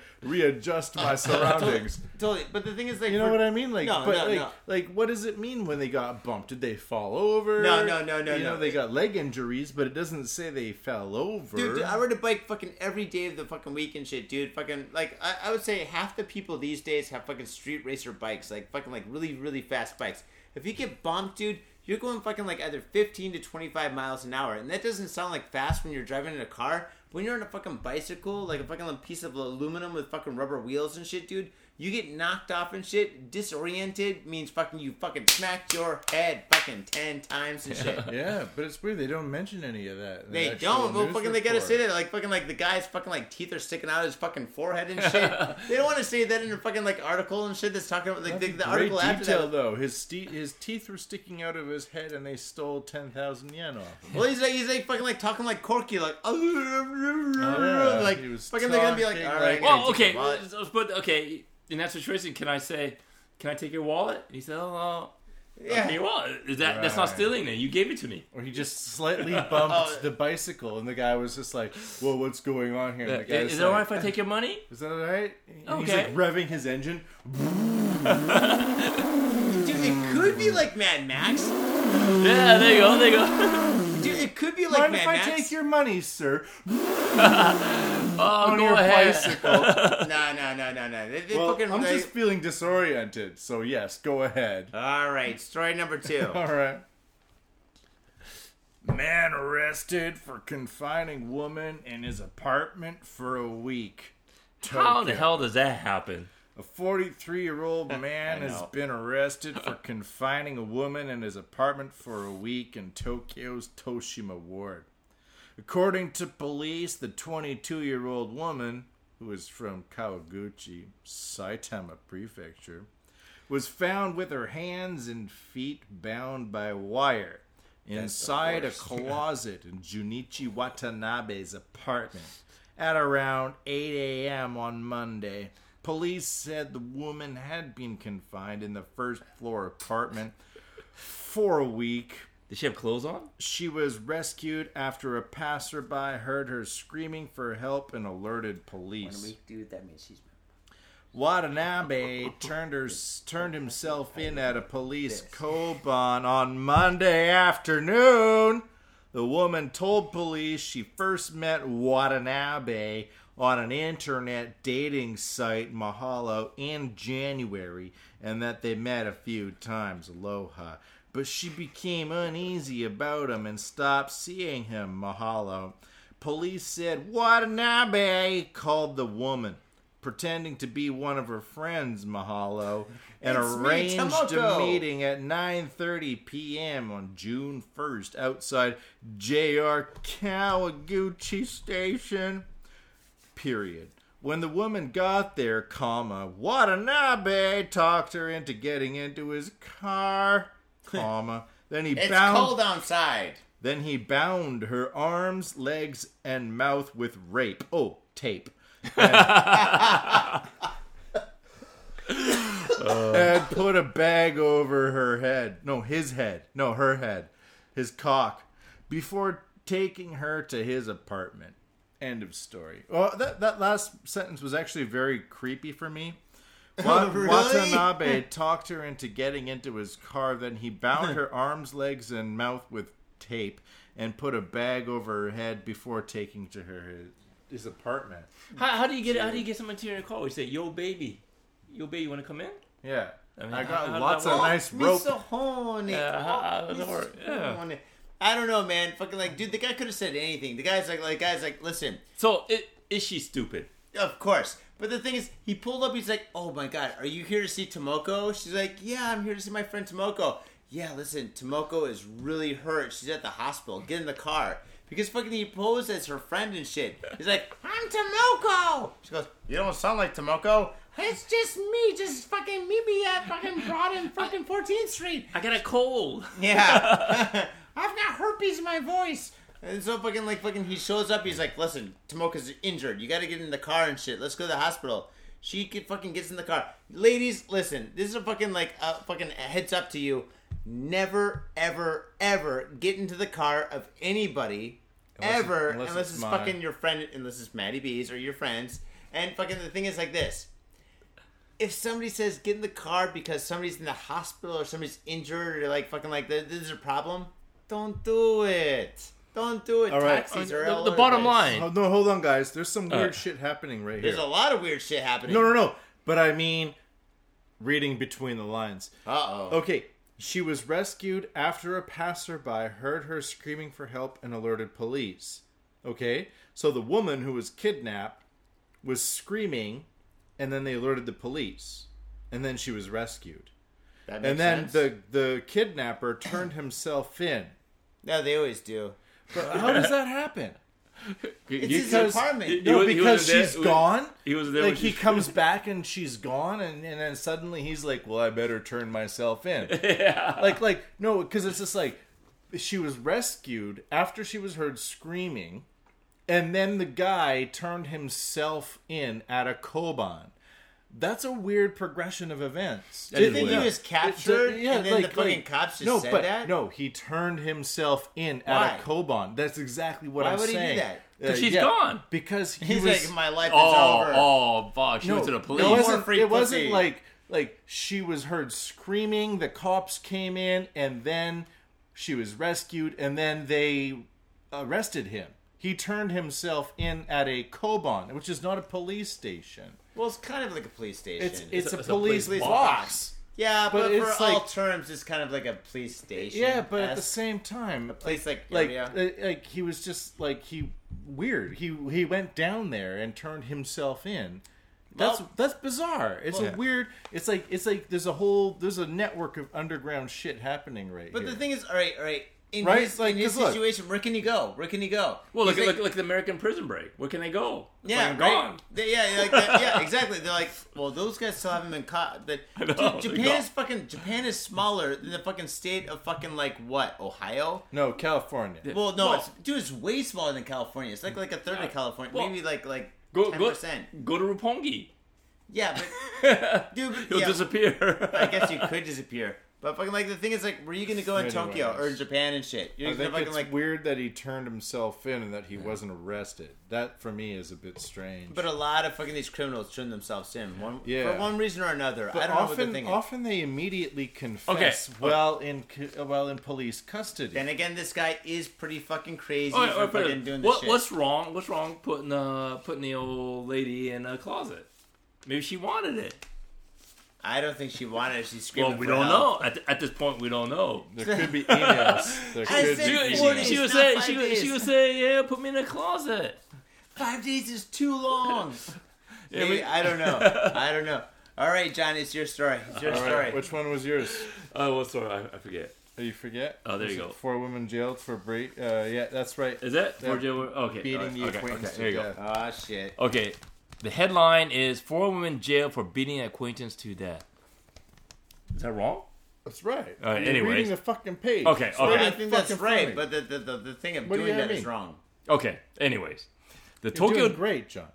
C: readjust my surroundings.
A: Totally. But the thing is, like,
C: You know what I mean? Like,
A: No,
C: but
A: no,
C: like,
A: no.
C: like, what does it mean when they got bumped? Did they fall over?
A: No, no, no, no,
C: You know,
A: no.
C: they got leg injuries, but it doesn't say they fell over.
A: Dude, dude, I ride a bike fucking every day of the fucking week and shit, dude. Fucking like I, I would say half the people these days have fucking street racer bikes, like fucking like really really fast bikes. If you get bumped, dude, you're going fucking like either 15 to 25 miles an hour, and that doesn't sound like fast when you're driving in a car. When you're on a fucking bicycle, like a fucking little piece of aluminum with fucking rubber wheels and shit, dude, you get knocked off and shit. Disoriented means fucking you fucking smacked your head fucking 10 times and shit.
C: yeah, but it's weird. They don't mention any of that. in the
A: They
C: actual
A: don't. Well,
C: news
A: fucking, they gotta
C: report.
A: say that. Like, fucking, like the guy's fucking like teeth are sticking out of his fucking forehead and shit. they don't want to say that in a fucking like article and shit that's talking about like the, the
C: Great
A: article after
C: detail,
A: that.
C: though. His ste- his teeth were sticking out of his head, and they stole ten thousand yen off. him.
A: Well, he's like, he's like fucking like talking like Corky, like,
C: Oh, yeah,
A: like
C: he was
A: fucking, they're gonna be like,
C: talking
A: all right,
C: like-
B: Well, okay, but okay, in that situation, can I say, can I take your wallet? And he said, oh, yeah.
A: yeah.
B: your wallet. Is that that's not
C: Right.
B: stealing? Then you gave it to me.
C: Or he just slightly
A: Oh.
C: bumped the bicycle, and the guy was just like, "Whoa, what's going on here?" And the guy's
B: Is it
C: like,
B: all right if I take your money?
C: Is that all right? And He's
B: Okay.
C: like revving his engine.
A: Dude, it could be like Mad Max.
B: Yeah, there you go, there you go.
A: Dude, it could be like
C: Mind
A: Mad
C: if I
A: Max.
C: take your money, sir?
B: Oh,
C: on
B: go
C: your
B: ahead.
C: bicycle.
A: No, no, no, no, no. They, they
C: well,
A: fucking.
C: I'm
A: they-
C: just feeling disoriented, so yes, go ahead.
A: All right, story number two.
C: All right. Man arrested for confining woman in his apartment for a week.
B: How the
C: Tokyo.
B: hell does that happen?
C: A 43 year old man
A: I
C: has
A: know.
C: been arrested for confining a woman in his apartment for a week in Tokyo's Toshima Ward. According to police, the 22 year old woman, who is from Kawaguchi, Saitama Prefecture, was found with her hands and feet bound by wire inside a closet in Junichi Watanabe's apartment at around 8 a.m. on Monday. Police said the woman had been confined in the first floor apartment for a week.
B: Does she have clothes on?
C: She was rescued after a passerby heard her screaming for help and alerted police.
A: Dude, that means she's.
C: Watanabe turned, her, turned himself in at a police koban on Monday afternoon. The woman told police she first met Watanabe on an internet dating site, Mahalo, in January, and that they met a few times, Aloha. But she became uneasy about him and stopped seeing him, Mahalo. Police said Watanabe called the woman, pretending to be one of her friends, Mahalo, and
A: It's me,
C: arranged a
A: Tomoko.
C: meeting meeting at 9:30 p.m. on June 1st outside J.R. Kawaguchi Station. Period. When the woman got there, comma, Watanabe talked her into getting into his car, comma. Then he
A: It's
C: bound
A: cold outside.
C: then he bound her arms, legs, and mouth with rape. Oh, tape. And, and put a bag over her head. No, his head. No, her head. His cock. Before taking her to his apartment. End of story. Well, that, that last sentence was actually very creepy for me. Wa-
A: Really?
C: Watanabe talked her into getting into his car. Then he bound her arms, legs, and mouth with tape and put a bag over her head before taking to her his, his apartment.
B: How, how do you get how do you get someone to your call? You say, "Yo, baby, yo, baby, you want to come in?"
C: Yeah. I,
B: mean,
C: got
B: how- how
C: lots
B: did that
C: of
B: work?
C: nice rope.
A: Mr. Horny.
B: Yeah,
A: Oh,
B: how- how does it
A: Mr.
B: work? Yeah.
A: Horny. I don't know, man. Fucking like, dude, the guy could have said anything. The guy's like, like, guy's like, listen,
B: So, i- is she stupid?
A: of course, But the thing is, he pulled up. He's like, "Oh my god, are you here to see Tomoko?" She's like, "Yeah, I'm here to see my friend Tomoko." Yeah, listen, Tomoko is really hurt. She's at the hospital. Get in the car because fucking he posed as her friend and shit. He's like, "I'm Tomoko." She goes, "You don't sound like Tomoko." It's just me, just fucking meet me at fucking Broad and fucking 14th Street.
B: I got a cold.
A: Yeah. I've got herpes in my voice. And so fucking like fucking he shows up, he's like, Listen, Tomoka's injured. You gotta get in the car and shit. Let's go to the hospital. She get, fucking gets in the car. Ladies, listen, this is a fucking like a fucking heads up to you. Never, ever, ever get into the car of anybody ever unless,
C: unless
A: it's,
C: it's mine.
A: fucking your friend unless it's Maddie B's or your friends. And fucking the thing is like this if somebody says get in the car because somebody's in the hospital or somebody's injured or like fucking like this, this is a problem, don't do it. Don't do it.
C: All right.
A: Taxis are
B: The,
A: all
B: the
A: over
B: bottom
A: place.
B: line.
C: Oh, no, hold on, guys. There's some weird
B: Uh.
C: shit happening right here.
A: There's a lot of weird shit happening.
C: No, no, no. But I mean, reading between the lines.
A: Uh oh.
C: Okay, she was rescued after a passerby heard her screaming for help and alerted police. Okay, so the woman who was kidnapped was screaming, and then they alerted the police, and then she was rescued.
A: That makes
C: And then
A: sense.
C: the the kidnapper turned himself in.
A: no, they always do.
C: But how does that happen?
A: It's his
C: because-
A: apartment.
B: He
C: No,
B: was- he
C: because
B: wasn't there-
C: she's
B: he was-
C: gone.
B: he was there
C: Like
B: when
C: he
B: she-
C: comes back and she's gone, and, and then suddenly he's like, "Well, I better turn myself in." Like, like no, because it's just like she was rescued after she was heard screaming, and then the guy turned himself in at a koban. That's a weird progression of events.
A: Do you think he
C: Yeah.
A: was
C: So,
A: captured and then the fucking cops just
C: no,
A: said
C: but,
A: that?
C: No, he turned himself in at a
A: Why?
C: koban. That's exactly what
A: Why
C: I'm
A: would he do
C: saying. Uh,
A: that?
C: Because
B: she's gone.
C: Because he
A: He's
C: was
A: like, my life is
B: Oh,
A: over.
B: oh, fuck. She
C: no,
B: went to the police.
C: It wasn't,
A: free
C: it wasn't
A: pussy.
C: like like she was heard screaming. The cops came in, and then she was rescued, and then they arrested him. He turned himself in at a koban, which is not a police station.
A: Well, it's kind of like a police station.
C: It's it's, a,
B: it's a
C: police,
B: police
C: box.
A: yeah, but,
C: but it's
A: for all
C: like-
A: terms, it's kind of like a police station.
C: Yeah, but at the
A: That's
C: same time,
A: a place like
C: like
A: area.
C: uh, like he was just like he weird. He he went down there and turned himself in. That's
A: Well-
C: that's bizarre. It's
A: Well-
C: a weird. It's like it's like there's a whole there's a network of underground shit happening right
A: But
C: here.
A: the thing is, all right, all right. In
C: Right?
A: his,
C: Like,
A: in his
C: 'cause look-
A: situation, where can he go? Where can he go?
B: Well, look,
A: He's
B: at
A: like-
B: look, look at the American Prison Break. Where can they go?
A: yeah,
B: Fucking
A: right?
B: gone.
A: They- yeah, like that- yeah, exactly. They're like, well, those guys still haven't been caught. But
B: I know,
A: dude,
B: they're
A: Japan
B: gone.
A: is fucking Japan is smaller than the fucking state of fucking like what Ohio.
C: no, California.
A: Well, no,
B: Well-
A: it's, dude, it's way smaller than California. It's like like a third of California,
B: Well,
A: maybe like like
B: Go,
A: ten
B: go,
A: percent.
B: go to Roppongi.
A: Yeah, but dude, but,
B: He'll
A: yeah,
B: disappear.
A: I guess you could disappear. But fucking like the thing is like, where are you gonna go in
C: Anyways.
A: Tokyo or Japan and shit? You're
C: I
A: gonna
C: think
A: fucking
C: it's
A: like
C: weird that he turned himself in and that he wasn't arrested. That for me is a bit strange.
A: But uh, a lot of fucking these criminals turn themselves in one,
C: Yeah.
A: for one reason or another.
C: But
A: I don't know what
C: often,
A: the thing is. uh,
C: often they immediately confess
B: Okay.
C: while in co- while in police custody.
A: Then again, this guy is pretty fucking crazy
B: All right, all
A: for
B: right, put it-
A: fucking doing this
B: what,
A: shit.
B: What's wrong? What's wrong putting uh putting the old lady in a closet? Maybe she wanted it.
A: I don't think she wanted. it. She's screaming.
B: Well, we
A: for
B: don't
A: help.
B: know. At, th- at this point, we don't know.
C: there could be emails. There
A: I said
C: could be
B: She,
A: She-
C: emails.
A: she-
B: she would
A: not
B: say,
A: five
B: she, would- she
A: days.
B: would say, yeah, put me in a closet.
A: Five days is too long. Maybe-
B: we-
A: I don't know. I don't know. All right, John, it's your story. It's your
C: All
A: story.
C: right, which one was yours?
B: Oh, what's sorry, I, I forget.
C: Oh, you forget?
B: Oh, there
C: Was
B: you
C: it
B: go.
C: Four women jailed for break. Uh, yeah, that's right.
B: Is that
C: Yeah.
B: Or do you- okay?
C: Beating
B: all right,
C: the
B: okay,
C: acquaintance
B: okay, there you
C: to
B: go.
C: death.
A: Ah, shit.
B: Okay, the headline is four women jailed for beating an acquaintance to death. Is that wrong?
C: That's right.
B: All right,
C: You're
B: anyways.
C: reading the fucking page.
B: Okay,
C: It's
B: okay.
C: right
A: I
C: in
A: think
C: fucking
A: that's right,
C: front
A: but
C: of
A: the, the, the, the thing of
C: What do
A: doing
C: you
A: that is
C: mean?
A: wrong.
B: Okay. Anyways, the
C: me.
B: Tokyo
C: doing great, John.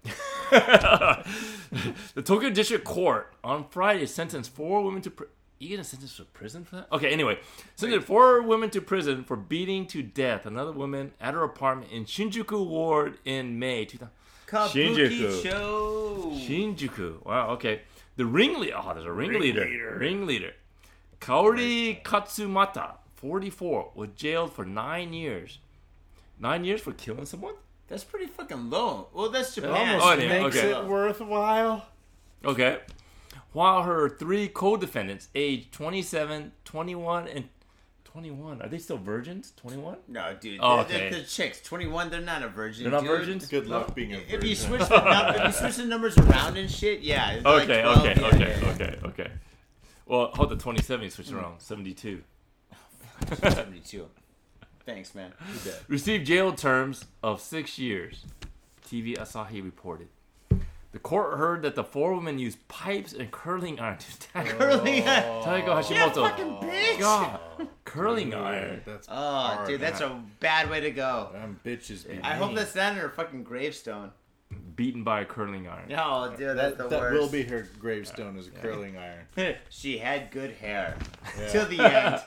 B: The Tokyo District Court on Friday sentenced four women to. Pr- you gonna sentence to prison for that? Okay. Anyway, sentenced four women to prison for beating to death another woman at her apartment in Shinjuku Ward in May 2000.
A: Kabuki
B: Shinjuku.
A: show.
B: Shinjuku. Wow. Okay. The ringleader. Oh, there's a ringleader. Ringleader. Kaori Katsumata, 44, was jailed for nine years. Nine years for killing someone?
A: That's pretty fucking low. Well, that's Japan.
C: Almost
B: Oh, yeah,
C: makes
B: okay.
C: it worthwhile.
B: Okay. While her three co defendants, aged 27, 21, and 21. Are they still virgins? 21?
A: No, dude.
B: Oh,
A: they're,
B: okay.
A: they're, they're chicks. 21, they're not a virgin.
B: They're not
A: dude.
B: virgins?
E: Good luck being a
A: If you
E: virgin.
A: switch the, num- if you switch the numbers around and shit, yeah. it's like
B: Okay,
A: 12,
B: okay,
A: yeah,
B: okay,
A: yeah, yeah.
B: okay, okay. Well, hold the 27, you switched around. 72.
A: 72. Thanks, man.
B: Received jail terms of six years, TV Asahi reported. The court heard that the four women used pipes and curling iron to tackle
A: Curling iron.
B: Taigo
A: Oh. Yeah,
B: Hashimoto.
A: fucking bitch.
B: God, curling iron.
C: That's
A: Oh, dude, that's a bad way to go.
C: Them bitches be
A: I
C: mean.
A: hope that's not in her fucking gravestone.
B: Beaten by a curling iron.
A: No, dude, that's the
C: that
A: worst.
C: will be her gravestone as a curling iron.
A: She had good hair. Till the end.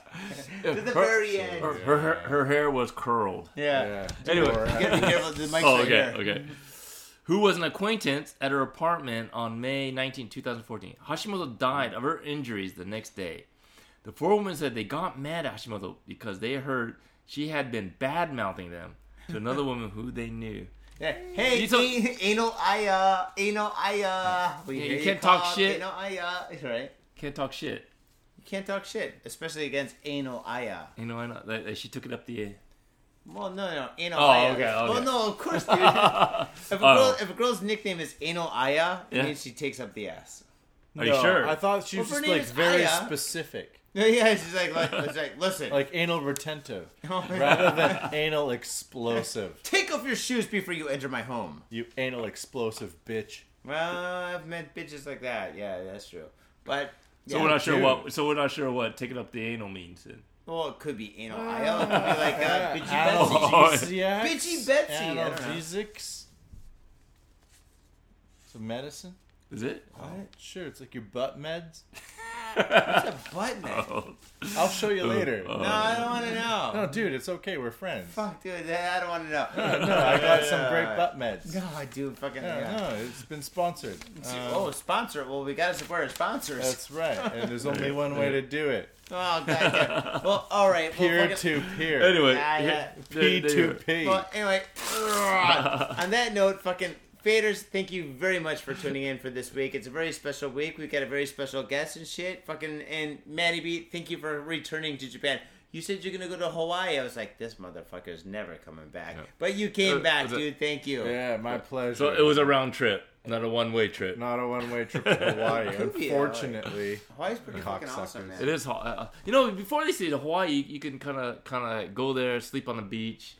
A: to the
B: Her-
A: very end.
B: Her, her, her, her hair was curled.
A: yeah.
B: Anyway.
A: You gotta be careful. The mic's
B: Oh,
A: right
B: okay,
A: here.
B: okay. Who was an acquaintance at her apartment on May 19, 2014. Hashimoto died of her injuries the next day. The four women said they got mad at Hashimoto because they heard she had been bad mouthing them to another woman who they knew.
A: Yeah. Hey,
B: You told-
A: a- anal aya, anal aya. We
B: Yeah,
A: hear
B: you can't talk
A: cock,
B: shit.
A: Anal aya, right?
B: Can't talk shit.
A: You can't talk shit, especially against anal aya.
B: You know, I know. That, that she took it up the.
A: Well, no, no, anal
B: Oh,
A: aya.
B: okay, okay. Oh.
A: Well, no, of course, dude. if, a girl, if a girl's nickname is anal aya, it
B: Yeah.
A: means she takes up the ass.
B: Are you sure?
C: I thought she was
A: Well, her
C: just
A: name
C: like
A: is
C: very
A: Aya.
C: specific,
A: Yeah, yeah. She's like, like, it's like listen,
C: like anal retentive rather than anal explosive.
A: take off your shoes before you enter my home.
C: You anal explosive bitch.
A: Well, I've met bitches like that. Yeah, that's true. But
B: so
A: yeah,
B: we're not sure
A: dude.
B: what. So we're not sure what taking up the anal means. then.
A: Well, it could be anal aya. It could be like uh, bitchy Betsy.
C: Analgesiacs.
A: Bitchy Betsy, I don't know.
C: Analgesics. Some medicine.
B: Is it?
C: What? Sure, it's like your butt meds.
A: What? man?
C: I'll show
B: Oh.
C: you later.
A: No, I don't want to know.
C: No, dude, it's okay. We're friends.
A: Fuck, dude, that- I don't want to know.
C: No, I got some great butt meds.
A: No, I do fucking.
C: Yeah,
A: yeah.
C: no, it's been sponsored. Uh,
A: oh, sponsor. Well, we gotta support our sponsors.
C: That's right. And there's only one way to do it.
A: Oh, goddamn. well, all right. Well,
C: Peer
A: fucking-
C: to peer.
B: Anyway,
A: Yeah, yeah.
C: P to P.
A: Well, anyway, on that note, fucking faders, thank you very much for tuning in for this week. It's a very special week. We got a very special guest and shit. Fucking and Maddie B, thank you for returning to Japan. You said you're gonna go to Hawaii. I was like, this motherfucker's never coming back. But you came
B: Uh,
A: back,
B: was it-
A: dude. Thank you.
C: Yeah, my pleasure.
B: So it was a round trip, not a one-way trip.
C: not a one-way trip to Hawaii,
A: Could be Hawaii.
C: unfortunately.
A: Hawaii's pretty fucking
C: Cocksuckers.
A: awesome, man.
B: It is hot. Uh, you know, before they say to Hawaii, you, you can kind of kind of go there, sleep on the beach.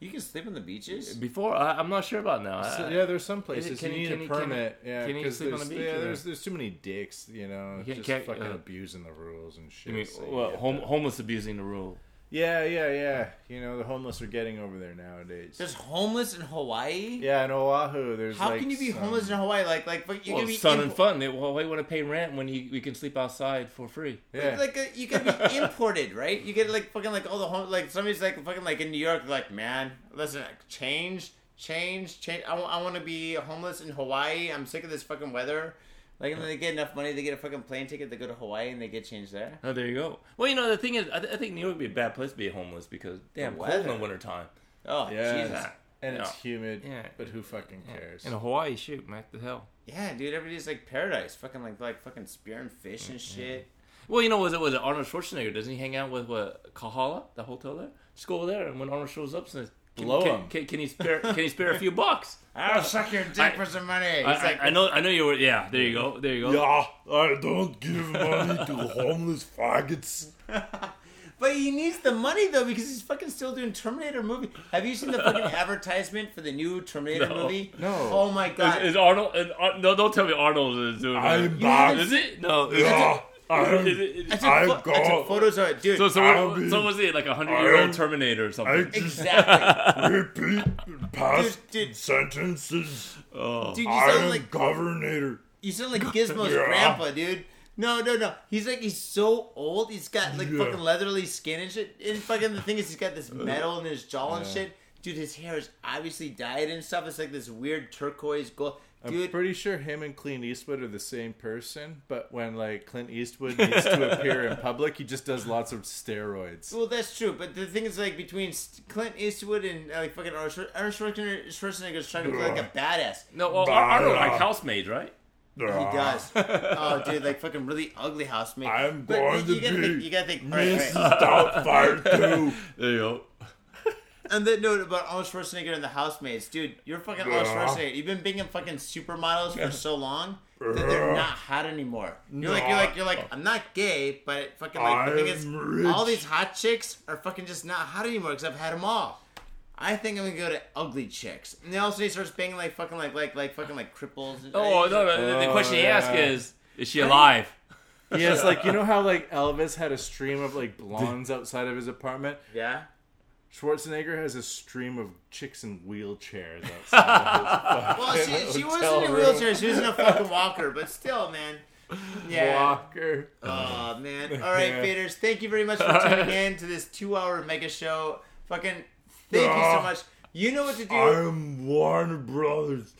A: You can sleep on the beaches.
B: Before, I, I'm not sure about now. I-
C: So, yeah, there's some places
B: can
C: Uh, you
B: you-
C: need
B: can
C: a
B: you- can you-
C: permit. yeah,
B: can you
C: 'cause
B: sleep on
C: there's-
B: the beach
C: Yeah,
B: or-
C: there's there's too many dicks, you know,
B: can't-
C: just
B: can't-
C: fucking
B: uh,
C: abusing the rules and shit.
B: I mean,
C: so you
B: well,
C: get
B: home,
C: the-
B: homeless abusing the rule.
C: yeah, yeah, yeah. You know, the homeless are getting over there nowadays.
A: There's homeless in Hawaii.
C: yeah, in Oahu, there's
A: How
C: like
A: can you be
C: some-
A: homeless in Hawaii? Like, like, but you
B: well,
A: can be
B: sun
A: impo-
B: and fun. They, well, why want to pay rent when you, we can sleep outside for free?
C: Yeah.
A: Like uh, you could be imported, right? You get like fucking like all the home like somebody's like fucking like in New York like man, listen, change, change, change. I want to be homeless in Hawaii. I'm sick of this fucking weather. Like and then they get enough money, they get a fucking plane ticket, they go to Hawaii and they get changed there.
B: Oh, there you go. Well, you know, the thing is, I, th- I think New York would be a bad place to be homeless because damn cold in the
A: weather.
B: wintertime.
A: Oh
C: Yeah,
A: Jesus,
C: it's- and it's
B: Yeah.
C: humid.
B: Yeah.
C: but who fucking cares?
B: In Hawaii, shoot, man, the hell.
A: yeah, dude, everybody's like paradise, fucking like like fucking spearing fish and
B: Mm-hmm.
A: shit.
B: Well, you know, was it was it Arnold Schwarzenegger? Doesn't he hang out with what Kahala, the hotel there? Just go over there, and when Arnold shows up, says, can,
C: Blow
B: can,
C: him.
B: Can, can he spare? Can he spare a few bucks?
A: I'll suck your Ah, dick for some money. He's
B: I,
A: like,
B: I, I know, I know you were. Yeah, there you go, there you go.
C: I don't give money to homeless faggots.
A: But he needs the money though because he's fucking still doing Terminator movie. Have you seen the fucking advertisement for the new Terminator
B: No.
A: movie?
C: No.
A: Oh my god.
B: Is, is Arnold? Is, Ar- no, don't tell me Arnold is doing
C: I'm
B: it.
C: back.
B: Is it? No. Is it? Is it, is
A: I took,
B: it
C: I
A: pho- I
C: go-
A: took photos of it, dude.
B: so, so,
C: I'll
B: what,
C: be-
B: so was it like a hundred year
C: I'm-
B: old Terminator or something?
A: exactly.
C: repeat past
A: Dude, dude.
C: sentences.
B: Oh.
A: Dude, you sound like
C: governor.
A: you sound like Gizmo's
C: Yeah.
A: grandpa, dude. No, no, no. He's like he's so old. He's got like
C: Yeah. Uh,
A: fucking leathery skin and shit. And fucking the thing is, he's got this metal in his jaw and shit. Dude, his hair is obviously dyed and stuff. It's like this weird turquoise gold.
C: I'm
A: Dude,
C: pretty sure him and Clint Eastwood are the same person, but when like Clint Eastwood needs to appear in public, he just does lots of steroids.
A: Well, that's true, but the thing is, like between St- Clint Eastwood and uh, like fucking Arnold Schwar- Arnold Schwarzenegger, Schwarzenegger's trying to look like a badass.
B: No, well, Ar- Arnold like housemaid, right?
A: He
C: Ah.
A: does. Oh, dude, like fucking really ugly housemate.
C: I'm
A: But
C: going
A: you
C: to
A: gotta
C: be
A: Think, you gotta think. All right, right.
C: Doubtfire too.
B: There you go.
A: And then note about Arnold Schwarzenegger and the housemates, dude. You're fucking Arnold Schwarzenegger. You've been being in fucking supermodels for so long that they're not hot anymore. You're like, you're like, you're like. I'm not gay, but fucking like the thing is,
C: I'm
A: all
C: rich.
A: these hot chicks are fucking just not hot anymore because I've had them all. I think I'm gonna go to ugly chicks. And then all of a sudden he starts banging like fucking like like like fucking like cripples.
B: Oh, no, no, the- the
C: Oh,
B: question he
C: yeah.
B: asked is, is she alive?
C: Yes, like you know how like Elvis had a stream of like blondes outside of his apartment.
A: yeah.
C: Schwarzenegger has a stream of chicks in wheelchairs outside of his
A: Well, she, she
C: hotel
A: wasn't in a
C: room.
A: wheelchair. She was in a fucking walker. But still, man. Yeah.
C: walker.
A: Oh man! All right, faders. Thank you very much for tuning in to this two-hour mega show. Fucking thank you so much. You know what to do.
C: I'm Warner Brothers.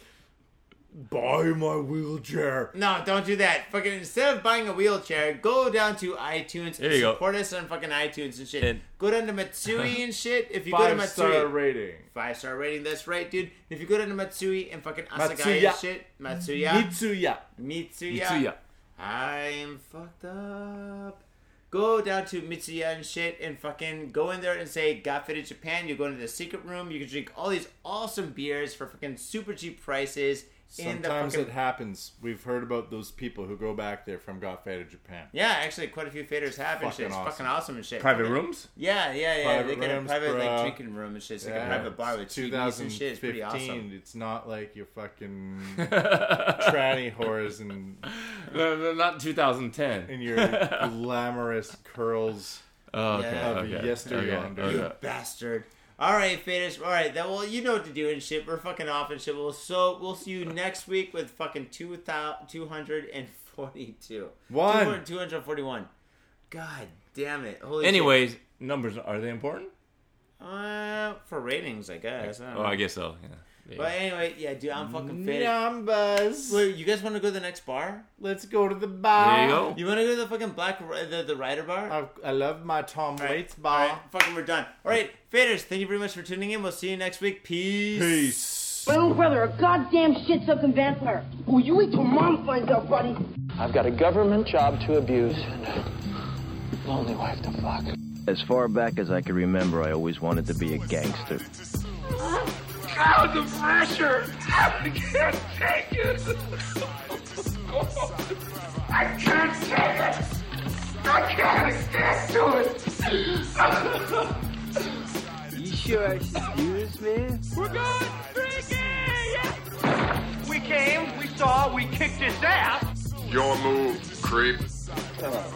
C: Buy my wheelchair.
A: No, don't do that. Fucking instead of buying a wheelchair, go down to iTunes
B: There
A: and
B: you go.
A: support us on fucking iTunes and shit.
B: And-
A: go down to Matsui and shit. If you go to
C: Five star
A: Matsui,
C: rating.
A: five star rating. That's right, dude. If you go down to Matsui and fucking Asagaya
C: Matsuya.
A: shit, Matsuya,
C: Mitsuya.
A: Mitsuya,
B: Ah. Mitsuya.
A: I'm fucked up. Go down to Mitsuya and shit and fucking go in there and say, Got Fitted Japan. You go into the secret room. You can drink all these awesome beers for fucking super cheap prices. in the
C: Sometimes
A: fucking-
C: it happens. We've heard about those people who go back there from Got Fed to Japan.
A: Yeah, actually, quite a few faders have and shit. It's
C: Fucking
A: fucking awesome and shit.
B: Private
A: Fucking-
B: rooms?
A: Yeah, yeah, yeah.
C: Private
A: they get
C: rooms,
A: a private like
C: bruh.
A: drinking room and shit. It's like
C: Yeah,
A: a private bar with
C: it's
A: TVs and shit. It's pretty awesome.
C: It's not like your fucking tranny whores and,
B: No, no, not 2010.
C: and your glamorous curls
B: Oh, okay.
A: Yeah.
C: of
B: okay.
C: yesteryear.
B: Okay, okay.
A: Bastard. All right, faders. All right, that well, you know what to do and shit. We're fucking off and shit. Well, so we'll see you next week with fucking two thousand two hundred and forty-two.
C: One.
A: Two hundred forty-one. God damn it. Holy. shit.
B: Anyways, numbers, are they important?
A: Uh, for ratings, I guess. I don't
B: Oh,
A: know.
B: I guess so. Yeah. There you
A: But anyway, yeah, dude, I'm fucking faded.
C: Numbers.
A: Wait, you guys want to go to the next bar?
C: Let's go to the bar.
B: go. There you
A: You want to go to the fucking black Ri- the the rider bar?
C: I, I love my Tom Waits
A: All
C: bar.
A: right, fucking, we're done. All right, faders. Thank you very much for tuning in. We'll see you next week. Peace.
C: Peace.
G: My own brother, a goddamn shit-sucking vampire. Will you wait till mom finds out, buddy?
H: I've got a government job to abuse and a lonely wife to fuck.
I: As far back as I can remember, I always wanted to be a gangster.
J: God, the pressure! I can't take it! I can't take it! I can't stand to it!
H: You sure I should use me?
J: We're going freaking! We came, we saw, we kicked his ass! Your move, creep.
H: Oh,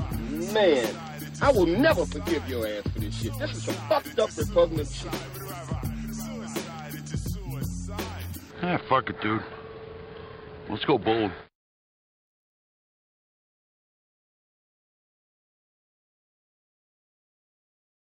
H: Man, I will never forgive your ass for this shit. This is some fucked up repugnant shit.
J: Ah, fuck it, dude. Let's go bold.